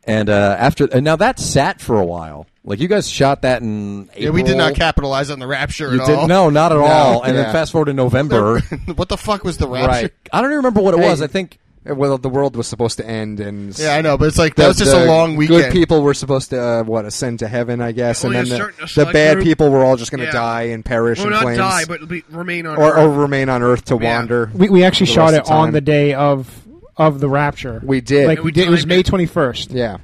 D: And uh, after and now that sat for a while. Like you guys shot that in April.
B: Yeah, we did not capitalize on the rapture
D: You
B: at
D: did
B: all.
D: no, not at all. And
C: yeah.
D: then fast forward
C: [LAUGHS]
D: to November.
B: what the fuck was the rapture?
D: I don't even remember what it
C: Hey.
D: was. I think
C: Uh, Well, the world was supposed to end, and s-
B: Yeah, I know, but it's like
C: the-
B: that was just
C: the
B: a long
C: Good
B: weekend.
C: people were supposed to uh, what ascend to heaven, I guess, and
A: Only
C: then
A: a
C: the,
A: certain- a
C: the
A: select
C: bad
A: group.
C: people were all just going to
A: Yeah.
C: die and perish
A: Well,
C: in
A: not
C: flames,
A: die, but be, remain on.
C: or,
A: Earth.
C: or remain on Earth to
A: Yeah.
C: wander.
E: We, we actually
C: The
E: shot
C: rest
E: it
C: of
E: on
C: time.
E: the day of of the rapture.
C: We did.
E: like
A: And
E: we
A: we
E: did. It was
A: timed
E: May
A: it.
E: twenty first.
C: yeah,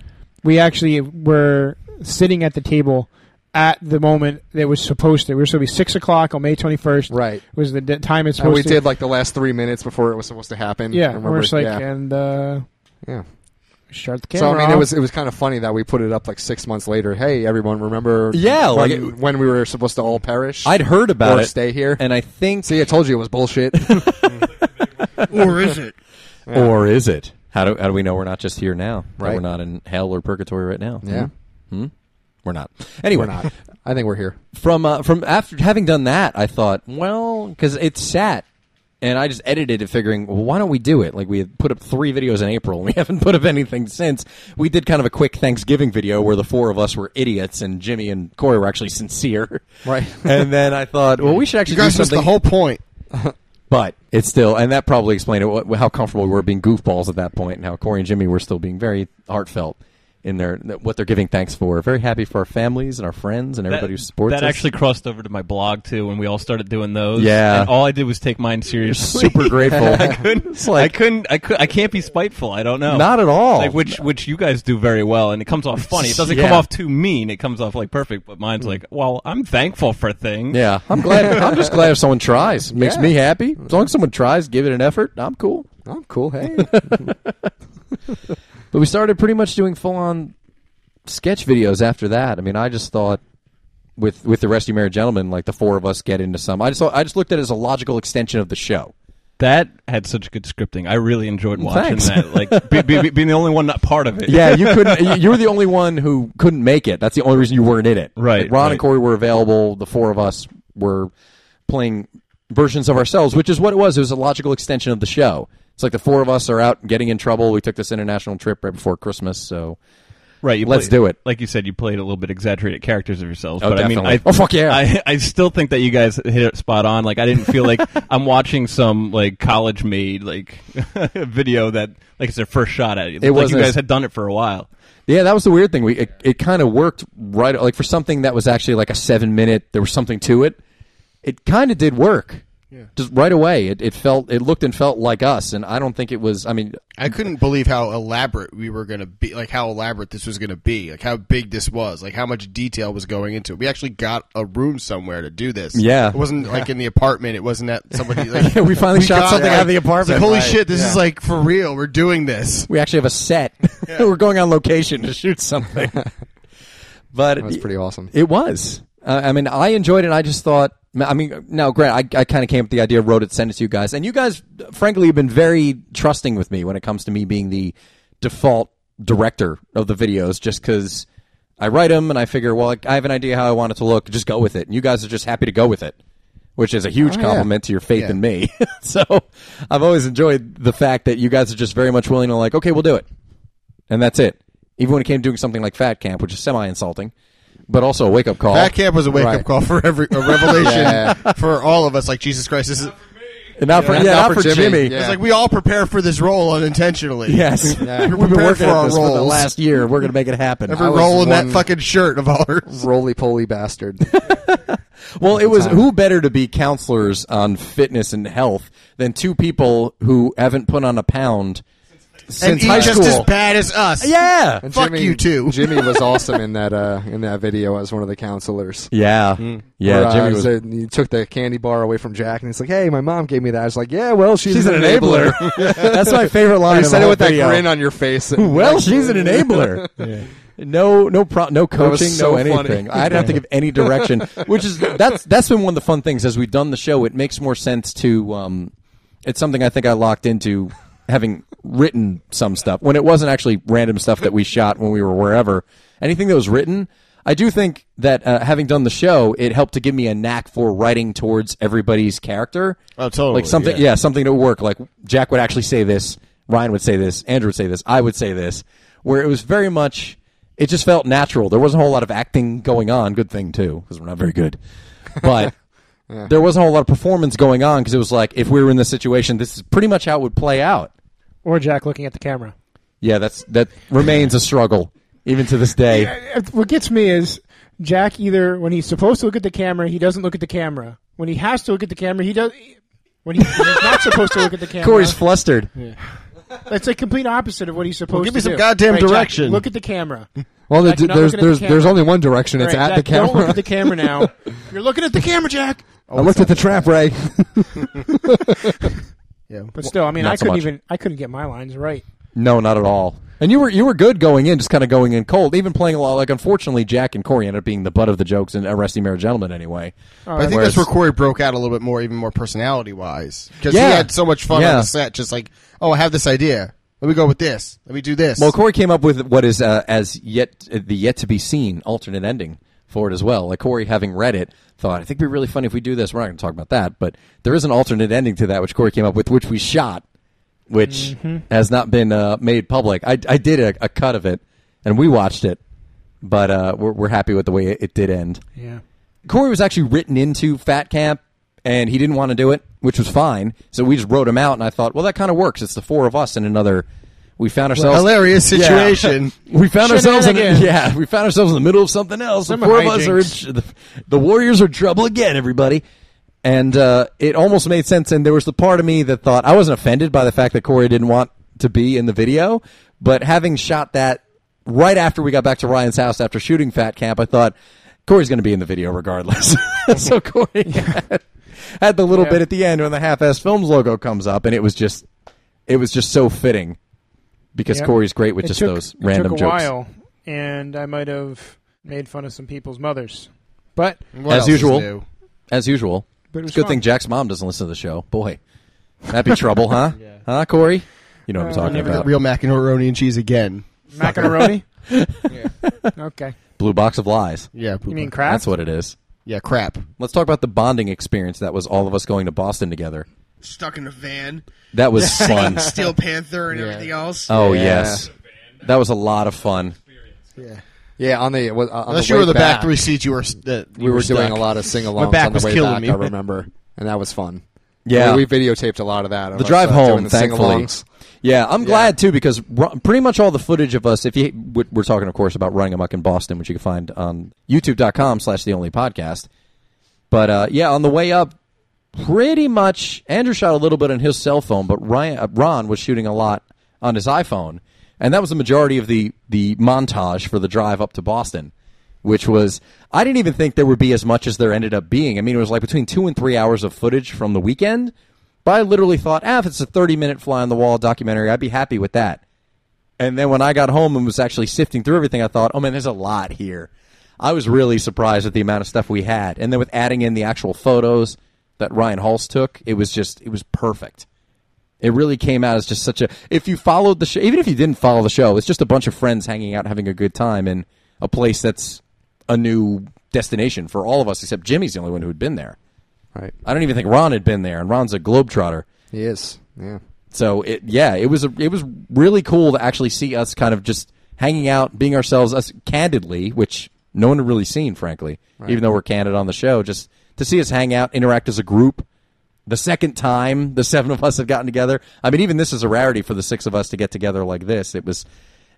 E: We actually were sitting at the table at the moment that was supposed to. We were supposed to be six o'clock on May twenty first.
C: right.
E: was the d- time it's
C: And
E: supposed
C: we
E: to.
C: did like the last three minutes before it was supposed to happen. I
E: yeah,
C: remember,
E: we're just like,
C: yeah.
E: and uh,
C: Yeah.
E: shut the camera.
C: So I mean, it
E: off.
C: was it was kind of funny that we put it up like six months later. Hey, everyone, remember?
D: Yeah,
C: when,
D: like it-
C: when we were supposed to all perish.
D: I'd heard about
C: or
D: it,
C: stay here.
D: and I think
C: See, I told you it was
D: [LAUGHS]
C: bullshit.
A: or is it?
D: or is it? How do how do we know we're not just here now? That
C: Right.
D: we're not in hell or purgatory right now.
C: yeah,
D: Hmm? We're not. Anyway,
C: we're not. I think we're here.
D: from uh, from after having done that, I thought, well, because it sat, and I just edited it, figuring, well, why don't we do it? Like we had put up three videos in April, and we [LAUGHS] haven't put up anything since. We did kind of a quick Thanksgiving video where the four of us were idiots, and Jimmy and Corey were actually sincere.
C: Right.
D: [LAUGHS] and then I thought, well, we should actually
B: [LAUGHS] You guys
D: do
B: missed
D: something.
B: the whole point.
D: but it's still, and that probably explained it, wh- how comfortable we were being goofballs at that point, and how Corey and Jimmy were still being very heartfelt. In their what they're giving thanks for, very happy for our families and our friends and everybody who supports
F: that
D: us. [LAUGHS]
F: actually crossed over to my blog too when we all started doing those.
D: Yeah.
F: and all I did was take mine seriously.
D: super grateful. [LAUGHS]
F: I couldn't.
D: It's like-
F: I couldn't. I could. I can't be spiteful. I don't know.
D: Not at all.
F: Like which which you guys do very well, and it comes off funny. It doesn't come
D: Oh, Yeah.
F: off too mean. It comes off like perfect. But mine's like, well, I'm thankful for things.
D: Yeah, I'm glad. I'm just glad if someone tries. Makes
C: Yeah.
D: me happy. As long as someone tries, give it an effort. I'm cool.
C: I'm cool. Hey,
D: But we started pretty much doing full on sketch videos after that. I mean, I just thought with with the Rescue Married Gentleman, like the four of us get into some. I just thought, I just looked at it as a logical extension of the show.
F: That had such good scripting. I really enjoyed watching
D: Thanks.
F: that. Like be, be, be- being the only one not part of it.
D: Yeah,
F: [LAUGHS]
D: you couldn't. you- you were the only one who couldn't make it. That's the only reason you weren't in it.
F: Right,
D: Like, Ron
F: right.
D: and Corey were available. The four of us were playing versions of ourselves, which is what it was. It was a logical extension of the show. It's like the four of us are out getting in trouble. We took this international trip right before Christmas, so
F: Right. You
D: Let's
F: play-
D: do it.
F: Like you said, you played a little bit exaggerated characters of yourselves.
D: Oh,
F: but I
D: definitely.
F: mean, I,
D: Oh, fuck yeah.
F: I, I still think that you guys hit it spot on. Like I didn't feel
D: [LAUGHS]
F: like I'm watching some like college made like [LAUGHS] video that like it's their first shot at it.
D: It
F: It like you
D: wasn't as-
F: guys had done it for a while.
D: yeah, that was the weird thing. We it, it kind of worked right like for something that was actually like a seven minute. There was something to it. It kind of did work. Yeah. Just right away, it, it felt it looked and felt like us, and I don't think it was. I mean,
B: I couldn't believe how elaborate we were going to be, like how elaborate this was going to be, like how big this was, like how much detail was going into it. We actually got a room somewhere to do this.
D: Yeah.
B: It wasn't like in the apartment. It wasn't at
D: [LAUGHS]
B: somebody. Like,
D: we finally shot something out of the
B: It's like,
D: apartment.
B: Holy
D: Right.
B: shit, this is like for real. We're doing this.
D: We actually have a set. [LAUGHS] We're going on location to shoot something. but
C: that was pretty
D: [LAUGHS]
C: awesome.
D: It was. Uh, I mean, I enjoyed it. I just thought. I mean, now, Grant, I, I kind of came up with the idea, wrote it, sent it to you guys, and you guys, frankly, have been very trusting with me when it comes to me being the default director of the videos, just because I write them and I figure, well, I have an idea how I want it to look, just go with it, and you guys are just happy to go with it, which is a huge
C: Oh, yeah.
D: compliment to your faith in me. [LAUGHS] so, I've always enjoyed the fact that you guys are just very much willing to like, okay, we'll do it and that's it. Even when it came to doing something like Fat Camp, which is semi-insulting, but also a wake-up call.
B: That camp was a wake up
C: Right.
B: call for every a
D: [LAUGHS]
B: revelation
C: Yeah.
B: for all of us. Like Jesus Christ, this is.
D: And not for, yeah, not for Jimmy.
B: It's like we all prepare for this role unintentionally. [LAUGHS]
D: Yes, [LAUGHS]
B: We're
D: we've been
B: prepared
D: working
B: for
D: on
B: our
D: this for the
B: roles.
D: last year. We're going to make it happen.
B: Every
C: I was
B: role in that
C: one-
B: fucking shirt of ours.
C: roly poly
D: [LAUGHS]
C: bastard.
D: well, it was who better to be counselors on fitness and health than two people who haven't put on a pound
B: and
C: since high
B: he's just as
C: school.
B: bad as us.
D: Yeah.
C: And
B: Fuck you
C: [LAUGHS]
B: too.
C: Jimmy
D: [LAUGHS]
C: was awesome in that uh, in that video as one of the counselors.
D: Yeah. Yeah.
C: Where, uh,
D: Jimmy was.
C: so you took the candy bar away from Jack, and it's like, "Hey, my mom gave me that." I was like, "Yeah, well, she's,
D: She's an enabler.
C: [LAUGHS]
D: [LAUGHS] That's my favorite line.
C: I
D: of the
C: said it
D: whole
C: with that
D: video.
C: grin on your face. [LAUGHS]
D: Well, she's an enabler. No, no, pro- no coaching,
C: so
D: no
C: funny.
D: anything. I didn't have to give
B: [LAUGHS]
D: any direction, which is that's that's been one of the fun things as we've done the show. It makes more sense to. Um, it's something I think I locked into having written some stuff when it wasn't actually random stuff that we shot when we were wherever. Anything that was written, I do think that uh, having done the show, it helped to give me a knack for writing towards everybody's character.
B: Oh, totally,
D: Like something,
B: yeah.
D: yeah, something to work. Like Jack would actually say this, Ryan would say this, Andrew would say this, I would say this. Where it was very much, it just felt natural. There wasn't a whole lot of acting going on. Good thing too, because we're not very good.
E: [LAUGHS]
D: But there wasn't a whole lot of performance going on because it was like if we were in this situation, this is pretty much how it would play out.
E: or Jack looking at the camera.
D: Yeah, that's that remains a struggle even to this day.
E: Uh, What gets me is Jack either when he's supposed to look at the camera, he doesn't look at the camera. When he has to look at the camera, he does. When, he, when he's not supposed to look at
C: [LAUGHS]
E: the camera,
D: Corey's flustered.
E: that's like complete opposite of what he's supposed
B: give
E: to
B: me some
E: do.
B: goddamn
E: Jack,
B: direction.
E: look at the camera.
C: well,
E: Jack,
C: the,
E: you're not
C: there's
E: looking at the
C: there's there's
E: camera.
C: only one direction. It's
E: All right,
C: at the
E: Jack, Don't look
C: camera.
E: at the camera
C: [LAUGHS]
E: now. You're looking at the Oh, camera, Jack.
C: I looked at the trap ray.
B: Yeah.
E: But still, I mean,
D: Not
E: I
D: so
E: couldn't
D: much.
E: even I couldn't get my lines right.
D: No, not at all. And you were you were good going in, just kind of going in cold. Even playing a lot like unfortunately, Jack and Corey ended up being the butt of the jokes in Arresting Married Gentleman anyway.
B: I think
D: Whereas-
B: that's where Corey broke out a little bit more, even more personality wise, because
D: Yeah.
B: he had so much fun
D: Yeah.
B: on the set. Just like, oh, I have this idea. Let me go with this. Let me do this.
D: Well, Corey came up with what is uh, as yet uh, the yet to be seen alternate ending for it as well. Like Corey, having read it, thought I think it'd be really funny if we do this. We're not going to talk about that, but there is an alternate ending to that which Corey came up with, which we shot, which
B: Mm-hmm.
D: has not been uh, made public. I, I did a, a cut of it, and we watched it, but uh, we're, we're happy with the way it, it did end.
E: Yeah.
D: Corey was actually written into Fat Camp, and he didn't want to do it, which was fine. So we just wrote him out, and I thought, well, that kind of works. It's the four of us in another. We found ourselves
B: hilarious
D: [LAUGHS]
B: situation.
D: Yeah. we found ourselves in
E: Shenanigans.
D: yeah, we found ourselves in the middle of something else. The
E: Some
D: four of us are in,
E: hijinks.
D: tr- the, the Warriors are trouble again, everybody. And uh, it almost made sense. And there was the part of me that thought I wasn't offended by the fact that Corey didn't want to be in the video, but having shot that right after we got back to Ryan's house after shooting Fat Camp, I thought Corey's going to be in the video regardless. [LAUGHS] so
E: [LAUGHS]
D: Corey had, had the little
E: Yeah.
D: bit at the end when the half-assed films logo comes up, and it was just it was just so fitting because
E: Yeah.
D: Corey's great with
E: It
D: just
E: took-
D: those random
E: it took a
D: jokes.
E: while, and I might have made fun of some people's mothers,
D: [LAUGHS]
E: but
B: What
D: As
B: else is
D: usual.
B: new?
D: As usual.
E: But it was
D: it's a good
E: fun.
D: thing Jack's mom doesn't listen to the show. Boy, that'd be trouble,
E: [LAUGHS]
D: huh? Huh, Corey? You know what I'm
E: Uh,
D: talking
E: never
D: about.
B: Real macaroni and cheese again.
D: [LAUGHS]
E: macaroni. Okay,
D: Blue box of lies.
B: Yeah,
E: you
B: Poopa.
E: mean crap?
D: That's what it is.
B: yeah, crap.
D: Let's talk about the bonding experience that was all of us going to Boston together.
A: Stuck in a van,
D: That
E: [LAUGHS]
D: was
A: [LAUGHS]
D: fun.
A: Steel Panther, and
B: Yeah.
A: everything else.
D: Oh
C: Yeah.
D: yes, that was a lot of fun.
B: Yeah.
C: [LAUGHS] yeah, on the uh, on
B: Unless
C: the
B: you
C: way
B: were the back,
C: back
B: three seats, you were. s- that you
C: we were, doing
B: stuck.
C: a lot of sing-alongs
B: back
C: on the
B: was
C: way
B: killing
C: back.
B: me.
C: I remember, and that was fun.
D: Yeah.
C: we, we videotaped a lot of that. of
D: the
C: us,
D: drive
C: uh, doing
D: home,
C: the
D: thankfully.
C: sing-alongs.
D: Yeah, I'm glad too because r- pretty much all the footage of us, if you, we're- we're talking, of course, about running amok in Boston, which you can find on YouTube.com/slash The Only Podcast. But uh, yeah, on the way up, pretty much Andrew shot a little bit on his cell phone, but Ryan, uh, Ron was shooting a lot on his iPhone, and that was the majority of the the montage for the drive up to Boston, which was I didn't even think there would be as much as there ended up being. I mean, it was like between two and three hours of footage from the weekend, but I literally thought, ah, if it's a thirty minute fly on the wall documentary, I'd be happy with that. And then when I got home and was actually sifting through everything, I thought, oh man, there's a lot here. I was really surprised at the amount of stuff we had. And then with adding in the actual photos that Ryan Hulse took, it was just, it was perfect. It really came out as just such a. If you followed the show, even if you didn't follow the show, it's just a bunch of friends hanging out, having a good time in a place that's a new destination for all of us, except Jimmy's the only one who had been there.
C: Right,
D: I don't even think Ron had been there, and Ron's a globetrotter.
C: he is. Yeah,
D: So it, yeah, it was a, it was really cool to actually see us kind of just hanging out, being ourselves, us candidly, which no one had really seen, frankly. Even though we're candid on the show, just to see us hang out, interact as a group. The second time the [LAUGHS] seven of us had gotten together, I mean, even this is a rarity for the six of us to get together like this. It was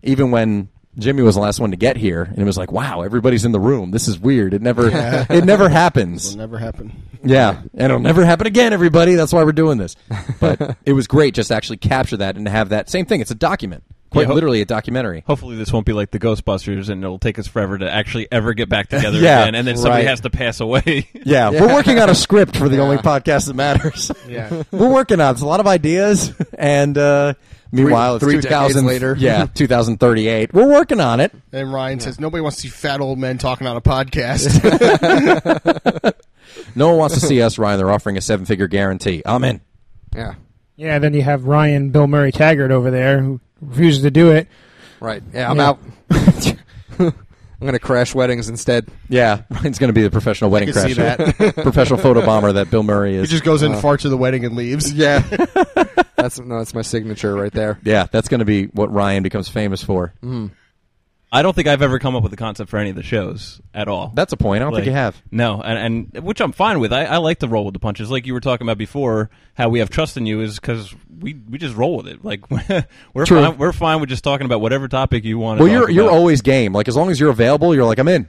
D: even when Jimmy was the last one to get here, and it was like, wow, everybody's in the room. This is weird. It never, it never happens.
B: It'll never happen.
D: Yeah, and it'll never happen again, everybody. That's why we're doing this. [LAUGHS] But it was great just to actually capture that and to have that same thing. It's a document, quite
F: Yeah, ho-
D: literally a documentary.
F: Hopefully, this won't be like the Ghostbusters, and it'll take us forever to actually ever
D: [LAUGHS]
F: get back together
D: Yeah,
F: again. And then somebody
D: right.
F: has to pass away. [LAUGHS]
D: Yeah, we're working on a script for the [LAUGHS] only podcast that matters.
B: Yeah.
D: we're working on it. It's a lot of ideas, [LAUGHS] and uh, meanwhile,
B: three
D: it's
B: decades
D: 2000
B: later.
D: [LAUGHS] Yeah, 2038. We're working on it.
B: And Ryan says nobody wants to see fat old men talking on a podcast. [LAUGHS]
D: No one wants to see us, Ryan. They're offering a seven-figure guarantee. I'm in.
C: [LAUGHS] Yeah.
E: Yeah, then you have Ryan Bill Murray Taggart over there who refuses to do it.
C: Right. Yeah, I'm
E: Yeah.
C: out. [LAUGHS] I'm going to crash weddings instead.
D: Yeah, Ryan's going to be the professional wedding
B: can see
D: crasher, [LAUGHS] professional photo bomber that Bill
B: [LAUGHS]
D: Murray
B: he
D: is.
B: just goes in, farts at the wedding, and leaves.
C: Yeah. [LAUGHS] that's no, that's my signature right there.
D: yeah, that's going to be what Ryan becomes famous for.
F: I don't think I've ever come up with a concept for any of the shows at all.
D: That's a point. I don't think you have.
F: No, and, and which I'm fine with. I, I like to roll with the punches, like you were talking about before. How we have trust in you is because we we just roll with it. Like [LAUGHS] we're
D: True.
F: fine, we're fine with just talking about whatever topic you want.
D: Well,
F: talk
D: you're you're
F: about.
D: always game. Like as long as you're available, you're like I'm in,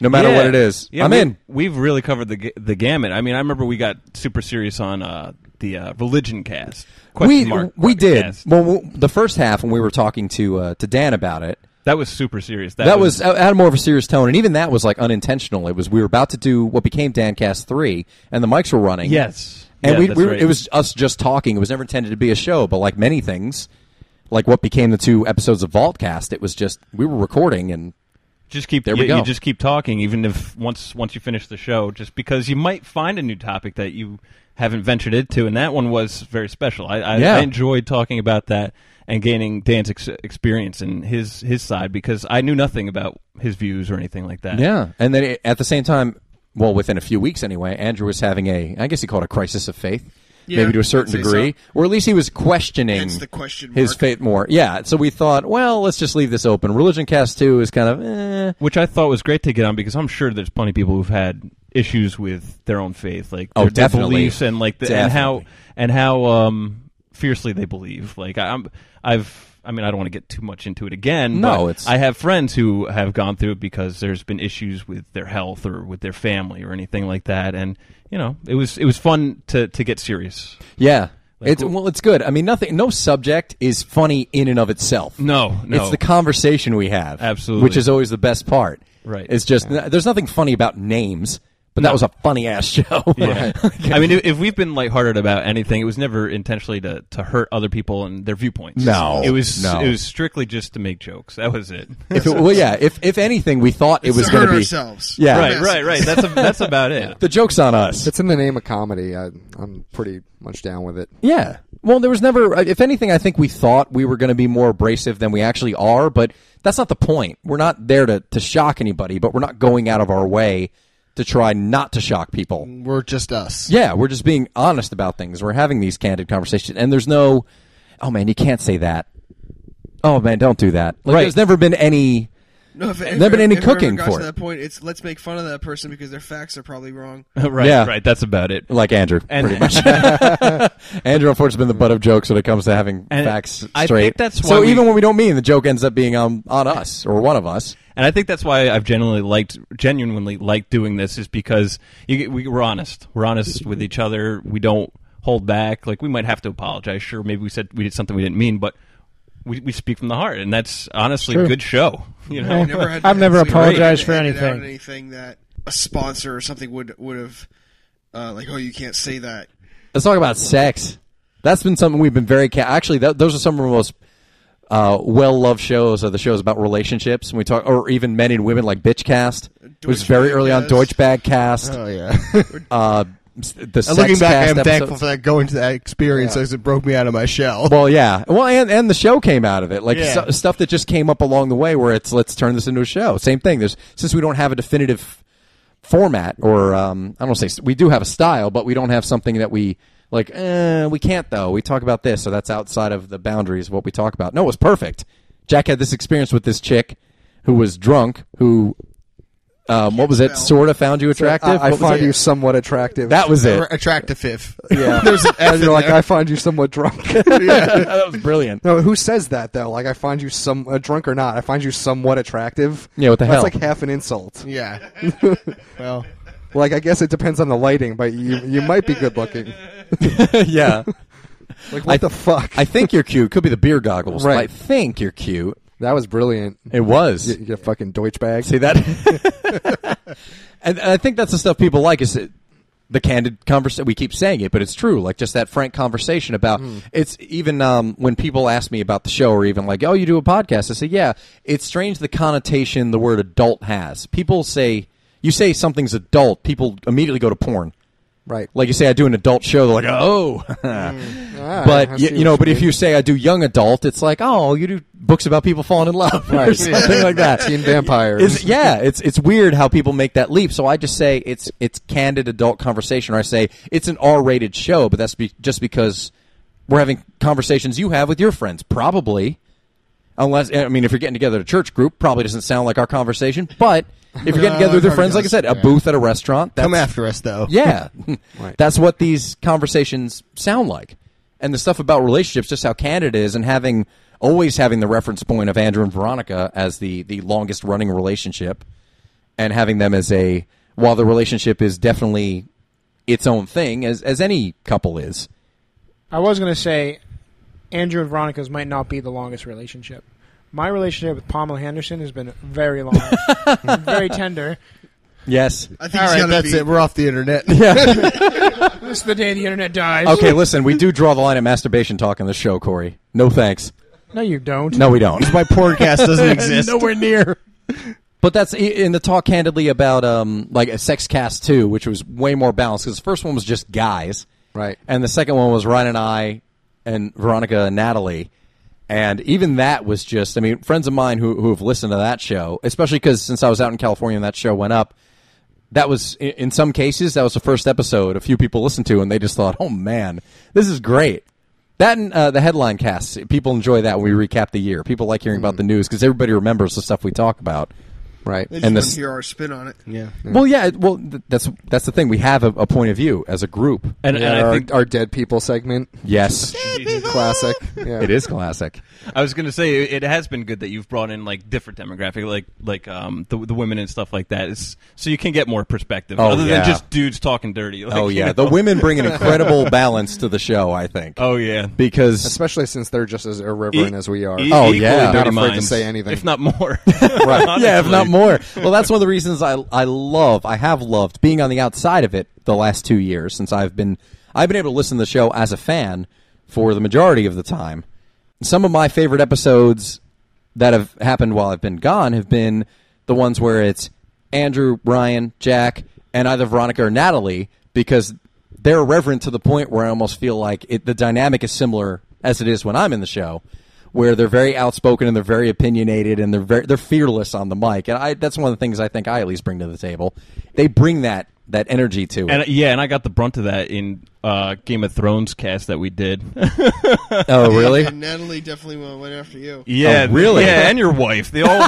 D: no matter
F: Yeah.
D: what it is.
F: Yeah,
D: I'm
F: we-
D: in.
F: We've really covered the ga- the gamut. I mean, I remember we got super serious on uh, the uh, religion cast. Question
D: We
F: mark,
D: we
F: question
D: did.
F: cast.
D: Well, w the first half when we were talking to uh, to Dan about it,
F: That was super serious. That,
D: that was I had a more of a serious tone, and even that was like unintentional. It was we were about to do what became Dancast three, and the mics were running.
F: Yes.
D: and
F: Yeah,
D: we,
F: that's
D: we were-
F: right.
D: it was us just talking. It was never intended to be a show, but like many things, like what became the two episodes of Vaultcast, it was just we were recording and
F: just keep
D: There
F: you,
D: we go.
F: you just keep talking even if once once you finish the show just because you might find a new topic that you haven't ventured into and that one was very special i i,
D: Yeah.
F: I enjoyed talking about that and gaining dan's ex- experience and his his side because i knew nothing about his views or anything like that
D: Yeah, and then it, at the same time, well, within a few weeks anyway, Andrew was having a, I guess he called it a crisis of faith,
A: Yeah,
D: maybe to a certain
A: I'd say
D: degree, or at least he was questioning
A: Hence the question
D: his
A: mark.
D: faith more. Yeah, so we thought, well, let's just leave this open. Religion Cast Two is kind of, eh.
F: which i thought was great to get on because i'm sure there's plenty of people who've had issues with their own faith like
D: Oh,
F: their, their
D: definitely.
F: beliefs and like the, and how
D: Definitely.
F: and how um fiercely they believe like I- i'm i've I mean, I don't want to get too much into it again.
D: No,
F: but
D: it's-
F: I have friends who have gone through it because there's been issues with their health or with their family or anything like that, and you know, it was it was fun to to get serious.
D: yeah.
F: Like,
D: it's well, it's good. I mean, nothing, no subject is funny in and of itself.
F: No, no,
D: It's the conversation we have,
F: Absolutely.
D: which is always the best part.
F: Right.
D: It's just there's nothing funny about names, but that was a funny ass [LAUGHS] show.
F: Yeah. I mean, if, if we've been lighthearted about anything, it was never intentionally to, to hurt other people and their viewpoints.
D: No,
F: it was
D: no.
F: it was strictly just to make jokes. That was it.
D: [LAUGHS] If it- well, yeah. If if anything, we thought it was
A: to
D: going
A: hurt
D: to be
A: ourselves.
D: Yeah.
F: right, right, right. That's a, that's about it.
D: The joke's on us.
C: It's in the name of comedy. I, I'm pretty much down with it.
D: yeah. Well, there was never. If anything, I think we thought we were going to be more abrasive than we actually are, but that's not the point. We're not there to, to shock anybody, but we're not going out of our way to try not to shock people.
B: We're just us.
D: Yeah, we're just being honest about things. We're having these candid conversations, and there's no, oh man, you can't say that. Oh man, don't do that. Like,
F: Right.
D: There's never been any.
A: No, if, if,
D: Never been any
A: if it ever
D: cooking
A: got
D: for
A: to
D: it.
A: that point. It's let's make fun of that person because their facts are probably
D: [LAUGHS]
A: wrong.
D: [LAUGHS]
F: right,
D: Yeah.
F: right. That's about it.
D: Like Andrew,
F: And-
D: pretty much. Andrew, unfortunately, been the butt of jokes when it comes to having
F: And
D: facts
F: I think
D: straight.
F: that's why
D: so
F: we-
D: even when we don't mean, the joke ends up being on on us or one of us.
F: [LAUGHS] And I think that's why I've genuinely liked, genuinely liked doing this is because you, get- we, we're honest. We're honest with each other. We don't hold back. Like we might have to apologize. Sure, maybe we said we did something we didn't mean, but we, we speak from the heart, and that's honestly a
E: True.
F: good show. You know,
A: I never had to
E: I've never
A: actually
E: apologized
A: write
E: for
A: and edit out
E: anything.
A: Anything that a sponsor or something would would have, uh, like, oh, you can't say that.
D: Let's talk about sex. That's been something we've been very ca- actually. That, those are some of the most uh, well loved shows are the shows about relationships. When we talk, or even men and women like Bitchcast, It was very early on.
A: Deutschbagcast.
D: Deutschbag Cast.
B: Oh yeah. And
D: Uh, s- the sex
B: [LAUGHS] looking back, I am
D: cast
B: thankful
D: episodes.
B: for that going to that experience as it broke me out of my shell. [LAUGHS]
D: Well, yeah. Well, and, and the show came out of it, like
B: Yeah.
D: stu- stuff that just came up along the way, where it's let's turn this into a show. Same thing. There's since we don't have a definitive format, or um, I don't say we do have a style, but we don't have something that we like. Eh, we can't though. We talk about this, so that's outside of the boundaries of what we talk about. No, it was perfect. Jack had this experience with this chick who was drunk, who Um, what was it? Sort of found you attractive.
C: I, I
D: What was
C: find
D: it?
C: you somewhat attractive.
D: That was it.
B: Attractive fifth. [LAUGHS]
C: yeah. [LAUGHS] There's
D: [LAUGHS]
C: an F you're like, I find you somewhat [LAUGHS] drunk.
D: that was brilliant.
C: no, who says that though? Like, I find you some uh, drunk or not. I find you somewhat attractive.
D: Yeah, what the hell?
C: That's like half an insult. [LAUGHS]
D: [LAUGHS]
B: Yeah. well,
C: Like, I guess it depends on the lighting, but you you might be good looking.
D: [LAUGHS] yeah.
C: Like, what
D: I-
C: the fuck?
D: I think you're cute. Could be the beer goggles.
C: Right.
D: I think you're cute.
C: that was brilliant.
D: It was.
C: You, you fucking Deutsch bag.
D: See that? [LAUGHS] and, and I think that's the stuff people like is it, the candid conversation. We keep saying it, but it's true. Like just that frank conversation about it's even um, when people ask me about the show or even like, oh, you do a podcast. I say, yeah. It's strange the connotation the word adult has. People say you say something's adult, people immediately go to porn. [LAUGHS]
C: Right.
D: Like you say, I do an adult show. They're like,
B: [LAUGHS]
D: oh,
B: Hmm.
D: [LAUGHS] but
C: I
D: y-
C: see
D: you know,
C: what
D: but
C: you
D: if
C: mean.
D: you say I do young adult, it's like, oh, you do books about people falling in love or [LAUGHS]
C: Right.
D: something like that.
C: Teen vampires.
D: Is- yeah, it's it's weird how people make that leap. So I just say it's it's candid adult conversation, or I say it's an R-rated show, but that's be, just because we're having conversations you have with your friends, probably. Unless I mean, if you're getting together at a church group, probably doesn't sound like our conversation. But if you're getting
B: No,
D: together with your
B: it probably
D: friends, like I
B: does,
D: said, a
B: yeah.
D: booth at a restaurant, that's,
B: come after us though.
D: yeah.
C: Right.
D: That's what these conversations sound like. And the stuff about relationships, just how candid it is, and having always having the reference point of Andrew and Veronica as the, the longest running relationship and having them as a while the relationship is definitely its own thing, as as any couple is.
E: I was gonna say, Andrew and Veronica's might not be the longest relationship. My relationship with Pamela Henderson has been
D: [LAUGHS]
E: very long, very tender.
D: Yes.
A: I think
B: All
A: it's
B: right,
A: gotta
B: that's
A: be-
B: it. We're off
D: [LAUGHS]
B: the internet.
E: This is the day the internet dies.
D: Okay, listen, we do draw the line at masturbation talk on the show, Corey. No thanks.
E: No, you don't.
D: No, we don't.
B: My
D: [LAUGHS]
B: podcast doesn't exist.
D: Nowhere near. But that's in the talk candidly about um like a sex cast too, which was way more balanced because the first one was just guys,
C: Right.
D: and the second one was Ryan and I, and Veronica and Natalie, and even that was just I mean friends of mine who who have listened to that show, especially because since I was out in California and that show went up, that was in, in some cases that was the first episode a few people listened to and they just thought, oh man, this is great. That and uh, the headline casts, people enjoy that when we recap the year. People like hearing about the news because everybody remembers the stuff we talk about.
C: Right.
A: They just
D: and
A: want
D: this-
A: to hear our spin on it.
B: yeah.
D: Well, yeah. it- Well, th- that's that's the thing. We have a, a point of view as a group.
F: And,
C: Yeah,
F: and I
C: our,
F: think
C: our dead people segment.
D: Yes,
C: Classic. Yeah.
D: it is classic.
F: I was going to say it has been good that you've brought in like different demographic, like like um the, the women and stuff like that. It's, so you can get more perspective,
D: Oh,
F: other
D: yeah.
F: than just dudes talking dirty. Like,
D: Oh
F: you
D: yeah,
F: know. [LAUGHS]
D: the women bring an incredible balance to the show. I think.
F: Oh yeah.
D: because
C: Especially since they're just as irreverent
F: E-
C: as we are.
F: e-
D: Oh,
F: equally
D: yeah.
F: dirty
C: Not afraid to
F: minds,
C: say anything.
F: if not more.
D: [LAUGHS]
F: [LAUGHS]
D: right. yeah, if
F: Honestly.
D: not more. Well, that's one of the reasons I I love I have loved being on the outside of it the last two years since I've been I've been able to listen to the show as a fan for the majority of the time. Some of my favorite episodes that have happened while I've been gone have been the ones where it's Andrew, Ryan, Jack, and either Veronica or Natalie because they're reverent to the point where I almost feel like it, the dynamic is similar as it is when I'm in the show, where they're very outspoken and they're very opinionated and they're very, they're fearless on the mic, and I, that's one of the things I think I at least bring to the table. They bring that that energy to it.
F: and yeah, and I got the brunt of that in uh, Game of Thrones cast that we did.
D: [LAUGHS] oh, really?
A: And Natalie definitely went- went after you.
F: Yeah,
D: Oh, really?
F: Yeah, and your wife.
D: [LAUGHS]
F: They all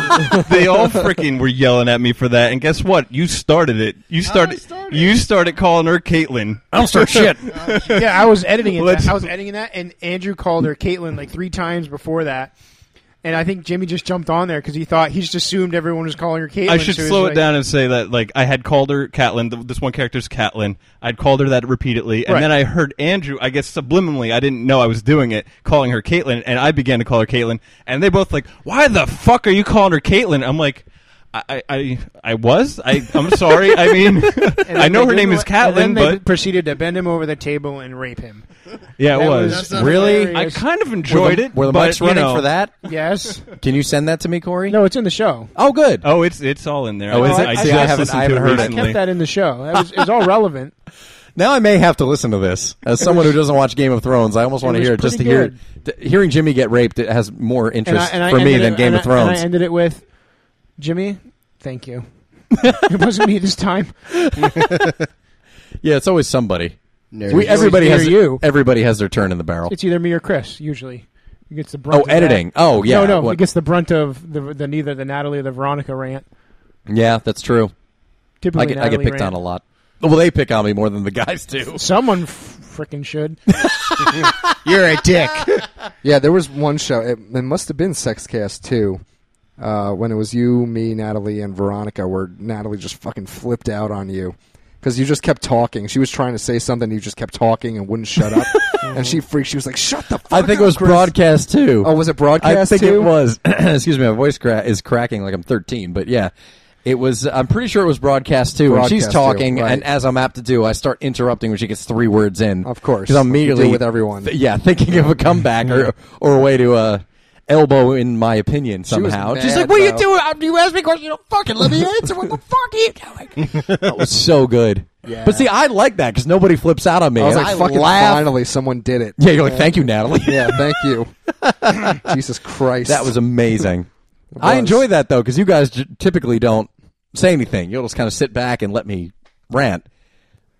F: they all freaking were yelling at me for that. And guess what? You started it. You started.
A: started
F: You started calling her Caitlin.
D: I don't start
F: [LAUGHS]
D: shit.
E: [LAUGHS] yeah, I was editing it.
F: Let's-
E: I was editing that, and Andrew called her Caitlin like three times before that. And I think Jimmy just jumped on there because he thought he just assumed everyone was calling her Caitlin.
F: I should
E: so he's
F: slow it
E: like-
F: down and say that like I had called her Caitlin. th- This one character's Caitlin. I'd called her that repeatedly, and
E: Right.
F: then I heard Andrew. I guess subliminally, I didn't know I was doing it, calling her Caitlin, and I began to call her Caitlin. And they both like, "Why the fuck are you calling her Caitlin?" I'm like. I, I- I I was I I'm sorry I mean
E: [LAUGHS]
F: [LAUGHS]
E: And
F: I
E: then
F: know
E: they
F: her
E: did
F: name is
E: what- and then
F: Caitlin
E: they
F: but
E: proceeded to bend him over the table and rape him.
F: [LAUGHS] yeah it
E: That
F: was,
A: That's not
D: Really?
E: hilarious.
F: I kind of [LAUGHS] enjoyed it.
D: Were the
F: but,
D: mics
F: you
D: running
F: know-
D: for that?
E: [LAUGHS] yes.
D: Can you send that to me, Corey?
E: No, it's in the show.
D: Oh, good.
F: Oh, it's it's all in there.
D: Oh, is
F: I,
D: it?
F: I
D: See,
F: just
D: I haven't-
F: listened
D: I
F: to
D: haven't heard it.
E: I
F: recently.
E: kept that in the show. That was, it was all
D: [LAUGHS]
E: relevant.
D: Now I may have to listen to this as someone
E: [LAUGHS]
D: who doesn't watch Game of Thrones. I almost want to
E: was
D: hear it just to
E: pretty
D: hear
E: good.
D: t- hearing Jimmy get raped. It has more
E: And
D: interest
E: I, and I
D: for me
E: ended
D: than
E: it,
D: Game
E: and
D: of
E: I- and
D: Thrones.
E: I ended it with, Jimmy, thank
D: [LAUGHS]
E: you. it wasn't me this time.
D: yeah, it's always somebody.
B: Nerds.
D: We [LAUGHS] everybody
E: near
D: has
E: you.
D: Everybody has their turn in the barrel.
E: It's either me or Chris usually. Who gets the brunt
D: Oh,
E: of that.
D: editing. Oh, yeah.
E: no, no,
D: What-
E: it gets the brunt of the, the neither the Natalie or the Veronica rant.
D: yeah, that's true.
E: Typically,
D: I get, I get
E: Natalie
D: picked on
E: Rand.
D: a lot. Well, they pick on me more than the guys do.
E: Someone f- freaking
D: [LAUGHS]
E: should.
B: You're a dick.
C: Yeah, there was one show. It, it must have been Sexcast two, uh, when it was you, me, Natalie, and Veronica, where Natalie just fucking flipped out on you because you just kept talking. She was trying to say something, you just kept talking and wouldn't shut up, and she freaked. She was like, "Shut the fuck!"
D: I think
C: up,
D: it was
C: Chris."
D: broadcast too.
C: Oh, was it broadcast?
D: I think
C: too?
D: it was. [CLEARS THROAT] Excuse me, my voice cra- is cracking like I'm 13, but yeah. It was. I'm pretty sure it was broadcast too. when she's
C: Broadcast, too,
D: talking,
C: right.
D: and as I'm apt to do, I start interrupting when she gets three words in.
C: Of course,
D: because I'm
C: like you do
D: immediately
C: with everyone.
D: th- yeah, thinking of a comeback or or a way to uh, elbow in my opinion
C: was
D: somehow.
C: mad,
D: she's like, "What are you
C: though.
D: doing? Um, You ask me questions, you don't fucking
C: [LAUGHS]
D: let me answer. What the fuck are you doing?" that was so good.
C: Yeah.
D: But see, I like that because nobody flips out on me.
C: I was
D: and
C: like, "Fucking
D: laugh.
C: finally, someone did it."
D: Yeah, you're like, "Thank you, Natalie."
C: Yeah, thank you. Jesus Christ,
D: That
C: [LAUGHS]
D: was amazing. I
C: was.
D: enjoy that though because you guys j- typically don't say anything. You'll just kind of sit back and let me rant.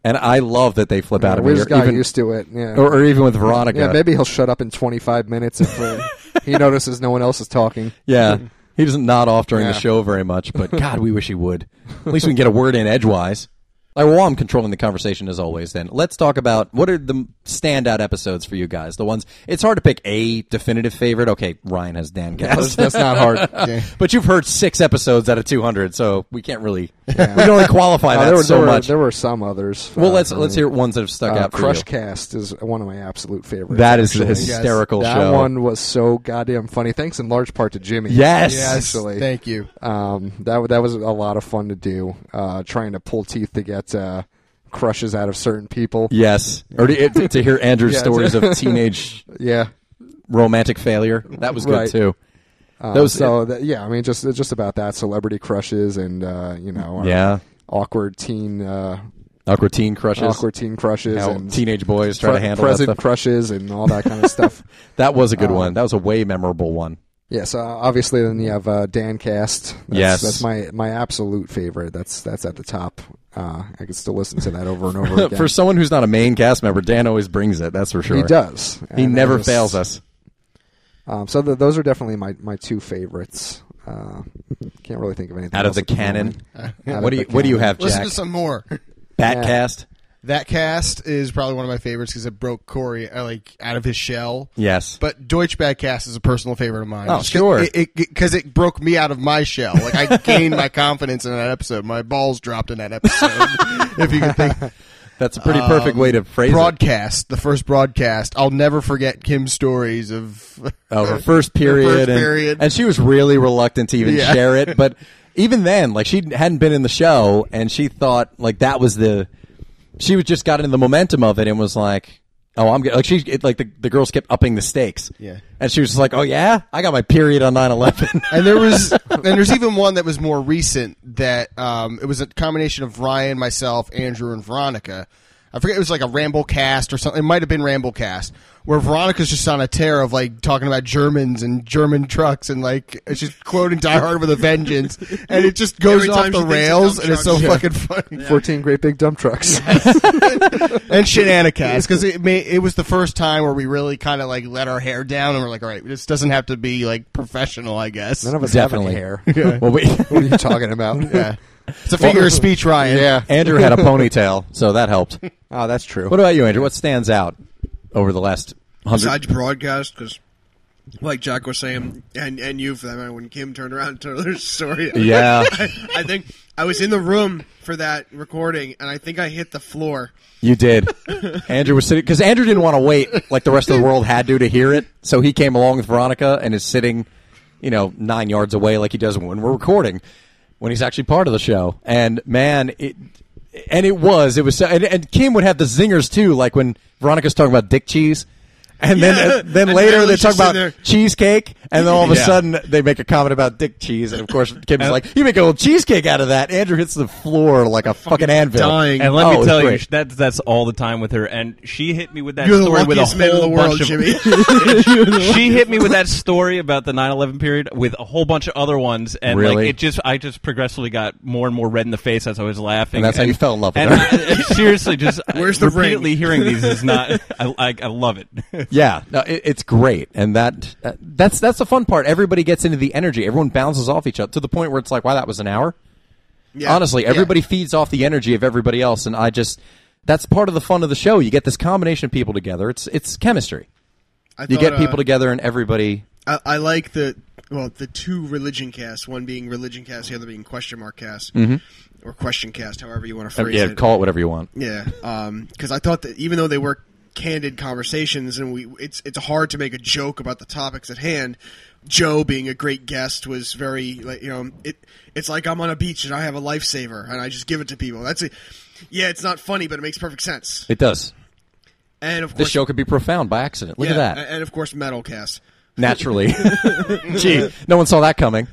D: And I love that they flip out
C: Yeah,
D: at
C: we
D: me,
C: just
D: or
C: got
D: even,
C: used to it. Yeah.
D: or, or even with Veronica.
C: yeah, maybe he'll shut up in 25 minutes if uh, he
D: [LAUGHS]
C: notices no one else is talking.
D: Yeah. he doesn't nod off during the
C: Yeah.
D: show very
C: [LAUGHS]
D: much, but God, we wish he would. At least we can get a word in edgewise. All right, well, I'm controlling the conversation as always. Then let's talk about what are the standout episodes for you guys. The ones it's hard to pick a definitive favorite. Okay, Ryan has Dan
C: That's,
D: Gass.
C: that's not
D: [LAUGHS]
C: hard.
D: But you've heard six episodes out of 200, so we can't really we can only
C: [LAUGHS]
D: qualify
C: Uh,
D: that
C: there, were,
D: so
C: there, were,
D: much.
C: there were some others.
D: well,
C: Uh,
D: let's
C: I
D: let's
C: mean,
D: hear ones that have stuck
C: uh,
D: out. for you.
C: Crushcast is one of my absolute favorites.
D: That is a
C: actually.
D: hysterical
C: that
D: show.
C: one was so goddamn funny. Thanks in large part to Jimmy.
D: Yes.
C: actually.
B: Thank you.
C: Um, that wa- that was a lot of fun to do. Uh, trying to pull teeth to get uh, crushes out of certain people.
D: Yes, or to, to- to hear Andrew's
C: [LAUGHS] Yeah,
D: stories of teenage
C: Yeah.
D: romantic failure. That was good
C: Right.
D: too.
C: Um,
D: Those-
C: so that, yeah, I mean, just just about that celebrity crushes and uh, you know, our
D: Yeah,
C: awkward teen, uh,
D: awkward teen crushes.
C: awkward teen crushes,
D: How
C: and
D: teenage boys try to
C: pre-
D: handle that
C: present
D: stuff.
C: crushes, and all that kind of
D: [LAUGHS]
C: stuff.
D: That was a good
C: Uh,
D: one. That was a way
C: [LAUGHS]
D: memorable one.
C: Yeah, so obviously then you have uh, Dan Cast. That's,
D: Yes.
C: that's my my absolute favorite. That's that's at the top. Uh, I could still listen to that over and over again.
D: [LAUGHS] for someone who's not a main cast member, Dan always brings it. That's for sure.
C: he does.
D: He
C: And
D: never
C: I just-
D: fails us.
C: Um, so th- those are definitely my, my two favorites. Uh, can't really think of anything
D: Out of
C: else
D: the
C: at the
B: [LAUGHS]
D: cannon.
C: [LAUGHS] Out
D: what
C: of
D: do you
C: the
D: What do you
C: cannon.
D: have,
B: Listen
D: Jack?
B: to some more.
D: Batcast.
B: That cast is probably one of my favorites because it broke Corey uh, like out of his shell.
D: Yes.
B: But Deutsch Bad Cast is a personal favorite of mine.
D: Oh, sure.
B: Because it, it, 'cause it broke me out of my shell. Like, I gained my confidence in that episode. My balls dropped in that episode, [LAUGHS] if you can think.
D: That's a pretty
C: um,
D: perfect way to phrase it.
B: Broadcast, the first broadcast. I'll never forget Kim's stories of.
D: Oh, her first period,
B: first
D: and,
B: period.
D: and she was really reluctant to even
B: Yeah.
D: share it.
B: [LAUGHS]
D: But even then, like she hadn't been in the show, and she thought like that was the she was just got in the momentum of it and was like, oh, I'm good. like she it, like the the girls kept upping the stakes,
B: Yeah.
D: and she was just like, oh yeah, I got my period on 9-11.
B: and there was and there's even one that was more recent that um, it was a combination of Ryan, myself, Andrew, and Veronica. I forget it was like a ramble cast or something. It might have been ramble cast where Veronica's just on a tear of like talking about Germans and German trucks and like it's just quoting Die Hard with a Vengeance, and it just goes
A: Every
B: off
A: time she
B: the
A: thinks of
B: rails
A: dump
B: and it's so
A: trucks.
B: fucking funny.
C: Fourteen great big dump trucks.
B: and Shenanigans because it may, it was the first time where we really kind of like let our hair down and we're like, all right, this doesn't have to be like professional, [LAUGHS] I guess.
C: None of us have
D: Definitely.
C: any hair.
D: Yeah. [LAUGHS] Well, we,
C: [LAUGHS] what are you talking about?
B: [LAUGHS] yeah. It's a figure of speech, Ryan. [LAUGHS]
C: Yeah.
D: Andrew had a ponytail, so that helped.
C: Oh, that's true.
D: What about you, Andrew? What stands out over the last hundred?
A: besides broadcast because like jack was saying and and you for that matter when kim turned around and told her [LAUGHS] story
D: [LAUGHS] Yeah.
A: [LAUGHS] i think i was in the room for that recording and i think i hit the floor
D: You did. [LAUGHS] Andrew was sitting because Andrew didn't want to wait like the rest of the world had to to hear it, so he came along with Veronica and is sitting, you know, nine yards away like he does when we're recording, when he's actually part of the show. And man, it and it was it was so, and, and Kim would have the zingers too, like when Veronica's talking about dick cheese. And then,
A: Yeah.
D: then
A: And
D: later they
A: Natalie's
D: talk
A: just sitting
D: about
A: there.
D: cheesecake, and then all of a
A: [LAUGHS]
F: Yeah.
D: sudden they make a comment about dick cheese, and of course Kim's
F: And-
D: like, "You make a little cheesecake out of that." Andrew hits the floor like a fucking anvil,
A: dying.
F: And let
D: Oh, it
F: me
D: was
F: tell
D: great.
F: you, that that's all the time with her. And she hit me with that
A: You're the
F: story with a
A: luckiest
F: whole
A: man in the world,
F: bunch
D: [LAUGHS]
F: of. [LAUGHS]
A: Jimmy.
F: she hit me with that story about the 9/11 period with a whole bunch of other ones, and
D: Really?
F: like it just, I just progressively got more and more red in the face as I was laughing.
D: And that's how you fell in love with
F: and
D: her.
F: I- and [LAUGHS] seriously, just
A: Where's the ring?
F: repeatedly hearing these is not. [LAUGHS] I, I, I love it. [LAUGHS]
D: Yeah, no, it, it's great, and that uh, that's that's the fun part. Everybody gets into the energy. Everyone bounces off each other to the point where it's like, wow, that was an hour.
A: Yeah.
D: Honestly, everybody feeds off the energy of everybody else, and I just that's part of the fun of the show. You get this combination of people together. It's it's chemistry.
A: I
D: You
A: thought,
D: get people
A: uh,
D: together, and everybody.
A: I, I like the well, the two religion casts, one being religion cast, the other being question mark cast or question cast, however you want to phrase
D: Mm-hmm. Uh, Yeah,
A: it.
D: call it whatever you want.
A: Yeah, because I thought that even though they were candid conversations, and we it's it's hard to make a joke about the topics at hand. Joe, being a great guest, was very like you know it. It's like I'm on a beach and I have a lifesaver and I just give it to people. That's it. Yeah, it's not funny, but it makes perfect sense.
D: It does.
A: And of
D: This
A: course,
D: show could be profound by accident. Look
A: yeah,
D: at
A: a- [LAUGHS]
D: that.
A: And of course, metal cast. [LAUGHS]
D: Naturally. Gee, [LAUGHS] no one saw that coming.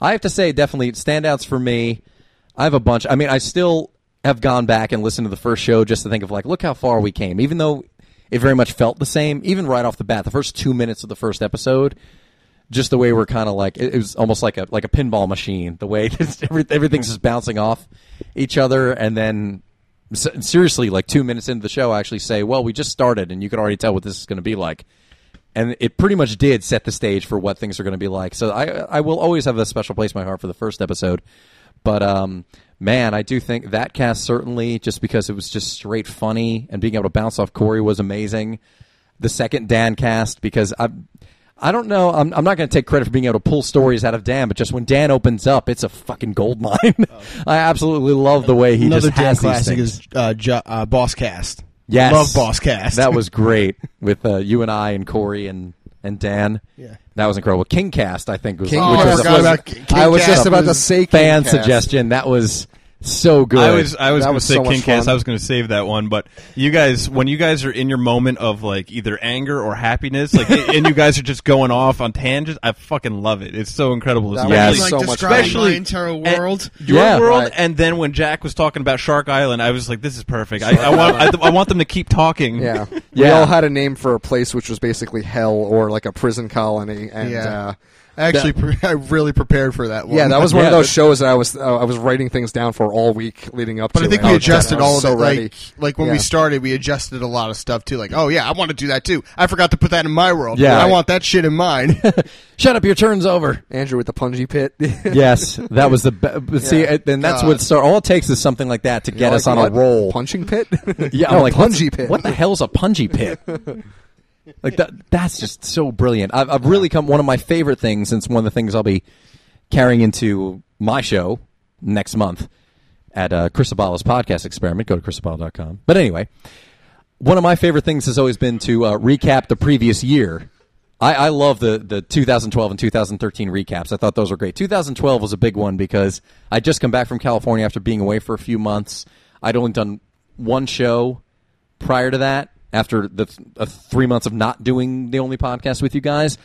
D: I have to say, definitely standouts for me. I have a bunch. I mean, I still have gone back and listened to the first show just to think of like, look how far we came. Even though it very much felt the same, even right off the bat, the first two minutes of the first episode, just the way we're kind of like it, it was almost like a like a pinball machine. The way [LAUGHS] this, every, everything's just bouncing off each other, and then s- seriously, like two minutes into the show, I actually say, "Well, we just started, and you can already tell what this is going to be like." And it pretty much did set the stage for what things are going to be like. So I I will always have a special place in my heart for the first episode, but um. Man, I do think that cast certainly just because it was just straight funny and being able to bounce off Corey was amazing the second Dan cast because I I don't know I'm, I'm not going to take credit for being able to pull stories out of Dan but just when Dan opens up it's a fucking gold mine. [LAUGHS] I absolutely love the way he
B: Another
D: just has
B: Dan classic
D: these things.
B: is uh, jo- uh, Boss Cast.
D: yes.
B: love Boss Cast.
D: That was great with uh, you and I and Corey and and Dan.
B: Yeah.
D: That was incredible. King cast I think was
C: King
D: which
B: Oh, I
D: was
B: forgot
D: a
B: about King
C: I was
B: Cast.
C: just about to say
D: fan
C: Kingcast.
D: suggestion. That was so good.
F: I was I was
C: That
F: going to
C: was
F: say
C: so much
F: King Cast.
C: fun.
F: I was going to save that one, but you guys, when you guys are in your moment of like either anger or happiness,
C: [LAUGHS]
F: like and you guys are just going off on tangents, I fucking love it. It's so incredible.
C: That
F: It's
C: was
F: really-
D: Yes.
A: like
C: so much
A: describing
F: Especially-
A: my entire world.
F: And your
D: Yeah.
F: world,
C: Right.
F: and then when Jack was talking about Shark Island, I was like, "This is perfect. I, I want, I, I want them to keep
D: [LAUGHS]
F: talking."
C: Yeah. We
D: Yeah.
C: all had a name for a place which was basically hell or like a prison colony. And
B: [LAUGHS] Yeah.
C: uh,
B: I actually, pre- [LAUGHS] I really prepared for that one.
C: yeah, that was one
D: Yeah,
C: of those
D: but-
C: shows that I was uh, I was writing things down for all week leading up
B: [LAUGHS] But
C: to
B: I think
C: it.
B: we adjusted
C: was
B: all of
C: so
B: it.
C: ready.
B: Like, like when
C: Yeah.
B: we started, we adjusted a lot of stuff too. Like, oh yeah, I want to do that too. I forgot to put that in my world.
D: Yeah.
B: I want that shit in mine.
D: Shut up! Your turn's
B: [LAUGHS]
D: over.
C: Andrew with the punji pit.
D: yes, that was the be- but see,
C: Yeah.
D: and then that's
B: God.
D: what start. All it takes is something like that to get us on a
C: [LAUGHS]
D: roll.
C: Punching pit?
D: Yeah,
C: No,
D: I'm like
C: punji
D: what's-
C: pit.
D: What the hell's a punji
C: [LAUGHS]
D: pit? like that, that's just so brilliant. I've, I've really come one of my favorite things, and it's one of the things I'll be carrying into my show next month at uh, Chris Abala's podcast experiment. Go to chrisabala.com. But anyway, one of my favorite things has always been to uh, recap the previous year. I, I love the, the 2012 and 2013 recaps. I thought those were great. 2012 was a big one because I just come back from California after being away for a few months. I'd only done one show prior to that after the th- uh, three months of not doing the only podcast with you guys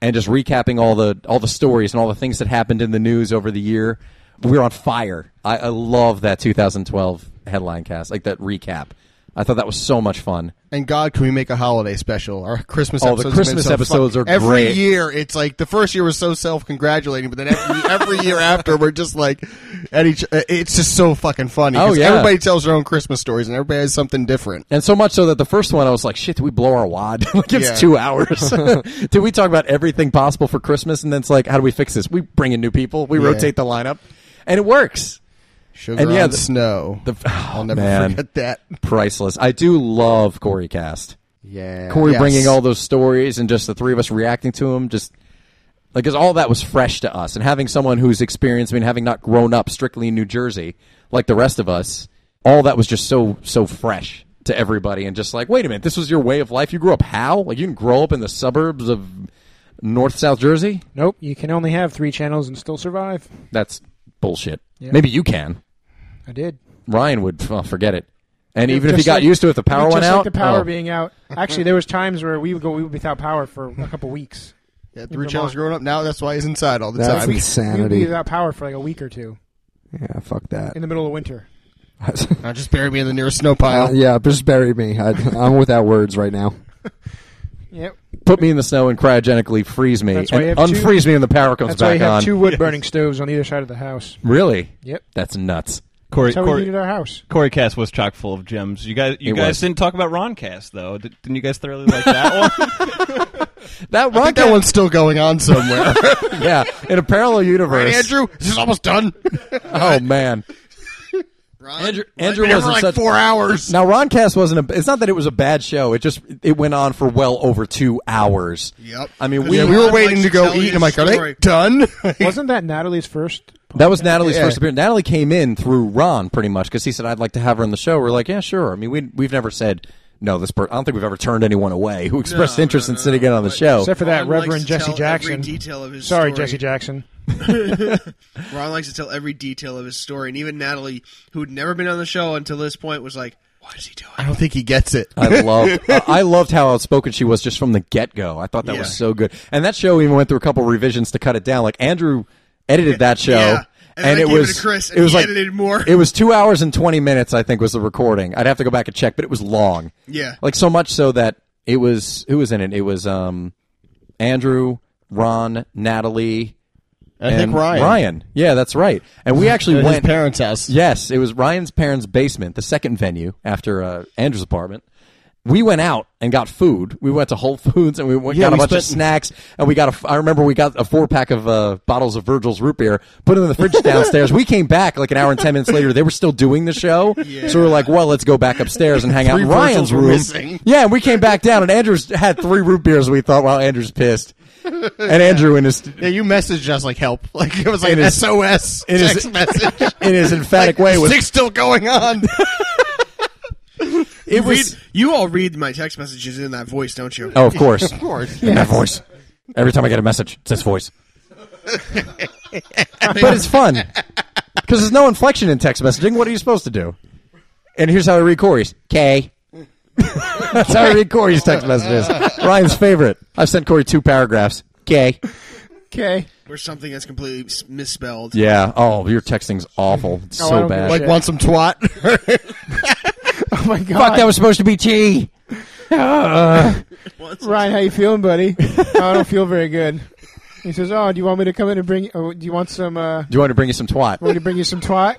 D: and just recapping all the all the stories and all the things that happened in the news over the year we were on fire i, I love that 2012 headline cast like that recap i thought that was so much fun
B: and God, can we make a holiday special? Our
D: Oh,
B: Christmas
D: the
B: episodes. have
D: Christmas
B: been so
D: episodes
B: fuck-
D: are
B: every
D: great.
B: year. It's like the first year was so self-congratulating, but then every, every year after, we're just like at each. uh, It's just so fucking funny. 'cause
D: Oh, yeah.
B: everybody tells their own Christmas stories, and everybody has something different.
D: and so much so that the first one i was like shit did we blow our wad [LAUGHS] like it's
B: Yeah.
D: two
B: [LAUGHS]
D: hours [LAUGHS] did we talk about everything possible for christmas and then it's like how do we fix this we bring in new people we
B: Yeah.
D: rotate the lineup and it works
B: Sugar
D: And yeah,
B: on
D: the-
B: snow.
D: the-
B: [SIGHS]
D: Oh,
B: I'll never
D: man.
B: forget that.
D: priceless i do love corey cast
C: yeah.
D: Corey
B: Yes.
D: bringing all those stories and just the three of us reacting to them, just like because all that was fresh to us, and having someone who's experienced, I mean, having not grown up strictly in New Jersey like the rest of us, all that was just so so fresh to everybody, and just like, wait a minute, this was your way of life. You grew up how? Like you didn't grow up in the suburbs of North South Jersey?
E: Nope, you can only have three channels and still survive.
D: That's bullshit.
E: Yeah.
D: Maybe you can.
E: I did.
D: Ryan would well, forget it, and even if
E: Just
D: he got
E: like-
D: used to it, the power
E: just
D: went
E: like
D: out.
E: The power
D: oh.
E: being out. Actually, there was times where we would go we would be without power for a couple weeks.
B: Yeah, three channels growing up. Now that's why he's inside all the
C: That's
B: time.
D: [LAUGHS]
E: We would be
C: insanity.
E: without power for like a week or two
C: Yeah, fuck that.
E: in the middle of winter.
C: [LAUGHS]
B: Now just bury me in the nearest snow
C: Uh,
B: pile.
C: yeah, just bury me. I, I'm without words right
B: [LAUGHS]
C: now.
E: Yep.
D: Put me in the snow and cryogenically freeze me, and
E: That's why you have two-
D: unfreeze me, and the power comes
E: That's why
D: back
E: you have
D: on.
E: two wood burning stoves on either side of the house.
D: Really?
E: Yep.
D: That's nuts.
F: [LAUGHS] Corey,
E: That's how we
F: Corey,
E: heated
D: [LAUGHS]
E: our house.
F: Corey Cast was chock full of gems. You guys, you
D: It
F: guys
C: [LAUGHS]
D: was.
F: didn't talk about Ron Cast though. Did, didn't you guys thoroughly like that one?
D: that
F: [LAUGHS]
B: I think
D: rocket.
B: that one's still going
D: [LAUGHS]
B: on somewhere.
D: yeah, in a parallel universe.
B: right, Andrew? This is almost done.
D: [LAUGHS] Oh man.
B: Ron,
D: Andrew- Andrew
B: We're
D: wasn't
B: like
D: such-
B: four hours.
D: Now Roncast wasn't a. It's not that it was a bad show. It just it went on for well over two hours.
B: Yep.
D: I mean, we,
B: We,
A: Yeah,
B: we were
A: I'd
B: waiting
A: like
B: to
A: to
B: go
A: tell
B: eat,
A: you
B: and I'm like, are
A: a
B: they
A: story.
B: done? [LAUGHS]
E: Wasn't that Natalie's first?
D: that was Natalie's
B: Yeah.
D: first appearance. Natalie came in through Ron pretty much because he said I'd like to have her on the show. We're like, yeah, sure. I mean, we we've never said no. This per- I don't think we've ever turned anyone away who expressed
A: No,
D: interest
A: no,
D: in
A: no,
D: sitting
A: no,
D: in on the
A: but-
D: show.
E: Except for that
A: Ron likes
E: Reverend
A: to
E: Jesse
A: tell
E: Jackson.
A: Every detail of his
E: Sorry,
A: story.
E: Jesse Jackson.
A: Ron likes to tell every detail of his story, and even Natalie, who'd never been on the show until this point, was like, "What is he
B: I
A: doing?"
B: don't think he gets it. [LAUGHS]
D: I loved I I loved how outspoken she was just from the get go. I thought that
A: Yeah.
D: was so good. And that show even went through a couple revisions to cut it down. Like Andrew edited that show.
A: Yeah. And then I
D: it
A: gave it
D: was
A: to Chris, and he edited more.
D: It was two hours and twenty minutes, I think, was the recording. I'd have to go back and check, but it was long.
A: Yeah.
D: Like so much so that it was who was in it? It was um Andrew, Ron, Natalie,
B: I
D: and Ryan. Yeah, that's right. And we actually
B: At [LAUGHS] his
D: went
B: parents' house.
D: Yes, it was Ryan's parents' basement, the second venue after uh, Andrew's apartment. We went out and got food. We went to Whole [LAUGHS] Foods and we went,
B: Yeah,
D: got a
B: we
D: bunch of
B: spent-
D: snacks. And we got a. f- I remember we got a four pack of uh, bottles of Virgil's root beer, put it in the
B: [LAUGHS]
D: fridge downstairs. we came back like an hour and ten minutes later. They were still doing the show, so we were like, "Well, let's go back upstairs and hang out
B: Three
D: in Ryan's
B: Virgils were
D: room."
B: missing.
D: Yeah, and we came back down, and Andrew's had three root beers. We thought, "Well, Andrew's pissed," and Andrew in his
B: Yeah, you messaged us like help. [LAUGHS] Like it was like
D: It is-
B: SOS
D: it is-
B: text message.
D: in
B: [LAUGHS]
D: his emphatic way was
B: Six still going on.
D: it
A: Read,
D: was
A: you all read my text messages in that voice, don't you?
D: oh, of
E: [LAUGHS]
D: course, of
B: course.
D: in that voice. Every time I get a message, it's this voice. but it's fun
E: [LAUGHS]
D: because there's no inflection in text messaging. What are you supposed to do? And here's how I read Corey's K. [LAUGHS] That's how I read Corey's text messages. Ryan's favorite. I've sent Corey two paragraphs. K.
E: Okay.
A: Or something that's completely s- misspelled.
D: Yeah. Oh, your texting's awful. It's
E: Oh, I
D: so
E: don't
D: bad.
E: give
B: like
E: a
B: want some twat. [LAUGHS]
E: Oh my God.
D: fuck, that was supposed to be T.
A: Once-
E: Ryan, how you
D: [LAUGHS]
E: feeling, buddy? oh, I don't feel very good. He says, "Oh, do you want me to come in and bring? Oh, do you want some? Uh,
D: Do you want to bring you some twat?
E: want me to bring you some twat?"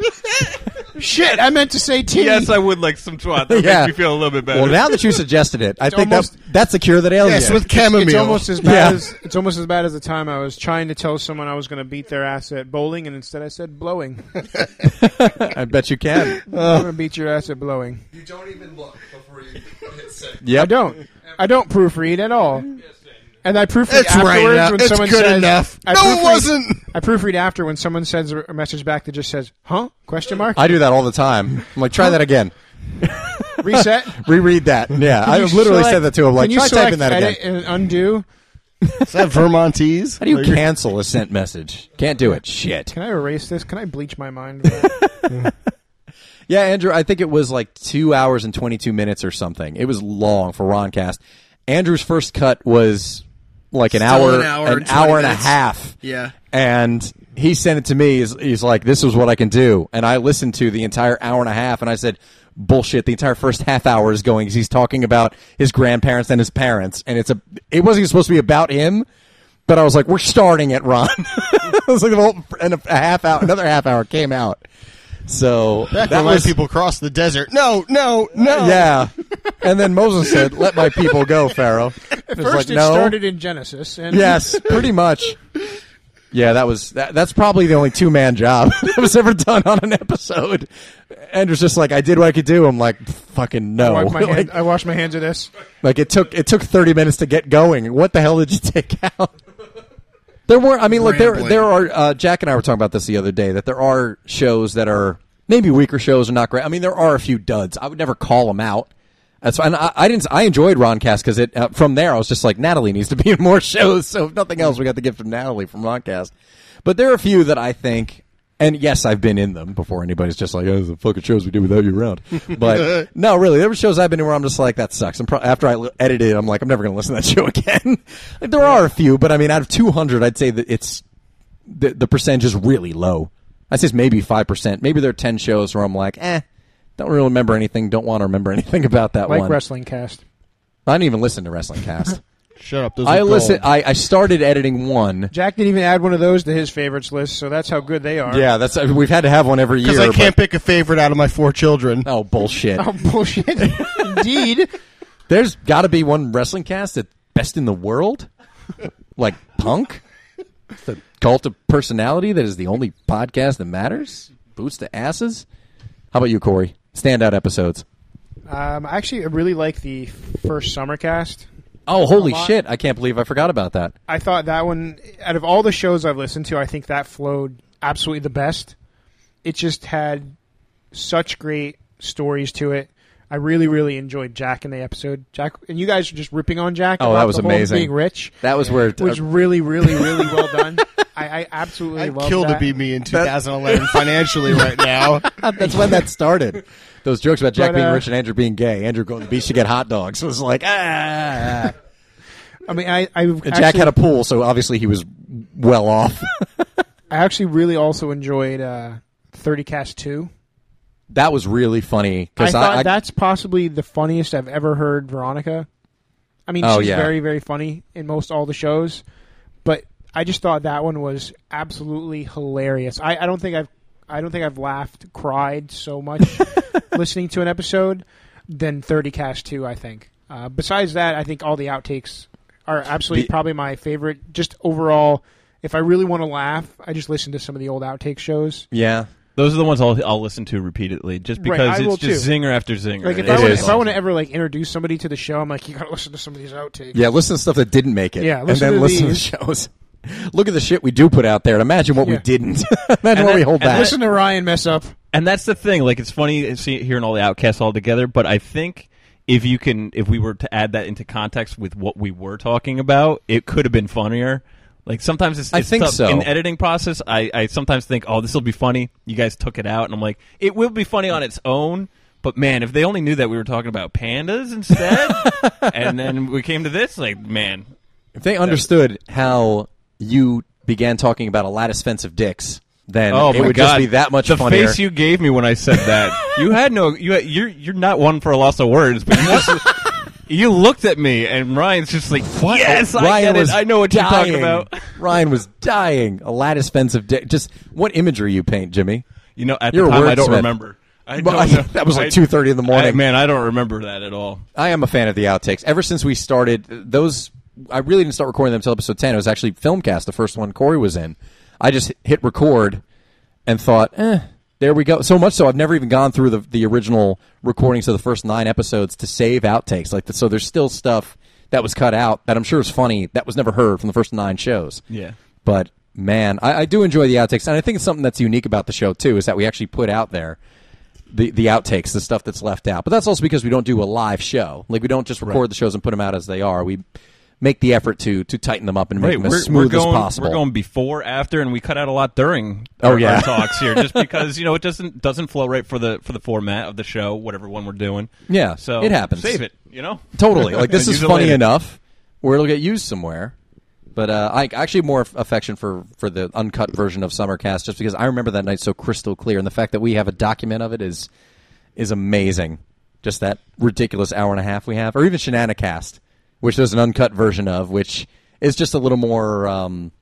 E: Shit, I meant to say tea.
F: yes, I would like some twat. That
D: Yeah.
F: makes me feel a little bit better.
D: Well, now that you suggested it, I think
E: almost-
D: that, that's the cure that ails
B: yes,
D: you.
B: with chamomile.
E: it's almost as bad
D: Yeah.
E: as it's almost as bad as the time I was trying to tell someone I was going to beat their ass at bowling, and instead I said
D: [LAUGHS]
E: blowing.
D: I bet you
E: [LAUGHS]
D: can.
E: I'm going to beat your ass at blowing.
G: You don't even look before you hit send.
D: Yep.
E: I don't. I don't proofread at all. And I proofread
B: it's
E: afterwards
B: right enough.
E: when
B: It's
E: someone
B: good
E: says,
B: enough.
E: I
B: no,
E: proofread-
B: it wasn't.
E: I proofread after when someone sends a a message back that just says, "Huh?" Question mark.
D: I do that all the time. I'm like, try that again. [LAUGHS]
E: Reset.
D: Reread
E: [LAUGHS]
D: that. Yeah, I
E: You
D: literally
E: select-
D: said that to him. Like,
E: can you
D: try
E: select
D: typing that
E: edit
D: again.
E: and undo?
B: Is that Vermontese?
D: How do you cancel a sent message? Can't do it. Shit.
E: Can I erase this? Can I bleach
D: [LAUGHS]
E: my mind?
D: Yeah, Andrew, I think it was like two hours and 22 minutes or something. It was long for Roncast. Andrew's first cut was like an
A: Still
D: hour,
A: an hour and 20
D: hour and a
A: minutes.
D: half.
A: Yeah.
D: And he sent it to me. He's, he's like, this is what I can do. And I listened to the entire hour and a half and I said, bullshit. The entire first half hour is going 'cause he's talking about his grandparents and his parents. And it's a, it wasn't even supposed to be about him. But I was like, we're starting it, Ron. [LAUGHS] I was like, the whole, and a, a half hour, another half hour came out. So
B: Back
D: that
B: when my
D: was,
B: people crossed the desert. No, no, no.
D: yeah. And then Moses said, "Let my people go, Pharaoh." At
E: First, it started in Genesis,
D: [LAUGHS]
E: and
D: Yes, pretty much. Yeah, that was that, that's probably the only two man job [LAUGHS] that was ever done on an episode. Andrew's just like, I did what I could do. I'm like, fucking no.
E: I wipe my hand-
D: [LAUGHS] Like,
E: I wash my hands of this.
D: like, it took it took 30 minutes to get going. What the hell did you [LAUGHS] take out? There were, I mean, look, there
A: Rambling.
D: there are. Uh, Jack and I were talking about this the other day that there are shows that are maybe weaker shows are not great. I mean, there are a few duds. I would never call them out. That's and I, I didn't. I enjoyed Roncast because it. Uh, from there, I was just like Natalie needs to be in more [LAUGHS] shows. So if nothing else, we got the gift of Natalie from Roncast. But there are a few that I think. And yes, I've been in them before. Anybody's just like, "Oh, the fucking shows we did without you around." But no, really, there were shows I've been in where I'm just like, "That sucks." And pro- after I l- edited it, I'm like, "I'm never going to listen to that show [LAUGHS] again." like, there are a few, but I mean, out of 200, I'd say that it's the, the percentage is really low. I say it's maybe 5%. Maybe there are 10 shows where I'm like, eh, don't really remember anything, don't want to remember [LAUGHS] anything about that
E: Like
D: one.
E: wrestling cast.
D: I didn't even listen to Wrestling Cast.
B: Shut up. Those
D: I
B: are
D: listen.
B: gold.
D: I, I started editing one.
E: Jack didn't even add one of those to his favorites list, so that's how good they are.
D: Yeah, that's I mean, we've had to have one every year.
B: Because I
D: but-
B: can't pick a favorite out of my four children.
D: [LAUGHS] oh bullshit!
E: [LAUGHS] Oh
D: [LAUGHS]
E: bullshit! Indeed.
D: There's got to be one Wrestling Cast that's best in the world. like punk, the cult of personality that is the only podcast that matters. Boots to asses. How about you, Corey? Standout episodes.
E: Um, actually, I really like the first summer cast.
D: Oh, holy
E: lot.
D: shit! I can't believe I forgot about that.
E: I thought that one, out of all the shows I've listened to, I think that flowed absolutely the best. It just had such great stories to it. I really, really enjoyed Jack in the episode. Jack and you guys are just ripping on Jack.
D: Oh,
E: about
D: that was
E: the whole
D: amazing.
E: Being rich
D: That uh, was
E: [LAUGHS]
D: where
E: was really, really, really
D: [LAUGHS]
E: well done. I, I absolutely
B: I'd
E: love
B: kill
E: that.
B: to be me in 2011 financially right
E: [LAUGHS]
B: now.
D: that's when that started. uh, Those jokes about Jack
E: But,
D: being
E: uh,
D: rich and Andrew being gay. Andrew going to the beach to get hot dogs. It was like ah.
E: [LAUGHS] I mean, I, I
D: And Jack had a pool, so obviously he was well off.
E: I actually really also enjoyed uh, Thirty Cast Two.
D: that was really funny
E: I
D: because
E: thought
D: I,
E: that's possibly the funniest I've ever heard Veronica. I mean,
D: Oh,
E: she's
D: yeah.
E: very, very funny in most all the shows, but I just thought that one was absolutely hilarious. I, I don't think I've I don't think I've laughed, cried
D: [LAUGHS]
E: so much listening to an episode than Thirty Cast Two. I think. Uh, besides that, I think all the outtakes are absolutely
D: The-
E: probably my favorite. Just overall, if I really want to laugh, I just listen to some of the old outtake shows.
D: yeah.
F: Those are the ones I'll, I'll listen to repeatedly, just
E: Right,
F: because
E: I will
F: it's just
E: too.
F: zinger after zinger.
E: Like if
D: It
E: I, want,
D: is.
E: if I want to ever like introduce somebody to the show, I'm like, you gotta listen to some of these outtakes.
D: Yeah, listen to stuff that didn't make it.
E: Yeah,
D: and
E: listen
D: then
E: to
D: listen
E: these.
D: to the shows. [LAUGHS] Look at the shit we do put out there, and imagine what we
E: Yeah.
D: didn't. [LAUGHS] imagine
F: And
D: what
F: that-
D: we hold
F: and
D: back.
E: Listen to Ryan mess up.
F: and that's the thing. Like it's funny see, hearing all the outcasts all together, but I think if you can, if we were to add that into context with what we were talking about, it could have been funnier. Like sometimes it's,
D: I
F: it's
D: think
F: tough.
D: so.
F: in the editing process. I, I sometimes think, oh, this will be funny. You guys took it out, and I'm like, it will be funny on its own. But man, if they only knew that we were talking about
D: [LAUGHS]
F: pandas instead, and then we came to this, like man,
D: if they understood how you began talking about a lattice fence of dicks, then
F: oh
D: it
F: my
D: would
F: god,
D: just be that much
F: the
D: funnier.
F: face you gave me when I said that, you had no, you had, you're you're not one for a loss of words, but you, [LAUGHS] just, you looked at me and Ryan's just like, yes, I
D: Ryan
F: get it,
D: was
F: I know what
D: dying.
F: you're talking about.
D: Ryan was dying. A lattice fence of dicks. Just what imagery you paint, Jimmy?
F: You know, at
D: You're a
F: the time, I don't
D: wordsmith.
F: remember. I
D: Well,
F: don't
D: I-
F: know.
D: [LAUGHS] that was like
F: I-
D: 2:30 in the morning.
F: I- man, I don't remember that at all.
D: I am a fan of the outtakes. Ever since we started those, I really didn't start recording them until episode ten. It was actually Filmcast, the first one Corey was in. I just hit record and thought, eh, there we go. So much so, I've never even gone through the the original recordings of the first nine episodes to save outtakes. Like so, there's still stuff that was cut out that I'm sure is funny that was never heard from the first nine shows.
F: Yeah.
D: But man, I, I do enjoy the outtakes, and I think it's something that's unique about the show too is that we actually put out there the the outtakes, the stuff that's left out. But that's also because we don't do a live show. Like we don't just record the shows and put them out as they are. We make the effort to to tighten them up and make them as smooth
F: going,
D: as possible.
F: We're going before, after, and we cut out a lot during.
D: Oh,
F: our,
D: yeah.
F: our talks
D: [LAUGHS]
F: here, just because you know it doesn't doesn't flow right for the for the format of the show, whatever one we're doing.
D: Yeah,
F: so
D: it happens.
F: Save it, you know.
D: totally.
F: [LAUGHS]
D: Like this
F: Use
D: is
F: it
D: funny
F: later.
D: enough where it'll get used somewhere. But uh, I I actually have more affection for, for the uncut version of Summercast just because I remember that night so crystal clear, and the fact that we have a document of it is is amazing. Just that ridiculous hour and a half we have, or even Shenanicast, which there's an uncut version of, which is just a little more. Um,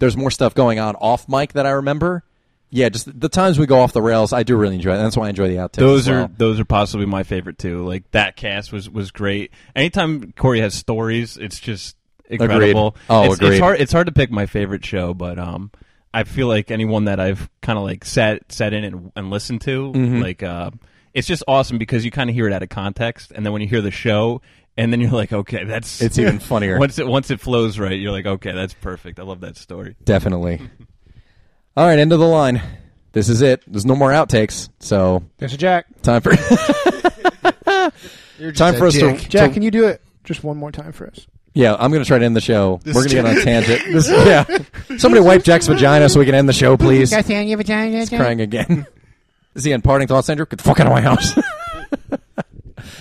D: there's more stuff going on off mic that I remember. Yeah, just the times we go off the rails, I do really enjoy. it. and That's why I enjoy the outtakes.
F: Those
D: as
F: are
D: well.
F: those are possibly my favorite too. Like that cast was was great. Anytime Corey has stories, it's just incredible.
D: Oh,
F: it's,
D: agreed.
F: it's hard it's hard to pick my favorite show, but um I feel like anyone that I've kind of like sat sat in and, and listened to, like uh it's just awesome because you kind of hear it out of context and then when you hear the show and then you're like, okay, that's
D: It's
F: [LAUGHS]
D: even funnier.
F: Once it once it flows right, you're like, okay, that's perfect. I love that story.
D: Definitely. All right, end of the line. This is it. There's no more outtakes. So
E: There's a Jack.
D: time for [LAUGHS]
B: You're just
D: time
B: a
D: for us to,
B: dick.
E: Jack,
D: to-
E: can you do it just one more time for us?
D: yeah. I'm gonna try to end the show. We're gonna get on a tangent.
B: [LAUGHS]
D: This, yeah. Somebody wipe Jack's vagina so we can end the show, please. He's crying again. Is he in parting thoughts, Andrew? Get the fuck out of my house.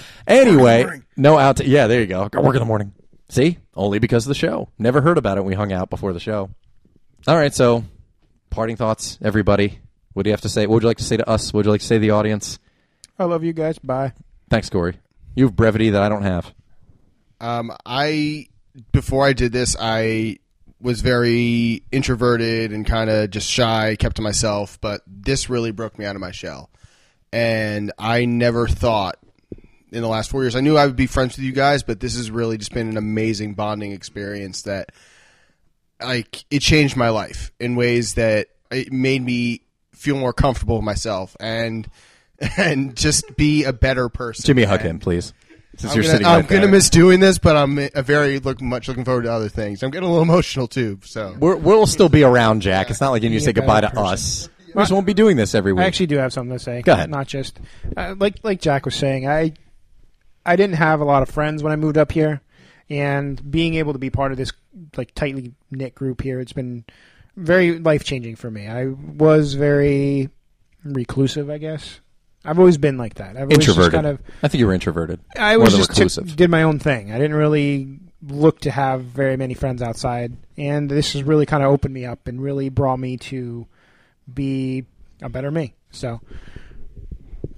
D: [LAUGHS] anyway, no outtake. Yeah, there you go. Go work in the morning. See, only because of the show. Never heard about it. when We hung out before the show. All right, so parting thoughts, everybody. What do you have to say? What would you like to say to us? What would you like to say to the audience?
E: I love you guys. Bye.
D: Thanks, Corey. You have brevity that I don't have.
B: Um, I before I did this, I was very introverted and kind of just shy, kept to myself. But this really broke me out of my shell, and I never thought in the last four years. I knew I would be friends with you guys, but this has really just been an amazing bonding experience that like it changed my life in ways that it made me feel more comfortable with myself and [LAUGHS] and just be a better person.
D: Jimmy, hug
B: And-
D: him, please. Since
B: I'm
D: you're
B: gonna,
D: sitting
B: I'm
D: right there.
B: gonna miss doing this, but I'm a very look much looking forward to other things. I'm getting a little emotional too. So
D: We're, we'll still be around, Jack. It's not like you need to say goodbye to us. We just won't be doing this every week.
E: I actually do have something to say.
D: Go ahead.
E: Not just uh, like like Jack was saying. I I didn't have a lot of friends when I moved up here, and being able to be part of this like tightly knit group here, it's been very life changing for me. I was very reclusive, I guess. I've always been like that. I've always just
D: introverted.
E: kind of
D: I think you were introverted.
E: I
D: More
E: was
D: than
E: just
D: reclusive.
E: took- did my own thing. I didn't really look to have very many friends outside, and this has really kind of opened me up and really brought me to be a better me. So,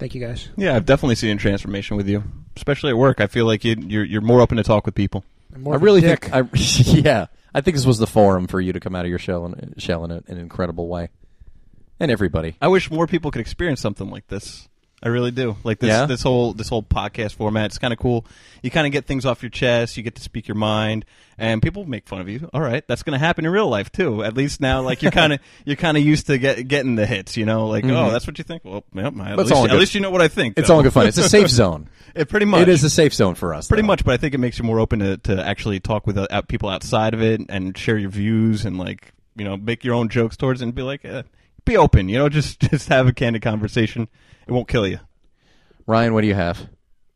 E: thank you guys.
F: Yeah, I've definitely seen a transformation with you, especially at work. I feel like you, you're you're more open to talk with people.
D: I
E: I'm more of a
D: really
E: dick.
D: think. I, [LAUGHS] yeah, I think this was the forum for you to come out of your shell in, shell in a, an incredible way, and everybody.
F: I wish more people could experience something like this. I really do. Like this
D: Yeah?
F: this whole this whole podcast format. It's kind of cool. You kind of get things off your chest. You get to speak your mind, and people make fun of you. All right, that's going to happen in real life too. At least now, like
D: [LAUGHS]
F: you're kind of you're kind of used to get, getting the hits. You know, like oh, that's what you think. Well, yep. At,
D: it's
F: least,
D: Mm-hmm. all
F: at
D: good.
F: least you know what I think.
D: It's
F: though.
D: all in good fun. It's a safe zone.
F: It pretty much
D: It is a safe zone for us.
F: pretty
D: though.
F: much. But I think it makes you more open to, to actually talk with uh, out- people outside of it and share your views and like you know make your own jokes towards it and be like eh, be open. You know, [LAUGHS] just just have a candid conversation. It won't kill you.
D: Ryan, what do you have?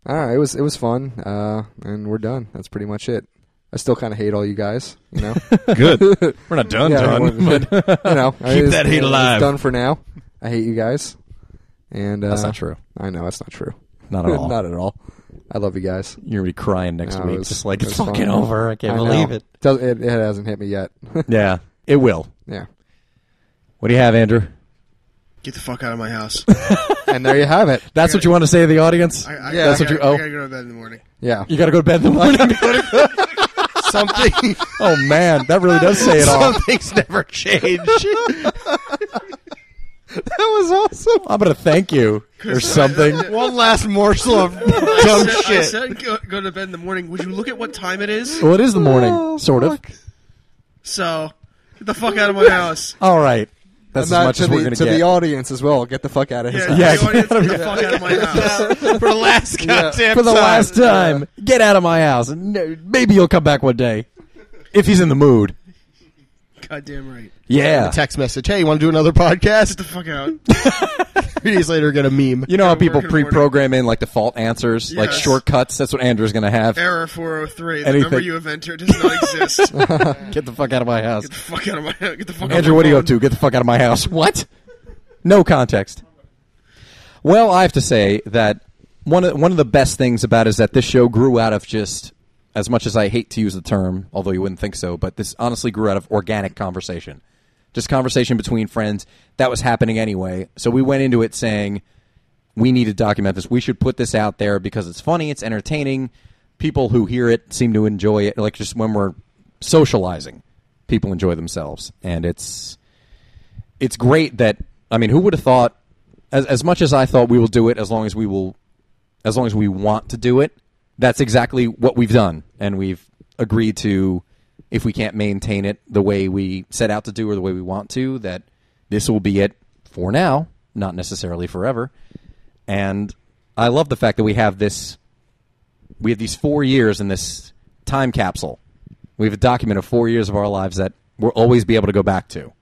C: Ah, it was it was fun, uh, and we're done. That's pretty much it. I still kind of hate all you guys, you know.
F: Good. We're not [LAUGHS] done,
C: Yeah, well, [LAUGHS] you know, I-
F: Keep
C: it's-
F: that hate
C: it's
F: alive.
C: Done for now. I hate you guys, and uh,
D: That's not true.
C: I know that's not true. [LAUGHS]
D: Not at all.
C: not at all. I love you guys.
D: You're gonna be crying next
C: No, it
D: week,
C: was-
D: just like
C: it
D: it's
C: was
D: fucking
C: fun.
D: over. I can't
C: I know.
D: believe it.
C: Does- it. It hasn't hit me yet. [LAUGHS]
D: Yeah, it will.
C: yeah.
D: What do you have, Andrew?
A: Get the fuck out of my
D: [LAUGHS]
A: house.
C: And there you have it.
D: That's what you want to say to the audience.
A: I, I,
C: Yeah.
A: I,
C: That's
D: what
A: gotta-
D: you- oh.
A: I gotta go to bed in the morning.
C: Yeah.
D: You got to go to bed in the morning. [LAUGHS]
B: something
D: oh man, that really does say
F: [LAUGHS]
D: it all.
B: something's never changed.
D: That [LAUGHS] was awesome. I'm gonna thank you or something.
B: One last morsel of
D: Oh,
B: dumb
A: I
B: shit.
A: said go, go to bed in the morning. Would you look at what time it is?
D: Well, it is the morning, sort of.
A: So get the fuck out of my house.
D: All right, that's
C: And that
D: as much
C: to
D: as
C: the,
D: we're gonna
C: to
D: get.
C: the audience as well. Get the fuck out of his
A: Yeah,
C: house.
A: yeah.
D: get
A: Audience,
D: out of
A: get the fuck out of my house.
F: For the last goddamn
D: For the
F: time.
D: last time, get out of my house. No, Maybe you'll come back one day if he's in the mood.
A: Goddamn right.
D: Yeah,
B: Text message. Hey, you want to do another [LAUGHS] podcast?
A: Get the fuck out.
B: Three days later, get a meme.
D: you know how
A: Gotta
D: people
A: work in the morning.
D: pre-program in like default answers, like
A: Yes.
D: shortcuts. That's what Andrew's gonna have.
A: Error 403. The
D: Anything.
A: number you have entered does not exist.
D: [LAUGHS]
A: Get the
D: Get the fuck out of my house,
A: fuck out of my Get the fuck out of
D: Andrew.
A: my
D: What are you
A: phone.
D: up to? Get the fuck out of my house. What? No context. Well, I have to say that one of, one of the best things about it is that this show grew out of just as much as I hate to use the term, although you wouldn't think so, but this honestly grew out of organic conversation. Just conversation between friends that was happening anyway. So we went into it saying we need to document this. We should put this out there because it's funny, it's entertaining. People who hear it seem to enjoy it like just when we're socializing, people enjoy themselves and it's it's great that I mean, who would have thought? As as much as I thought we will do it, as long as we will, as long as we want to do it, that's exactly what we've done, and we've agreed to. If we can't maintain it the way we set out to do or the way we want to, that this will be it for now, not necessarily forever. And I love the fact that we have this. We have these four years in this time capsule. We have a document of four years of our lives that we'll always be able to go back to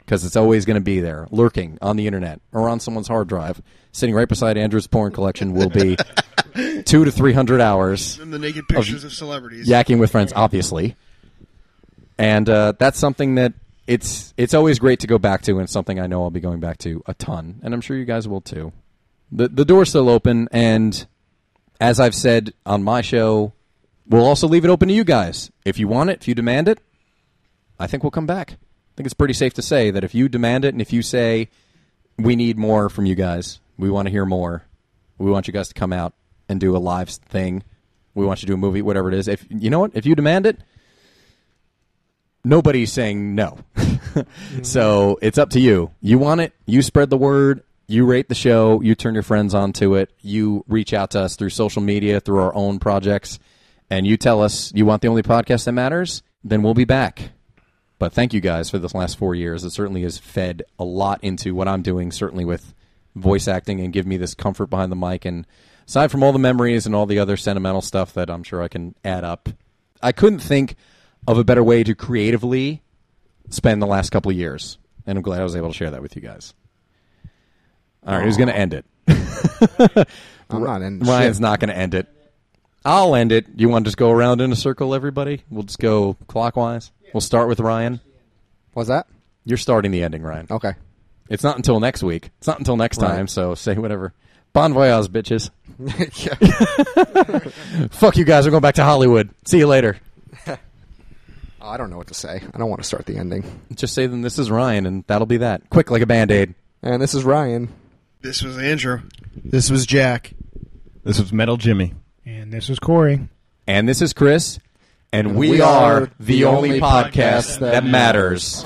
D: because it's always going to be there, lurking on the internet or on someone's hard drive, sitting right beside Andrew's porn collection. Will be two to three hundred hours
A: And the naked pictures of celebrities.
D: yakking with friends, obviously, and uh, that's something that it's it's always great to go back to, and it's something I know I'll be going back to a ton, and I'm sure you guys will too. the The door's still open, and as I've said on my show, we'll also leave it open to you guys if you want it, if you demand it. I think we'll come back. I think it's pretty safe to say that if you demand it and if you say we need more from you guys, we want to hear more, we want you guys to come out and do a live thing, we want you to do a movie, whatever it is. If you know what, if you demand it, [LAUGHS] nobody's saying no. so it's up to you. You want it, you spread the word, You rate the show, you turn your friends onto it, you reach out to us through social media, through our own projects, and you tell us you want the only podcast that matters, then we'll be back. But thank you guys for this last four years. It certainly has fed a lot into what I'm doing, certainly with voice acting and give me this comfort behind the mic. And aside from all the memories and all the other sentimental stuff that I'm sure I can add up, I couldn't think of a better way to creatively spend the last couple of years. And I'm glad I was able to share that with you guys. All right, who's going to end it? [LAUGHS]
C: I'm not in.
D: Ryan's not going to end it. I'll end it. You want to just go around in a circle, everybody? We'll just go clockwise. We'll start with Ryan.
C: Was that
D: You're starting the ending, Ryan.
C: okay? [LAUGHS]
D: It's not until next week. It's not until next
C: Right.
D: time, so say whatever. Bon voyage, bitches.
C: yeah.
D: [LAUGHS] Fuck you guys. We're going back to Hollywood. See you later.
C: I don't know what to say. I don't want to start the ending.
D: Just say then this is Ryan, and that'll be that. Quick, like a band aid.
C: And this is Ryan.
A: This was Andrew.
B: This was Jack.
F: This was Metal Jimmy.
E: And this was Corey.
D: And this is Chris, and,
C: And
D: we,
C: we
D: are,
C: are
D: the, only podcast that matters.